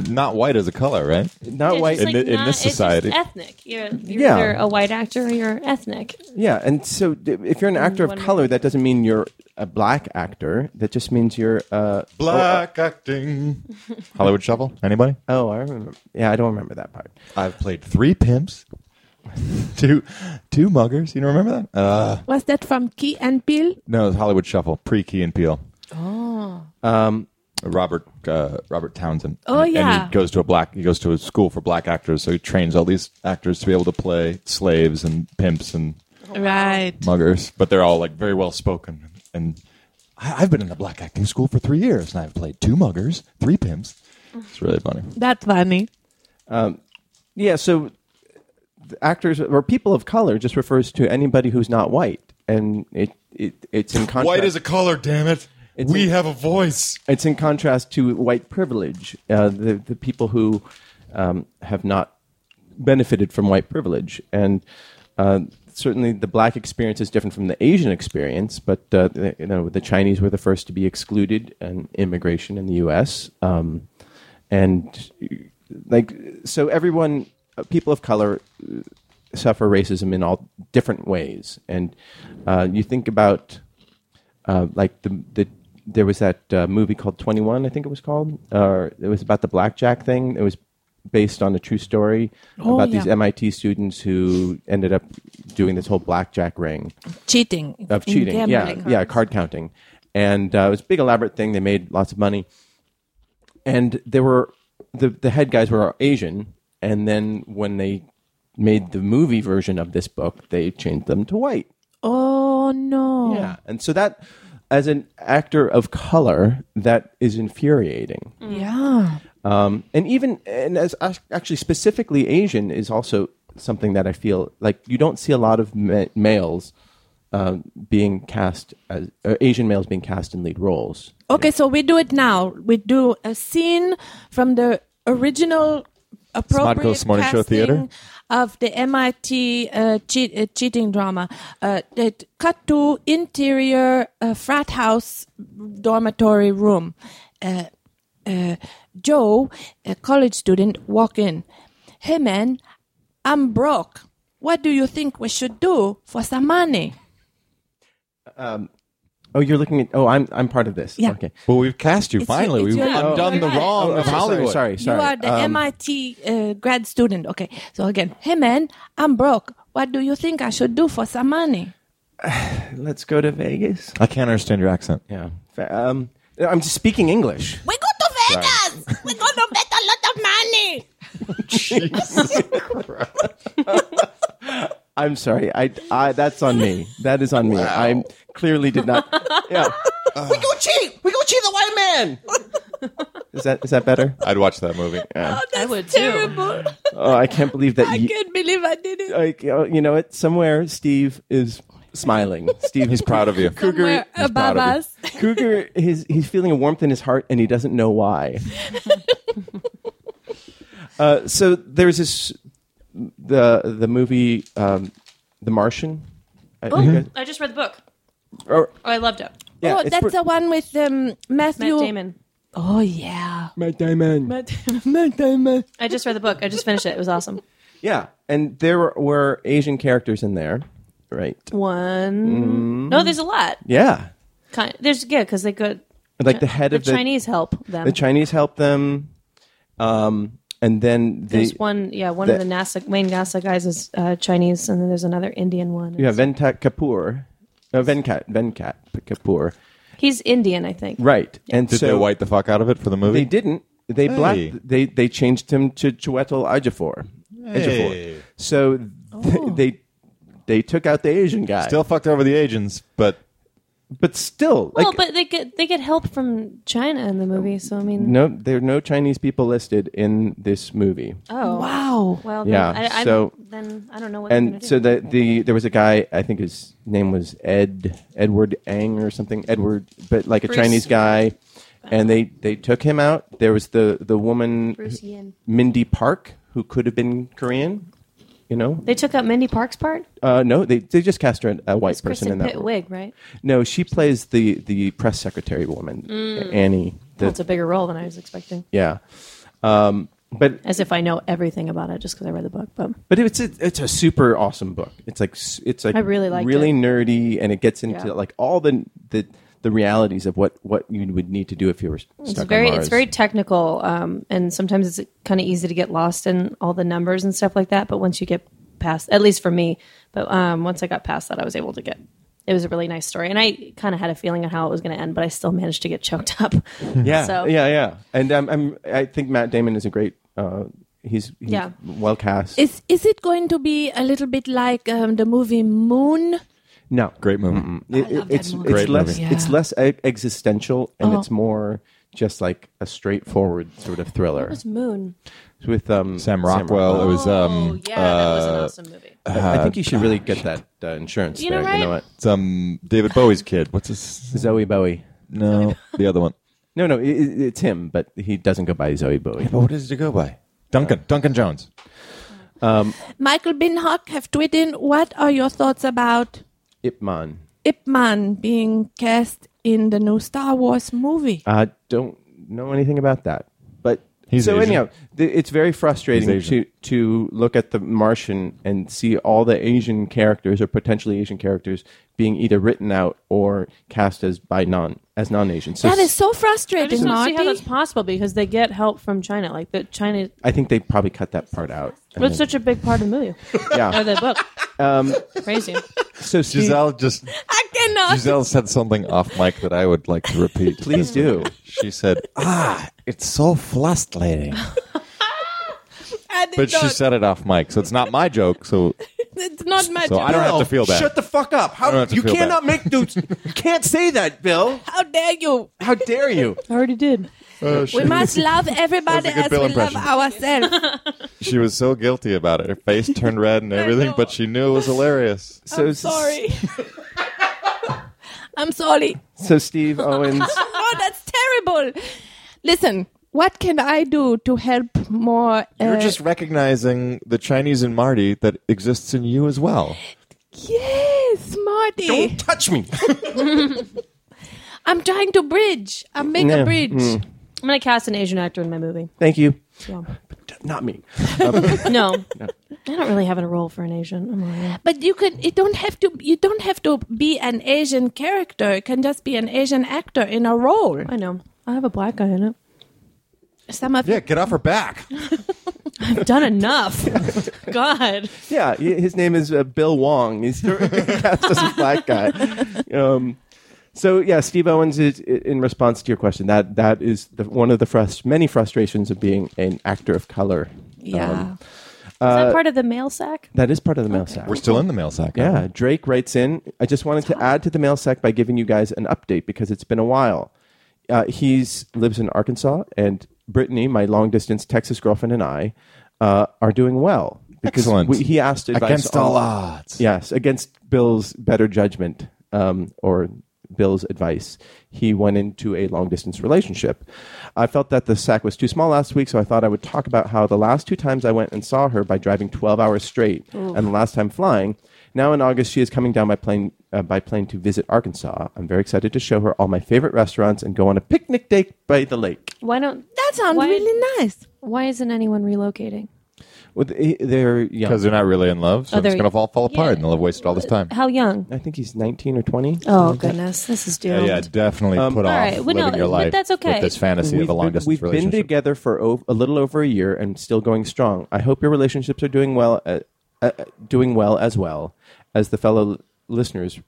D: not white as a color, right?
B: not white.
D: like- in- in this
E: it's just
D: society.
E: ethnic. You're, you're
B: Yeah.
E: either a white actor or you're ethnic.
B: yeah, and so d- if you're an actor of
E: one
B: color, that doesn't mean you're a black actor. That just means you're uh,
D: Black acting. Oh. Hollywood Shuffle. Anybody?
B: Oh, I remember. Yeah, I don't remember that part.
D: I've played three pimps, [laughs] two two muggers. You don't remember that? Uh,
C: Was that from Key and Peele?
D: no, it's Hollywood Shuffle, pre Key and Peele. Oh. Um, Robert uh, Robert Townsend.
C: Oh,
D: And- and
C: yeah.
D: he goes to a black. He goes to a school for black actors, so he trains all these actors to be able to play slaves and pimps and
C: Right.
D: muggers, but they're all like very well spoken. And I, I've been in a black acting school for three years, and I've played two muggers, three pimps. It's really funny.
C: That's funny.
B: Yeah, so the actors or people of color just refers to anybody who's not white, and it, it it's in contrast.
D: color, damn it.
B: It's We a-
D: have a voice.
B: it's in contrast to white privilege. Uh, the the people who um, have not benefited from white privilege, and uh, certainly the black experience is different from the Asian experience. But uh, the, you know, the Chinese were the first to be excluded in immigration in the U.S. Um, and like so, everyone, uh, people of color, uh, suffer racism in all different ways. And uh, you think about uh, like the the there was that uh, movie called Twenty One, I think it was called, or it was about the blackjack thing. It was based on a true story
C: Oh,
B: about these
C: yeah.
B: MIT students who ended up doing this whole blackjack ring
C: Cheating.
B: of
C: in
B: cheating.
C: gambling.
B: Yeah, yeah, card counting, and uh, it was a big elaborate thing. They made lots of money, and there were the the head guys were Asian, and then when they made the movie version of this book, they changed them to white.
C: Oh no.
B: Yeah. And so that, as an actor of color, that is infuriating.
D: Mm.
C: Yeah.
B: Um, and even, and as ac- actually specifically Asian is also something that I feel like you don't see a lot of ma- males um, being cast as, uh, Asian males being cast in lead roles.
C: Okay, so we do it now. We do a scene from the original appropriate
D: Smodco's Morning Show
C: casting
D: Theater?
C: of the MIT uh, cheat, uh, cheating drama. Uh, that cut to interior uh, frat house dormitory room. Uh, uh, Joe, a college student, walk in. Hey man, I'm broke. What do you think we should do for some money?
B: Oh, you're looking at, oh, I'm, I'm part of this.
C: Yeah.
B: Okay.
D: Well, we've cast you
C: It's-
D: finally.
C: it's
D: We've
C: your-
D: undone
C: you're
D: the
C: right.
D: wrong
B: Oh,
D: of
B: sorry,
D: Hollywood.
B: Sorry, sorry.
C: You are the
B: Um,
C: MIT uh, grad student. Okay. So again, hey man, I'm broke. What do you think I should do for some money?
B: Let's go to Vegas.
D: I can't understand your accent.
B: Yeah. Fa- Um, I'm just speaking English.
C: We go to Vegas. We're gonna bet a lot of money.
B: [laughs] I'm sorry. I, I that's on me. That is on me. I clearly did not. Yeah. we go cheat. We go cheat the white man. Is that is that better?
D: I'd watch that movie.
C: Oh, that's
E: I would too.
C: terrible. [laughs]
B: Oh, I can't believe that.
C: I
B: you,
C: can't believe I did it.
B: like, oh, you know what? Somewhere Steve is smiling. Steve
D: He's proud of you.
C: Somewhere
D: he's proud of
C: above
D: you.
C: us.
B: Cougar, his, he's feeling a warmth in his heart and he doesn't know why.
D: [laughs]
B: uh, so there's this the the movie um, The Martian. I- you guys-
D: Mm-hmm.
E: I just read the book.
B: or-
E: Oh, I loved it.
B: yeah,
C: oh,
B: it's
C: that's
B: pre-
C: the one with um,
E: Matt
C: Matthew.
E: Damon.
C: Oh yeah.
E: I just read the book. I just finished it. It was awesome.
B: yeah, and there were, were Asian characters in there, right?
D: Mm-hmm.
E: One. No, there's a lot.
B: Yeah,
E: Kind there's yeah, because they could.
B: like the head
E: The
B: of the
E: Chinese help them.
B: The Chinese help them, um, and then the
E: there's one. Yeah, one
B: the-
E: of the NASA main NASA guys is uh, Chinese, and then there's another Indian one.
B: yeah Venkat Kapoor, uh, Venkat Venkat Kapoor,
E: He's Indian, I think.
B: right? And
D: Did
B: so
D: they white the fuck out of it for the movie?
B: They didn't. They
D: Hey.
B: black. They they changed him to Chiwetel Ejiofor.
D: Hey.
B: Ejiofor. So th-
E: Oh.
B: they they took out the Asian guy.
D: Still fucked over the Asians, but
B: but still, like
E: well, but they get they get help from China in the movie. So I mean,
B: no, there are no Chinese people listed in this movie.
E: oh
C: Wow.
E: Well,
B: Yeah,
E: Then, I, I,
B: so-
E: then I don't know what. they're
B: And
E: gonna
B: so
E: do.
B: the, the there was a guy I think his name was Ed Edward Ang or something Edward, but like a
E: Bruce.
B: Chinese guy, and they they took him out. There was the the woman
E: Bruce Yin.
B: Mindy Park who could have been Korean, you know.
E: They took out Mindy Park's part.
B: Uh, no, they they just cast her a white
E: It's
B: person
E: Kristen
B: in that.
E: Pitt wig, right?
B: No, she plays the the press secretary woman,
E: Mm.
B: Annie. The-
E: That's a bigger role than I was expecting.
B: yeah, um, but
E: As if I know everything about it just because I read the book. But
B: but it's a it's a super awesome book. It's like s- it's like
E: I really liked
B: really
E: it.
B: nerdy, and it gets into
E: Yeah.
B: like all the the the realities of what what you would need to do if you were stuck
E: it's
B: on
E: very
B: Mars.
E: it's very technical, um, and sometimes it's kind of easy to get lost in all the numbers and stuff like that. But once you get past, at least for me, but um, once I got past that, I was able to get. It was a really nice story, and I kind of had a feeling on how it was going to end, but I still managed to get choked up.
B: [laughs] yeah
E: so-
B: yeah yeah. And um, I'm I think Matt Damon is a great uh, he's, he's
E: Yeah.
B: well cast.
C: Is is it going to be a little bit like um, the movie Moon?
B: no,
D: great movie.
B: It- it- it's it's
D: Great
B: less
D: movie.
B: it's
C: Yeah.
B: less e- existential and
C: Oh.
E: Uh-huh.
B: it's more just like a straightforward sort of thriller.
E: It was Moon.
B: with um,
D: Sam Rockwell. Uh, It was um,
E: Oh, yeah, that was an
B: uh,
E: awesome movie.
B: I think you should really get that uh, insurance.
E: You know
B: there. You know
E: what?
B: what?
D: it's, um David Bowie's kid. What's his?
B: Zoe Bowie.
D: No, the other one.
B: No, no, i i it's him, but he doesn't go by Zoe Bowie.
D: But what does it go by? Duncan. Duncan Jones.
C: Michael Binhock have tweeted in, what are your thoughts about
B: Ip Man.
C: Ip Man being cast in the new Star Wars movie?
B: I don't know anything about that, but
D: He's
B: so
D: Asian.
B: anyhow, th- it's very
D: He's
B: frustrating
D: Asian.
B: to to look at the Martian and see all the Asian characters or potentially Asian characters being either written out or cast as by non as non Asian. So
C: that is
B: s-
C: so
E: I just
C: frustrating,
E: don't see how that's
C: Marty.
E: possible because they get help from China. Like the China,
B: I think they probably cut that part out. And
E: it's such a big part of the movie
B: then-
E: or
B: yeah.
E: the book. Crazy.
B: So Steve,
D: Giselle
C: [laughs]
D: just
C: I cannot.
D: Giselle said something off mic that I would like to repeat.
B: please do.
D: She said, "Ah, it's so frustrating,"
C: I did
D: but she
C: not.
D: said it off mic, so it's not my joke.
C: [laughs]
D: So,
C: it's not my
D: so I don't have to feel bad.
B: Shut the fuck up!
D: I don't
B: How
D: have to
B: you
D: feel bad.
B: cannot make dudes. you can't say that, Bill.
C: How dare you?
B: How dare
C: [laughs]
B: you?
E: I already did.
D: [laughs]
C: We must love everybody
D: That was a good
C: as
D: Bill
C: we
D: impression.
C: love ourselves.
D: She was so guilty about it. Her face turned red
C: [laughs]
D: and everything,
C: know.
D: but she knew it was [laughs] hilarious.
B: So
C: I'm sorry. I'm sorry. [laughs]
B: So Steve Owens.
C: Oh, that's terrible. Listen, what can I do to help more?
D: You're
C: uh,
D: just recognizing the Chinese in Marty that exists in you as well.
C: yes, Marty.
B: Don't touch me.
C: I'm trying to bridge. I make
B: No,
C: a bridge.
D: mm.
E: I'm gonna cast an Asian actor in my movie.
B: Thank you.
E: Yeah.
B: But Not me.
E: No, I don't really have a role for an Asian. I'm like,
C: But you can. It don't have to. You don't have to be an Asian character. It can just be an Asian actor in a role.
E: I know. I have a black guy in it.
C: Some of
D: Yeah, get off her back.
E: I've done enough. God.
B: Yeah, he- his name is uh, Bill Wong. He's [laughs] cast as a black guy. Um, so yeah, Steve Owens is i- in response to your question. That that is the, one of the frust- many frustrations of being an actor of color.
C: yeah.
B: Um,
E: Is that part of the mail sack?
B: that is part of the mail sack.
D: We're still in the mail sack. aren't
B: Yeah, Drake writes in. I just wanted to add to the mail sack by giving you guys an update because it's been a while. uh, he's lives in Arkansas, and Brittany, my long distance Texas girlfriend, and I uh, are doing well because
D: Excellent.
B: we- he asked advice
D: Against
B: on-
D: all odds.
B: Yes, against Bill's better judgment um, or Bill's advice, he went into a long distance relationship. I felt that the sack was too small last week, so I thought I would talk about how the last two times I went and saw her by driving 12 hours straight and the last time flying. Now in August, she is coming down by plane, uh, by plane to visit Arkansas. I'm very excited to show her all my favorite restaurants and go on a picnic day by the lake.
E: Why don't?
C: That sounds
E: why,
C: really nice.
E: Why isn't anyone relocating?
B: Well, they- they're young.
D: Because they're not really in love, so
E: Oh,
D: it's
E: they're-
D: going to all fall apart
E: yeah.
D: and they'll have wasted all this time.
E: How young?
B: I think he's 19 or 20.
E: Oh goodness, this is
D: Yeah,
E: doomed.
D: Uh, yeah, definitely put off
E: Um, All right, well, no,
D: living your
E: but
D: life
E: that's okay.
D: with this fantasy of a long
B: been-
D: distance
B: we've
D: relationship.
B: been together for o- a little over a year and still going strong. I hope your relationships are doing well, uh, uh, uh, doing well as well as the fellow l- listeners.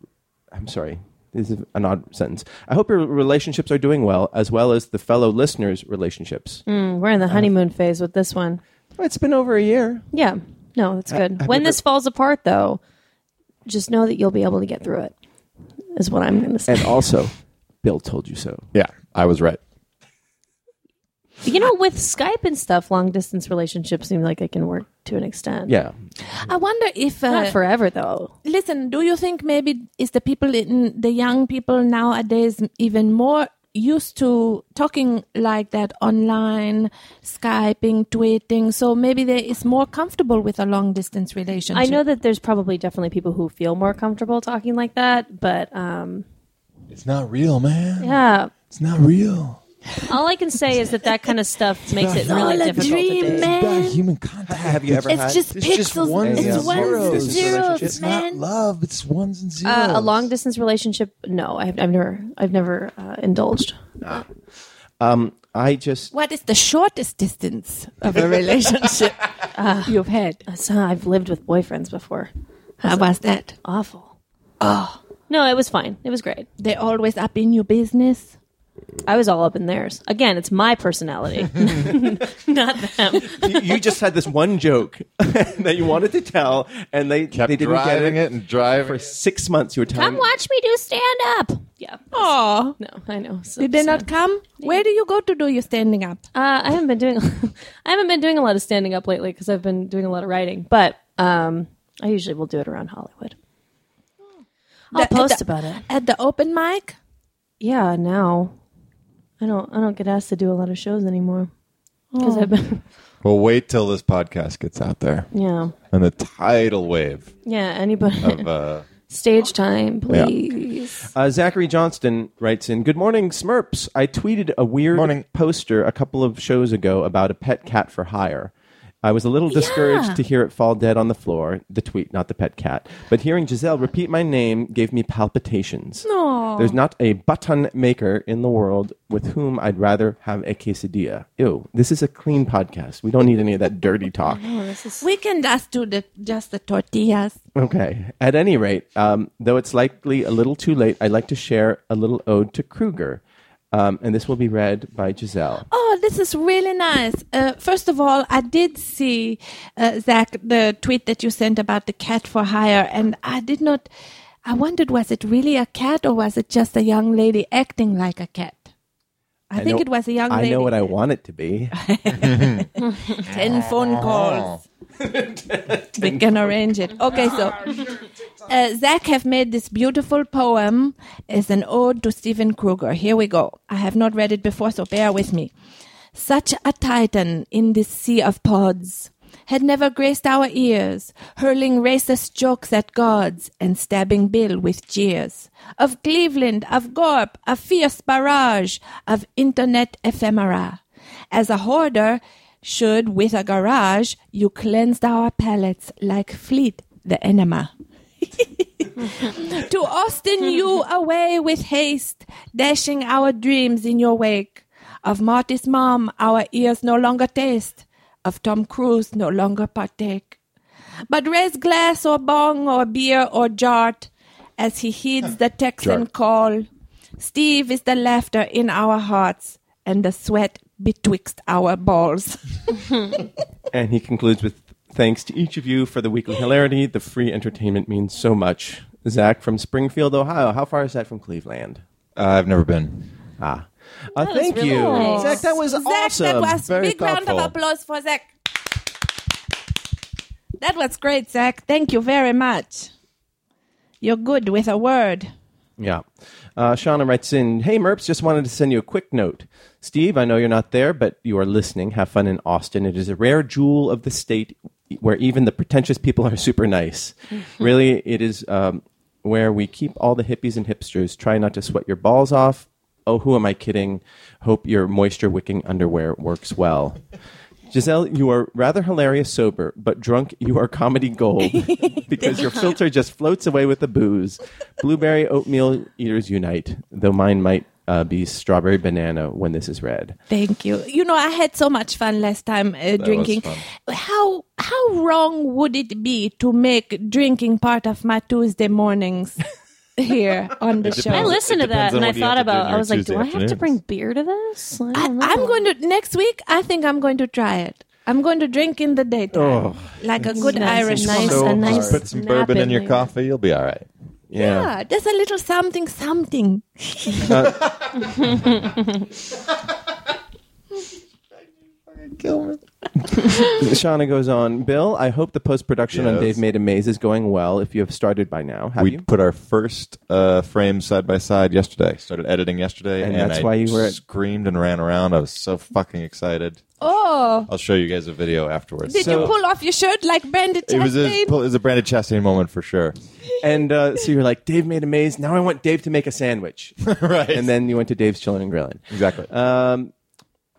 B: I'm sorry, this is an odd sentence. I hope your relationships are doing well as well as the fellow listeners' relationships.
E: Mm, We're in the honeymoon phase with this one.
B: Well, it's been over a year.
E: Yeah, no, that's good.
B: have
E: when
B: you
E: this falls apart, though, just know that you'll be able to get through it. Is what I'm going to say.
B: And also, Bill told you so.
D: yeah, I was right.
E: you know, with Skype and stuff, long distance relationships seem like they can work to an extent.
B: Yeah.
C: I wonder if uh,
E: not forever though.
C: listen do you think maybe is the people in the young people nowadays even more used to talking like that online skyping tweeting so maybe they is more comfortable with a long distance relationship
E: I know that there's probably definitely people who feel more comfortable talking like that, but um,
D: It's not real, man.
E: yeah.
D: It's not real.
E: All I can say is that that kind of [laughs] stuff makes it really
C: all a
E: difficult
C: dream,
E: to do.
C: man.
D: Bad human contact.
B: Have you ever
C: it's
B: had?
C: just
D: It's
C: pixels
D: just ones
C: it's
B: and
C: ones and
B: zeros.
C: zeros
D: It's not
C: man
D: love. It's ones and zeros.
E: Uh, a long distance relationship? No, I've, I've never, I've never uh, indulged.
B: I just
C: what is the shortest distance
D: [laughs]
C: of a relationship you've had
E: So uh, I've lived with boyfriends before.
C: how was that
E: Awful. Oh no, it was fine. It was great.
C: they always up in your business
E: I was all up in theirs. Again, it's my personality, [laughs] not them.
B: you you just had this one joke [laughs] that you wanted to tell, and they
D: Kept
B: they didn't get
D: driving it and driving.
B: for
D: it.
B: six months. You were telling
E: Come watch me do stand up. Yeah.
C: oh
E: No, I know. So
C: did they
E: sad.
C: not come where do you go to do your standing up
E: Uh, I haven't been doing [laughs] I haven't been doing a lot of standing up lately because I've been doing a lot of writing. But um, I usually will do it around Hollywood. I'll
C: That-
E: post
C: that-
E: about it.
C: at the open mic
E: Yeah, now I don't I don't get asked to do a lot of shows anymore because I've been [laughs]
D: Well, wait till this podcast gets out there
E: yeah
D: and the tidal wave
E: yeah anybody
D: of uh,
E: stage time please.
B: Uh, Zachary Johnston writes in Good morning, Smurps. I tweeted a weird
D: Morning.
B: poster a couple of shows ago about a pet cat for hire. I was a little discouraged to hear it fall dead on the floor, the tweet, not the pet cat. But hearing Giselle repeat my name gave me palpitations. No. There's not a button maker in the world with whom I'd rather have a quesadilla. Ew, this is a clean podcast. We don't need any of that dirty talk.
C: We can just do the just the tortillas.
B: Okay. At any rate, um, though it's likely a little too late, I'd like to share a little ode to Kruger. Um, and this will be read by Giselle.
C: Oh, this is really nice. Uh, first of all, I did see uh, Zach the tweet that you sent about the cat for hire, and I did not. I wondered was it really a cat or was it just a young lady acting like a cat? I, think
B: know-
C: it was a young
B: I
C: lady.
B: know what I want it to be.
C: Ten phone
B: [laughs]
C: calls. we can arrange it. Okay, so uh, Zach have made this beautiful poem as an ode to Stephen Kruger. Here we go. I have not read it before, so bear with me. Such a titan in this sea of pods had never graced our ears, hurling racist jokes at gods and stabbing Bill with jeers. Of Cleveland, of Gorp, a fierce barrage of internet ephemera. As a hoarder, should with a garage, you cleansed our palates like fleet the enema. to Austin you away with haste, dashing our dreams in your wake. Of Marty's mom our ears no longer taste, of Tom Cruise no longer partake. But raise glass or bong or beer or jart as he heeds the Texan call. Steve is the laughter in our hearts and the sweat betwixt our balls.
B: and he concludes with thanks to each of you for the weekly hilarity. The free entertainment means so much. Zach from Springfield, Ohio. How far is that from Cleveland?
D: I've never been.
B: Ah. Uh, thank
E: really
B: you,
E: nice.
B: Zach. That was
C: Zach,
B: awesome.
C: that was
B: Very
C: big
B: thoughtful.
C: round of applause for Zach. That was great, Zach. Thank you very much. You're good with a word.
B: Yeah. Uh, Shauna writes in Hey, Merps, just wanted to send you a quick note. Steve, I know you're not there, but you are listening. Have fun in Austin. It is a rare jewel of the state where even the pretentious people are [laughs] super nice. really, it is um, where we keep all the hippies and hipsters. Try not to sweat your balls off. Oh, who am I kidding? Hope your moisture wicking underwear works well. Giselle, you are rather hilarious sober, but drunk, you are comedy gold because your filter just floats away with the booze. Blueberry oatmeal eaters unite, though mine might uh, be strawberry banana when this is read.
C: Thank you. You know, I had so much fun last time uh, drinking.
D: fun.
C: How how wrong would it be to make drinking part of my
B: [laughs]
C: Tuesday mornings here on the show?
E: I listened to
D: depends on
E: that and I
D: what you
E: thought
D: have to do
E: about.
D: during
E: I was like,
D: Tuesday
E: do I have to
D: afternoons.
E: bring beer to this? I
C: I,
E: don't know.
C: I'm going to next week. I think I'm going to try it. I'm going to drink in the daytime,
B: Oh.
C: like a good
E: nice,
C: Irish
E: nice,
C: woman.
E: So a nice
D: just put some
E: nap
D: bourbon
E: in
D: in your
E: there.
D: coffee. You'll be all right.
B: Yeah.
C: Yeah, there's a little something, something.
B: Shauna goes on Bill, I hope the post production on
D: Yes.
B: Dave Made a Maze is going well if you have started by now. Have
D: we
B: you?
D: put our first uh, frame side by side yesterday. Started editing yesterday,
B: And
D: and,
B: that's
D: I
B: why you were at-
D: screamed and ran around. I was so fucking excited.
C: Oh,
D: I'll show you guys a video afterwards.
C: did
B: So-
C: you pull off your shirt like Bandit
D: it was a,
C: Chastain?
D: it was a Brandon Chastain moment for sure.
B: And uh, so you're like, Dave made a maze. Now I want Dave to make a sandwich.
D: [laughs] right.
B: And then you went to Dave's Chillin' and Grillin'.
D: exactly.
B: Um,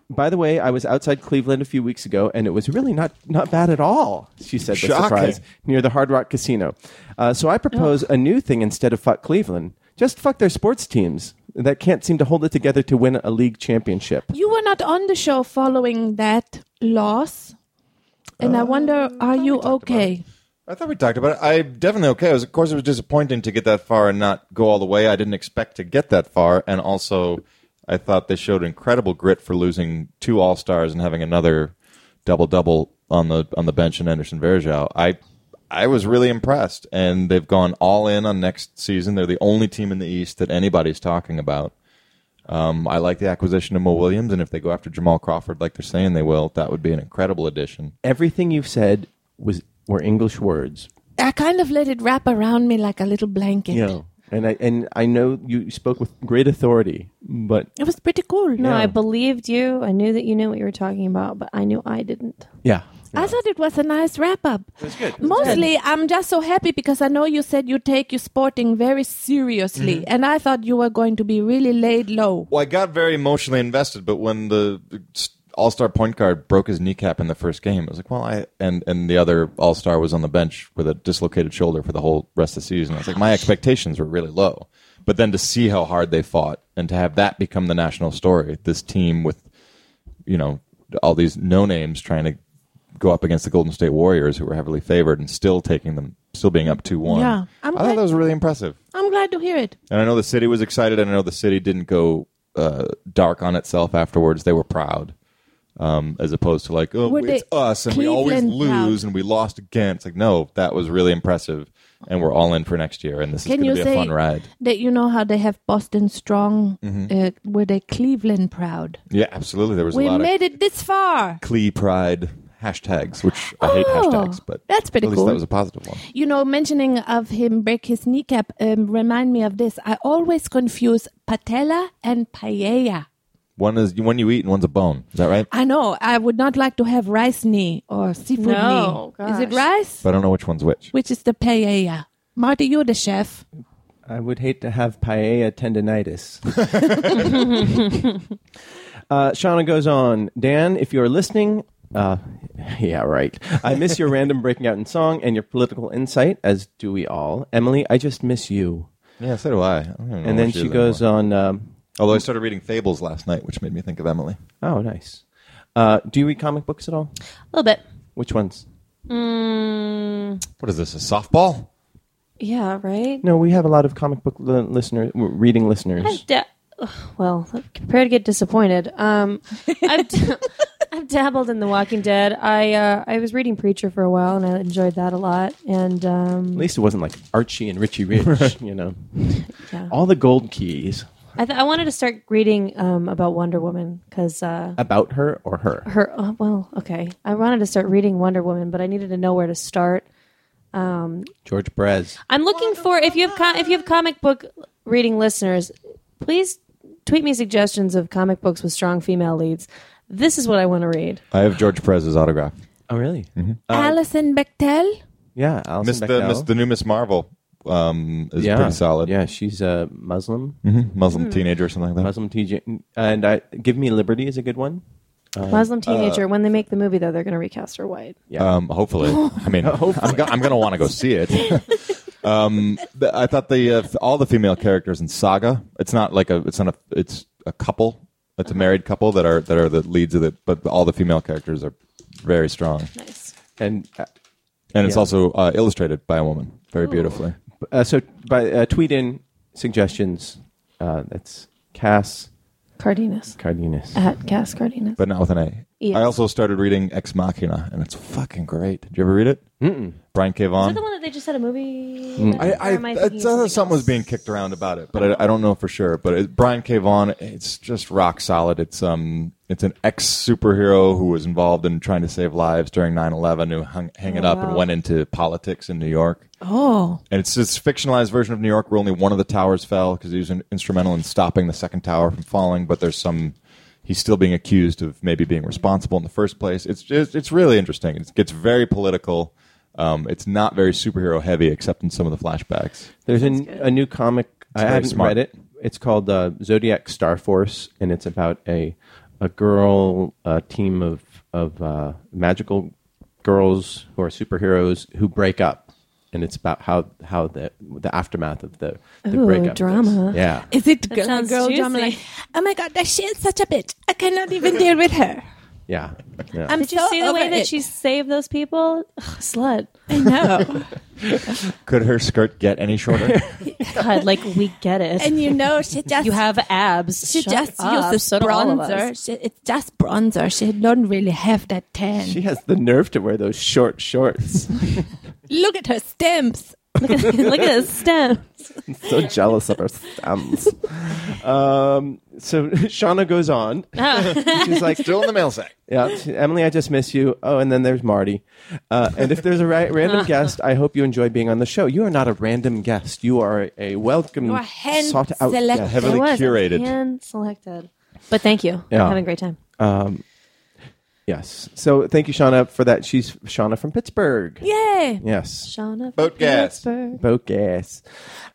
B: by the way, I was outside Cleveland a few weeks ago, and it was really not not bad at all. She said, with
D: Shocking.
B: surprise, near the Hard Rock Casino. Uh, so I propose a new thing instead of fuck Cleveland. Just fuck their sports teams that can't seem to hold it together to win a league championship.
C: You were not on the show following that loss, and I
B: Uh,
C: wonder, are you okay?
D: I thought we talked about it. I'm definitely okay. It was, of course, it was disappointing to get that far and not go all the way. I didn't expect to get that far, and also I thought they showed incredible grit for losing two All Stars and having another double double on the on the bench in Anderson Varejao. I I was really impressed, and they've gone all in on next season. They're the only team in the East that anybody's talking about. Um, I like the acquisition of Mo Williams, and if they go after Jamal Crawford like they're saying they will, that would be an incredible addition.
B: Everything you've said was were English words.
C: I kind of let it wrap around me like a little blanket.
B: You know, and I and I know you spoke with great authority, but
C: It was pretty cool.
E: No, I believed you. I knew that you knew what you were talking about, but I knew I didn't.
B: yeah.
C: I thought it was a nice wrap up.
B: good. It was
C: Mostly, I'm just so happy because I know you said you take your sporting very seriously,
B: Mm-hmm.
C: and I thought you were going to be really laid low.
D: Well, I got very emotionally invested, but when the All Star point guard broke his kneecap in the first game, I was like, "Well, I and and the other All Star was on the bench with a dislocated shoulder for the whole rest of the season." I was like, "My expectations were really low," but then to see how hard they fought and to have that become the national story, this team with you know all these no names trying to go up against the Golden State Warriors, who were heavily favored, and still taking them, still being up two one.
C: Yeah. I'm
D: I thought
C: glad-
D: that was really impressive.
C: I'm glad to hear it.
D: And I know the city was excited, and I know the city didn't go uh, dark on itself afterwards. They were proud, um, as opposed to like, oh,
C: Were
D: it's
C: they
D: us, and we always
C: Cleveland
D: lose,
C: proud?
D: and we lost again. It's like, no, that was really impressive, and we're all in for next year, and this is
C: Can
D: going
C: you
D: to be
C: say
D: a fun ride.
C: that you know how they have Boston strong? Uh, were they Cleveland proud?
D: Yeah, absolutely. There was
C: We
D: a lot of
C: made it this far.
D: Clee pride hashtags, which I hate
C: Oh,
D: hashtags, but
C: that's pretty
D: at least
C: cool.
D: that was a positive one.
C: You know, mentioning of him break his kneecap um, remind me of this. I always confuse patella and paella.
D: One is one you eat, and one's a bone. Is that right?
C: I know. I would not like to have rice knee or seafood
E: No,
C: knee. Is it
E: gosh.
C: rice?
D: But I don't know which one's which.
C: Which is the paella? Marty, you're the chef.
D: Uh,
B: I would hate to have paella tendinitis. [laughs] uh, Shauna goes on, Dan, if you're listening, uh, [laughs] yeah, right. I miss your random breaking out in song and your political insight, as do we all. Emily, I just miss you.
D: Yeah, so do I. I don't even know
B: And then
D: which
B: she
D: is
B: goes
D: anymore.
B: on, um,
D: Although I started reading Fables last night, which made me think of Emily.
B: oh, nice. Uh, do you read comic books at all?
E: A little bit.
B: Which ones?
D: What is this? A softball?
E: Yeah, right?
B: No, we have a lot of comic book li- listeners, reading listeners.
E: Da- Ugh, well, prepare to get disappointed. Um, I've, [laughs] d- I've dabbled in The Walking Dead. I uh, I was reading Preacher for a while, and I enjoyed that a lot. And um,
B: At least it wasn't like Archie and Richie Rich, you know.
E: Yeah.
B: All the gold keys.
E: I, th- I wanted to start reading um, about Wonder Woman because uh,
B: About her or her?
E: her. Oh, well, okay. I wanted to start reading Wonder Woman, but I needed to know where to start.
B: George Perez.
E: I'm looking for if you have com- if you have comic book reading listeners, please tweet me suggestions of comic books with strong female leads. This is what I want to read.
D: I have George Perez's autograph.
B: Oh, really?
C: Alison Bechtel.
B: Yeah, Alison
D: Mm-hmm. Miss the,
B: Bechdel.
D: Miss, the new Miss Marvel um, is
B: yeah,
D: pretty solid. Mm-hmm.
B: Yeah, she's a Muslim,
D: Muslim teenager or something like that.
B: Muslim teacher, and I, "Give Me Liberty" is a good one.
D: uh,
E: Muslim teenager. when they make the movie, though, they're going to recast her white.
D: Um, [laughs] hopefully, I mean, I'm, go- I'm going to want to go see [laughs] it. um, the, I thought the uh, f- all the female characters in Saga. It's not like a. It's not a. It's a couple. It's a married couple that are that are the leads of it. But all the female characters are very strong,
E: Nice.
B: And uh,
D: and it's
B: Yeah.
D: also uh, illustrated by a woman very beautifully.
B: uh, so, by uh, tweet in suggestions. Uh, that's Cass
E: Cardenas
B: Cardenas.
E: at Cass Cardenas.
D: but not with an A.
E: Yes.
D: I also started reading Ex Machina, and it's fucking great. Did you ever read it? Mm-mm. Brian K.
E: Is
D: Vaughan.
E: that the one that they just had a movie?
D: I,
E: about? Or
D: I,
E: am
D: I
E: thinking
D: thought
E: of
D: something,
E: else?
D: was being kicked around about it, but I, I don't know for sure. But it, Brian K. Vaughan, it's just rock solid. It's um, it's an ex superhero who was involved in trying to save lives during 9-11 who hung, hang
E: Oh,
D: it up and went into politics in New York.
C: Oh,
D: And it's this fictionalized version of New York where only one of the towers fell because he was in, instrumental in stopping the second tower from falling. But there's some, he's still being accused of maybe being responsible in the first place. It's just, it's really interesting. It gets very political. Um, it's not very superhero heavy except in some of the flashbacks.
B: There's a, a new comic. I
D: very
B: haven't
D: smart.
B: read it. It's called uh, Zodiac Star Force, and it's about a a girl a team of of uh, magical girls who are superheroes who break up, and it's about how how the the aftermath of the the
E: Ooh,
B: breakup is.
E: drama.
B: Yeah,
C: is it g-
E: sounds
C: girl
E: juicy.
C: drama? Like, oh my god, that she is such a bitch. I cannot
E: [laughs]
C: even deal with her.
B: yeah. yeah.
C: I'm
E: Did you
C: so
E: see the way
C: over
E: that
C: it.
E: she saved those people? Ugh, slut.
C: I
E: [laughs]
C: know,
D: Could her skirt get any shorter?
C: [laughs]
E: God, like we get it.
C: and you know she just
E: [laughs] you have abs.
C: she
E: Shut
C: just
E: up.
C: uses
E: So do all of us. [laughs]
C: bronzer. She, it's just bronzer. She don't really have that tan.
B: she has the nerve to wear those short
E: [laughs]
B: shorts.
C: Look at her stamps.
E: Look at this stem.
B: so jealous of her thumbs. um, so [laughs] Shauna goes on.
C: Oh.
B: She's like,
D: Still in the mail sack.
B: Yeah, t- Emily, I just miss you. Oh, and then there's Marty. Uh, and if there's a ra-
C: [laughs]
B: random guest, I hope you enjoy being on the show. You are not a random guest. You are a welcome,
C: You are hand
B: sought out
C: selected.
B: guest.
D: Heavily
E: It was
D: curated.
E: hand selected. But thank you.
B: Yeah.
E: I'm having a great time.
B: Yes. So thank you, Shauna, for that. She's Shauna from Pittsburgh.
C: Yay.
B: Yes.
E: Shauna.
D: Boat gas.
B: Bogus.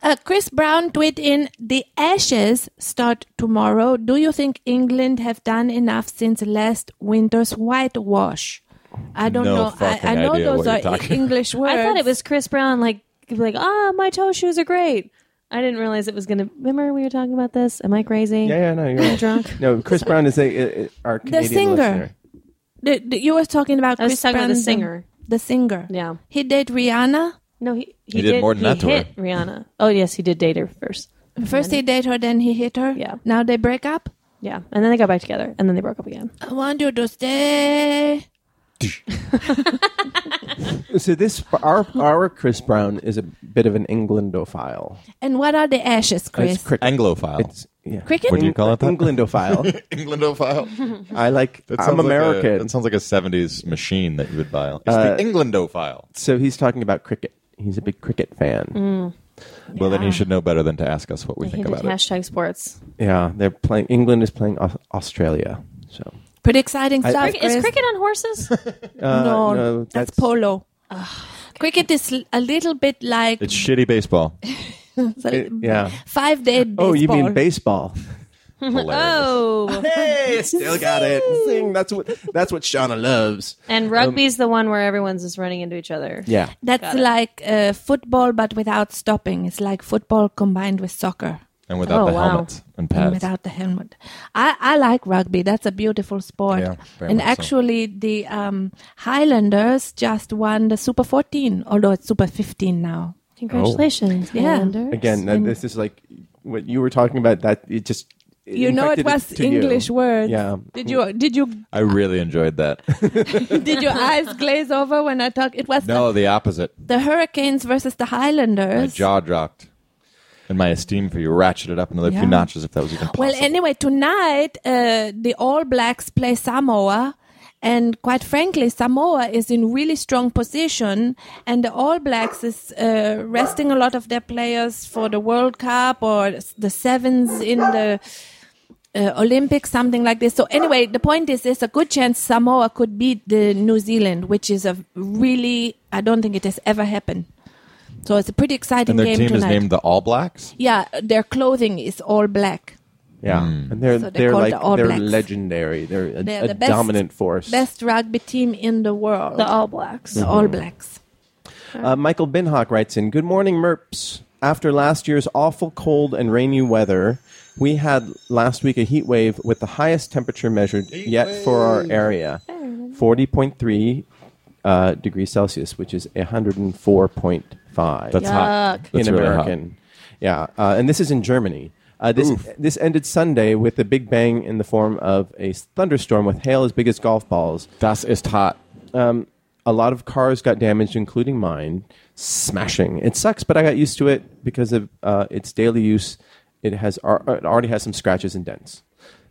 C: Uh, Chris Brown tweet in the ashes start tomorrow. Do you think England have done enough since last winter's whitewash? I don't
D: No
C: know. I,
D: fucking
C: I know
D: idea
C: those
D: what you're
C: are E-
D: talking
C: English words.
E: [laughs] I thought it was Chris Brown, like, like, ah, my toe shoes are great. I didn't realize it was going to. Remember we were talking about this? Am I crazy?
B: Yeah, yeah, no, you're
E: Am I
B: right.
E: drunk?
B: No, Chris Brown is a, uh, uh, our Canadian
C: singer.
B: listener.
C: The- the- you were talking about
E: I was
C: Chris
E: talking about
C: Brown,
E: the singer.
C: The singer.
E: Yeah.
C: He did Rihanna.
E: No, he, he,
D: He did more than
E: he
D: that to her.
E: hit Rihanna. Oh, yes, he did date her first.
C: First he dated her, then he hit her.
E: Yeah.
C: Now they break up.
E: Yeah. And then they got back together and then they broke up again.
C: I want you to stay.
B: So this our our Chris Brown is a bit of an Englandophile.
C: And what are the ashes, Chris?
B: It's cricket.
D: [laughs] Anglophile.
B: It's, yeah.
C: Cricket?
D: Would you call it that? [laughs]
B: Englandophile.
D: Englandophile.
B: I like.
D: [laughs] That
B: I'm
D: sounds like a-
B: American. Uh,
D: that sounds like a 70s machine that you would buy. It's the Englandophile.
B: so he's talking about cricket. He's a big cricket fan.
C: Mm.
D: Well, then you should know better than to ask us what we
E: He
D: think
E: did
D: about it.
E: hashtag sports.
B: Yeah, they're playing. England is playing Aus- Australia. So
C: Pretty exciting stuff. Chris.
E: Is cricket on horses? [laughs]
C: no,
B: no,
C: that's,
B: that's-
C: polo.
E: Ah,
C: Cricket is l- a little bit like
D: It's shitty baseball.
B: yeah.
C: five day baseball.
B: Oh, you mean baseball?
E: Oh,
D: Hilarious.
C: [laughs]
B: hey, still got it. Zing. That's what that's what Shauna loves.
D: Um,
E: and rugby's the one where everyone's just running into each other.
B: Yeah.
C: That's like uh, football, but without stopping. It's like football combined with soccer
D: And without
E: Oh,
D: the
E: wow.
D: helmets and
C: and
D: pads.
C: without the helmet. I, I like rugby. That's a beautiful sport.
D: Yeah, very
C: and
D: much so.
C: actually, the um, Highlanders just won the Super 14, although it's Super 15 now.
E: Congratulations.
C: Yeah.
E: Highlanders.
B: Again, that, this is like what you were talking about. That it just it
C: You know, it
B: infected
C: was
B: to you.
C: English words.
B: Yeah.
C: Did you did you
D: I really enjoyed that.
B: [laughs]
C: did your eyes glaze over when I talked? It was
D: No, the opposite.
C: the Hurricanes versus the
D: My
C: Highlanders.
D: jaw dropped. and my esteem for you ratcheted up another
C: Yeah.
D: few notches if that was even possible.
C: Well, anyway, tonight uh, the All Blacks play Samoa, and quite frankly, Samoa is in really strong position, and the All Blacks is uh, resting a lot of their players for the World Cup or the sevens in the. Uh, Olympics, something like this. So anyway, the point is, there's a good chance Samoa could beat the New Zealand, which is a really, I don't think it has ever happened. So it's a pretty exciting
D: and their
C: game
D: team
C: tonight.
D: is named the All Blacks.
C: yeah, their clothing is all black.
B: Yeah, and they're
C: So they're
B: they're
C: called
B: like
C: the All
B: they're
C: Blacks.
B: legendary. They're a,
C: They're
B: a
C: the best-
B: dominant force. Mm-hmm.
C: best rugby team in the world.
E: The All Blacks.
C: The All Blacks.
B: Uh, Michael Binhock writes in Good morning, MERPs. After last year's awful cold and rainy weather, we had last week a heat wave with the highest temperature measured yet for our area 40.3 uh, degrees Celsius, which is 104.5
D: That's hot.
E: Yuck.
D: That's
B: in
D: really hot.
B: American. Yeah, uh, and this is in Germany. Uh, this this ended Sunday with a big bang in the form of a thunderstorm with hail as big as golf balls.
D: Das ist hot.
B: Um, A lot of cars got damaged, including mine, smashing. It sucks, but I got used to it because of uh, its daily use. It has ar- it already has some scratches and dents.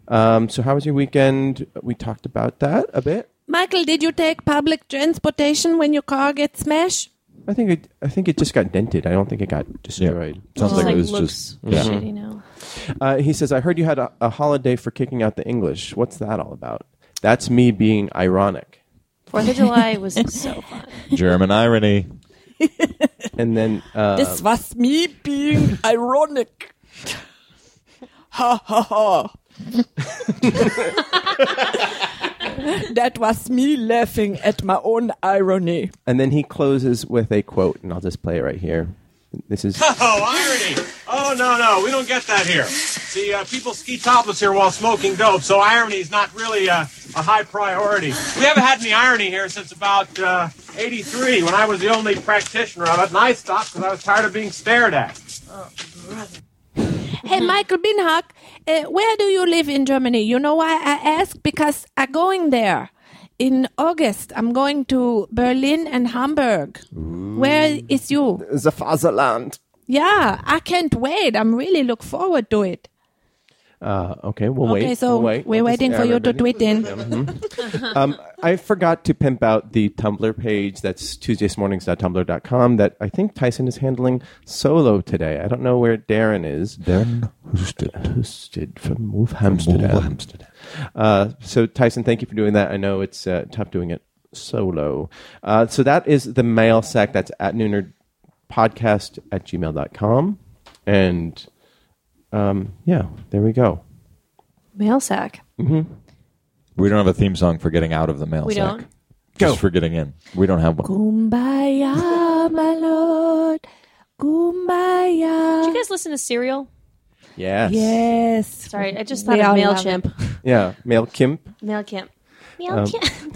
B: Um, so, how was your weekend? We talked about that a bit.
C: Michael, did you take public transportation when your car gets smashed?
B: I think it, I think it just got dented. I don't think it got destroyed.
D: Sounds
E: Just
D: like it was
E: looks
D: just yeah.
E: shitty now.
B: Uh, he says, I heard you had a, a holiday for kicking out the English. What's that all about? That's me being ironic.
E: Fourth of July was so fun.
D: German irony.
B: And then, uh,
C: this was me being ironic. ha ha ha. [laughs] that was me laughing at my own irony.
B: and then he closes with a quote, and I'll just play it right here. This is
J: Oh, irony! Oh, no, no, we don't get that here. See, uh, people ski topless here while smoking dope, so irony is not really uh, a high priority. We haven't had any irony here since about uh, 83 when I was the only practitioner of it, and I stopped because I was tired of being stared at.
C: Hey, Michael Binhock, uh, where do you live in Germany? You know why I ask? Because I'm going there in August. I'm going to Berlin and Hamburg. Where is you?
B: the Fatherland.
C: Yeah, I can't wait. I'm really look forward to it.
B: Uh, okay, we'll wait.
C: okay, so
B: we'll wait.
C: we're
B: I'll just
C: waiting for
B: air
C: you to
B: everything.
C: tweet in.
B: Um, I forgot to pimp out the Tumblr page. That's tuesdaysmornings.tumblr.com that I think Tyson is handling solo today. I don't know where Darren is.
D: Then who's
B: Hosted from Wolf Amsterdam. Uh, so Tyson, thank you for doing that. I know it's uh, tough doing it solo. Uh, so that is the mail sack. That's at Nooner podcast at gmail.com. And um, yeah, there we go.
E: [laughs] Mail sack.
D: We don't have a theme song for getting out of the mail
E: We
D: sack.
E: don't.
D: Just for getting in. We don't have one.
C: Kumbaya, my lord.
E: Did
C: Kumbaya.
E: you guys listen to Serial?
B: Yes.
C: Yes.
E: Sorry, I just
C: We
E: thought of
C: all
E: MailChimp.
B: Yeah. Mail Kimp.
E: MailChimp. MailChimp. [laughs]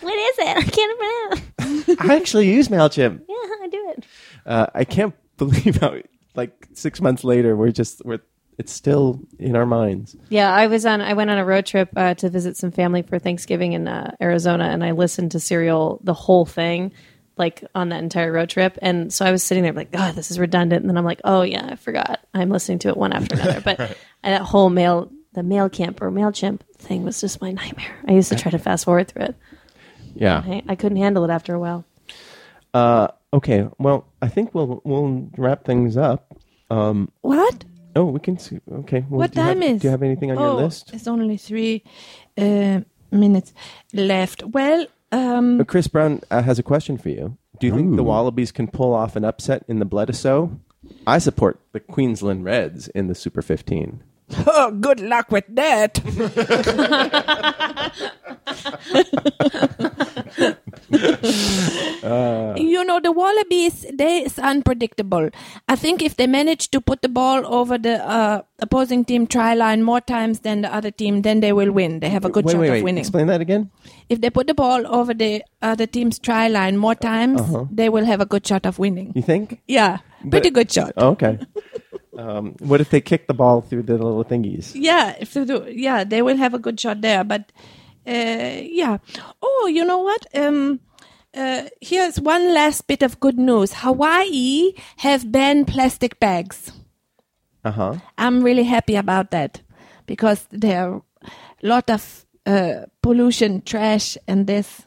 E: what is it? I can't pronounce.
B: I actually use MailChimp.
E: Yeah, I do it.
B: Uh, I can't [laughs] believe how, like, six months later, we're just, we're, it's still in our minds.
E: Yeah, I was on. I went on a road trip uh, to visit some family for Thanksgiving in uh, Arizona, and I listened to Serial the whole thing, like on that entire road trip. And so I was sitting there like, oh, this is redundant. And then I'm like, oh yeah, I forgot. I'm listening to it one after another. But and that whole mail, the mail camp or Mailchimp thing was just my nightmare. I used to try to fast forward through it.
B: Yeah.
E: I, I couldn't handle it after a while.
B: Okay. Well, I think we'll, we'll wrap things up.
C: What?
B: Oh, we can see. Okay. Well,
C: What
B: do you have-
C: time is?
B: Do you have anything on your
C: Oh,
B: list?
C: It's only three uh, minutes left. Well, um,
B: Uh, Chris Brown uh, has a question for you. Do you think the Wallabies can pull off an upset in the Bledisloe? I support the Queensland Reds in the Super 15.
C: oh, good luck with that.
B: Ah.
C: you know the wallabies they is unpredictable i think if they manage to put the ball over the uh, opposing team try line more times than the other team then they will win they have a good
B: wait,
C: shot
B: wait,
C: of
B: wait.
C: winning
B: Explain that again.
C: if they put the ball over the other team's try line more times they will have a good shot of winning
B: You think?
C: yeah pretty good shot
B: Oh,
C: [laughs]
B: okay. um, what if they kick the ball through the little thingies?
C: yeah if they do yeah they will have a good shot there but uh, yeah oh you know what um uh, here's one last bit of good news hawaii have banned plastic bags
B: Uh huh.
D: Uh-huh.
C: I'm really happy about that because there are a lot of uh, pollution, trash, and this.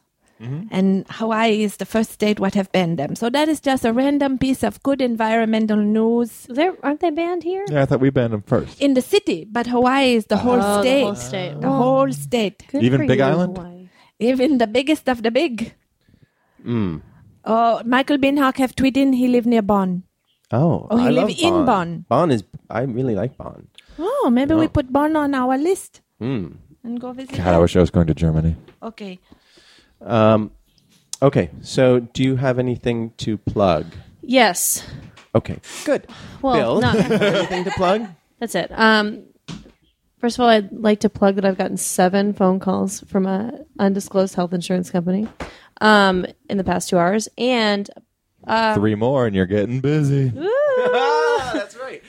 C: And Hawaii is the first state what have banned them. So that is just a random piece of good environmental news.
E: There aren't they banned here?
D: Yeah, I thought we banned them first.
C: In the city, but Hawaii is the whole
E: Oh,
C: state.
E: the whole state.
C: The whole state.
E: Good
D: Even
E: for
D: Big
E: you,
D: Island?
E: Hawaii.
C: Even the biggest of the big. Oh, Michael Binhock have tweeted in he live near Bonn.
B: Oh,
C: Oh, he
B: I
C: live
B: love
C: in Bonn.
B: Bonn is. I really like Bonn.
C: Oh, maybe we put Bonn on our list
B: Mm.
C: and go visit.
D: God, I
C: them.
D: wish I was going to Germany.
C: Okay.
B: Um, okay. So, do you have anything to plug?
E: Yes.
B: Okay. Good.
E: Well,
B: Bill, [laughs]
C: [laughs]
E: no,
B: anything to plug?
E: that's it. Um, first of all, I'd like to plug that I've gotten seven phone calls from a undisclosed health insurance company um, in the past two hours,
D: [laughs]
E: and
D: Three more, and you're getting busy.
B: Ah, that's right.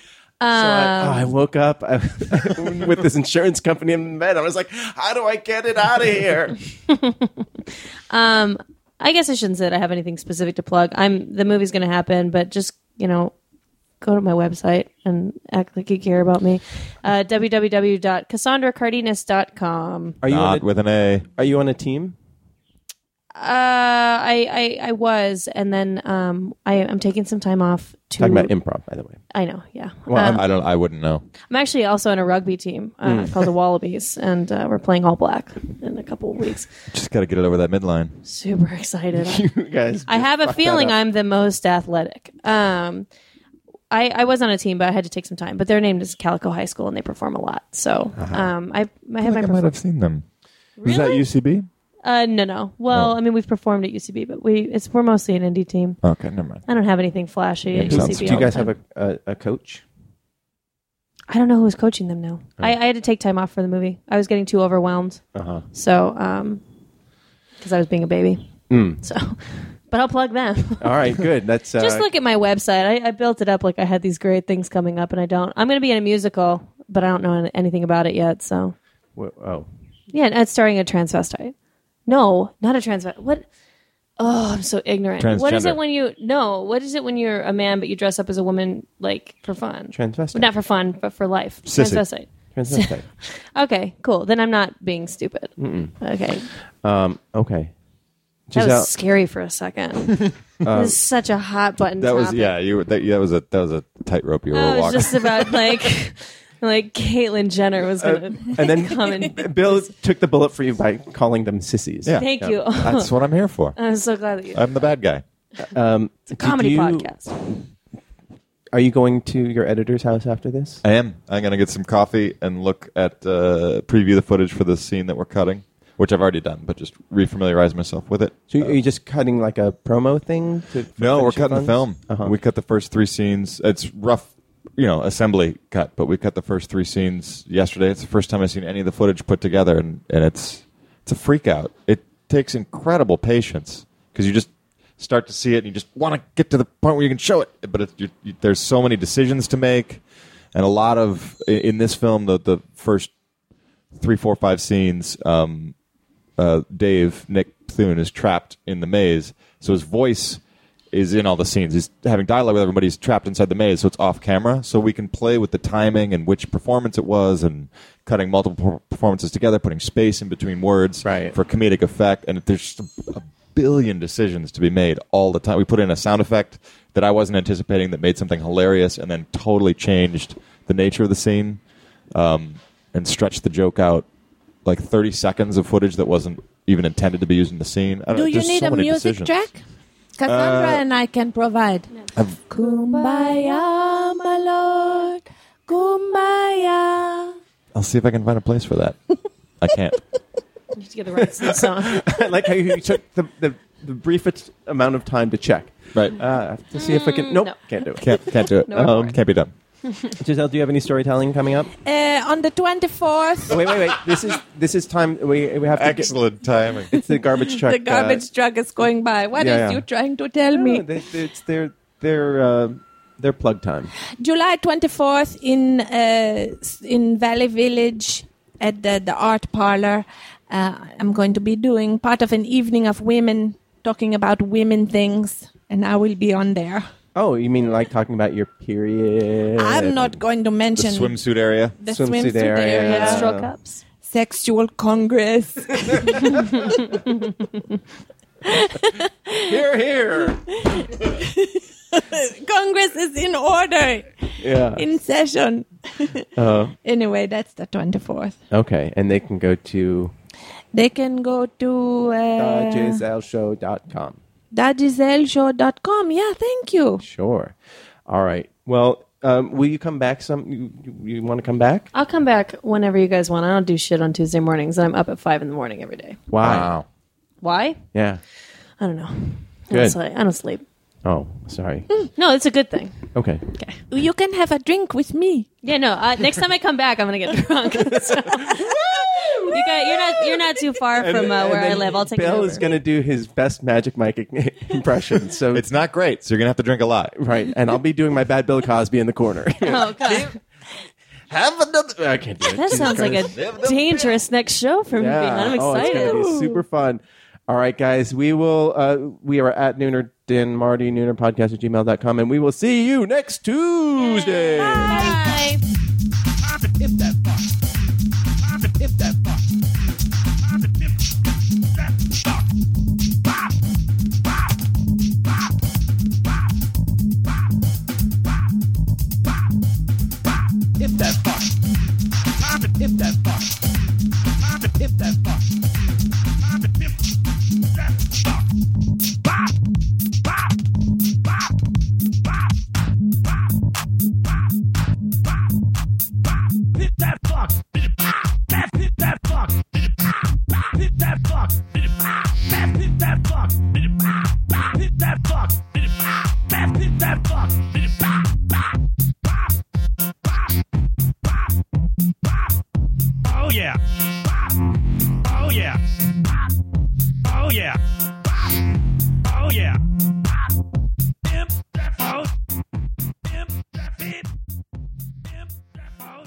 E: Um,
B: so I, oh, I woke up I, [laughs] with this insurance company in bed. I was like, "How do I get it out of here?"
E: um, I guess I shouldn't say that I have anything specific to plug. I'm the movie's going to happen, but just you know, go to my website and act like you care about me. Uh, www.cassandracardenas.com.
B: Are you on
D: Not
B: a,
D: with an A.
B: Are you on a team?
E: Uh, I, I I was, and then um, I am taking some time off to.
B: Talking about improv, by the
E: [laughs]
B: way.
E: I know, yeah.
D: Well,
E: Um,
D: I'm- I don't. I wouldn't know.
E: I'm actually also on a rugby team uh,
B: Hmm. [laughs]
E: called the Wallabies, and uh, we're playing all black in a couple of weeks.
D: Just got to get it over that midline.
E: Super excited.
B: [laughs] You guys,
E: I have a
B: fucked that
E: feeling
B: up.
E: I'm the most athletic. Um, I, I was on a team, but I had to take some time. But their name is Calico High School, and they perform a lot. So
B: Uh-huh.
E: um, I, I have
D: Oh I, might
E: my perform-
D: have seen them. Was that UCB?
E: uh, no no. Well,
D: Oh.
E: I mean we've performed at UCB, but we it's we're mostly an indie team.
D: Okay, never mind.
E: I don't have anything flashy at
D: Who's-
E: UCB.
B: Do
E: all
B: you
E: the
B: guys have
E: time.
B: a, a, a coach?
E: I don't know who was coaching them now. I, I had to take time off for the movie. I was getting too overwhelmed.
B: Uh-huh.
E: So, um, because I was being a baby.
B: Mm.
E: [laughs] So, but I'll plug them.
B: [laughs] All right, good. That's uh,
E: [laughs] Just look at my website. I, I built it up like I had these great things coming up, and I don't. I'm going to be in a musical, but I don't know an- anything about it yet. So,
B: Wh- oh,
E: yeah, and it's starring a transvestite. No, not a transvestite. What? Oh, I'm so ignorant. What is
D: Transgender.
E: it when you no? What is it when you're a man but you dress up as a woman like for fun?
B: transvestite.
E: Not for fun, but for life.
D: Sissy.
E: Transvestite.
B: transvestite.
E: Okay, cool. Then I'm not being stupid. Okay.
B: um, okay.
E: That
B: Giselle-
E: was scary for a
D: [laughs]
E: second. this is such a hot button.
D: Um, That was
E: topic.
D: yeah. You were- that, that was a that was a tightrope you
E: I
D: were
E: was
D: walking.
E: Oh,
D: [laughs]
E: just about like, like Caitlyn Jenner was gonna
D: Uh,
B: and then
E: [laughs]
D: [laughs]
E: come and
B: Bill took the bullet for you by calling them sissies.
D: Yeah.
E: thank
B: Yeah.
E: you.
D: That's Uh, what I'm here for.
E: [laughs] I'm so glad that you.
D: I'm the bad guy.
B: Um, it's a
E: Comedy podcast.
B: Are you going to your editor's house after this?
D: I am. I'm gonna get some coffee and look at uh, preview the footage for the scene that we're cutting, which I've already done, but just refamiliarize myself with it.
B: So are you just cutting like a promo thing? To, for
D: No, we're
B: finishing
D: cutting the
B: funds?
D: film.
B: Uh-huh.
D: We cut the first three scenes. It's rough, you know, assembly cut, but we cut the first three scenes yesterday. It's the first time I've seen any of the footage put together, and, and it's it's a freak out. It takes incredible patience because you just start to see it and you just want to get to the point where you can show it, but it, you, you, there's so many decisions to make, and a lot of i- in this film the the first three, four, five scenes. Um, uh, Dave Nick Thune is trapped in the maze, so his voice is in all the scenes. He's having dialogue with everybody. He's trapped inside the maze, so it's off camera. So we can play with the timing and which performance it was, and cutting multiple per- performances together, putting space in between words
B: Right.
D: for comedic effect. And there's just a, a billion decisions to be made all the time. We put in a sound effect that I wasn't anticipating that made something hilarious, and then totally changed the nature of the scene and stretched the joke out like 30 seconds of footage that wasn't even intended to be used in the scene. I don't
C: Do
D: know,
C: you
D: just
C: need
D: Uh, so
C: a
D: many
C: music
D: decisions. Uh,
C: track? Cassandra and I can provide. Kumbaya, my lord. Kumbaya.
D: I'll see if I can find a place for that. I
C: [laughs]
D: can't.
E: You have to get the rights to
D: [laughs]
E: the song.
B: I [laughs] like how you took the, the, the briefest amount of time to check.
D: Right.
B: Uh, I have to see if I can. Nope,
E: no.
B: can't do it.
D: Can't, can't do it.
E: No, we're
D: can't be done.
B: [laughs] Giselle, do you have any storytelling coming up?
C: Uh, on the 24th,
B: wait, wait, wait. This is this is time. We we have to
D: timing.
B: Get, it's the garbage truck.
C: the garbage truck is going by. What is
B: yeah, yeah.
C: you trying to tell
B: Uh,
C: me?
B: no, they- they- it's their their uh, their plug time.
C: July 24th in uh, s- in Valley Village at the, the art parlor. Uh, I'm going to be doing part of an evening of women talking about women things, and I will be on there.
B: Oh, you mean like talking about your period?
C: I'm not going to
D: The
C: mention
D: swimsuit area.
C: the swimsuit area.
E: Menstrual cups.
C: Sexual Congress. [laughs]
B: Here, here.
C: Congress is in order,
B: Yeah.
C: in session. [laughs] Uh-huh.
B: Oh,
C: Anyway, that's the 24th.
B: okay. And they can go to
C: They can go to uh,
B: thegiselleshow.com.
C: dagiselleshow.com. Yeah, thank you.
B: Sure. All right. Well, um, will you come back some? You, you, you want to come back?
E: I'll come back whenever you guys want. I don't do shit on Tuesday mornings, and I'm up at five in the morning every day.
B: Why?
E: Why?
B: Yeah.
E: I don't know. I don't
B: Good.
E: sleep. I don't sleep.
B: Oh, sorry.
E: No, it's a good thing.
B: Okay.
E: uh,
C: You can have a drink with me.
E: Yeah, no. Uh, next time I come back, I'm gonna get [laughs] drunk. So- you guys, you're not you're not too far from uh, where I live. I'll take it
B: Bill
E: over.
B: is going to do his best Magic Mike ign- [laughs] impression. So
D: It's not great, so you're gonna have to drink a lot.
B: right, and I'll be doing my bad Bill Cosby in the [laughs] corner.
E: Oh god,
D: Have another.
B: I can't do it.
E: that sounds like a dangerous next show for me. I'm
B: Oh,
E: excited.
B: it's going to be super fun. All right, guys, we will. Uh, we are at Nooner Din Marty Nooner Podcast at gmail.com, and we will see you next Tuesday.
E: Bye.
I: Time to tip that box. Time to tip that box. Time to tip that box. Bop, bop, bop, bop, bop, bop, bop, bop. Tip that box. Time to tip that box. Time to tip that box. Time to tip that box. Bop, bop, bop, bop, bop, bop, bop hit that fuck. That's hit that fuck. That's hit that fuck. That's hit that fuck. That's hit that fuck. That's hit that fuck. Oh yeah. Oh yeah. Oh yeah. Oh yeah. Pimp that phone. Pimp that fit. Pimp that phone.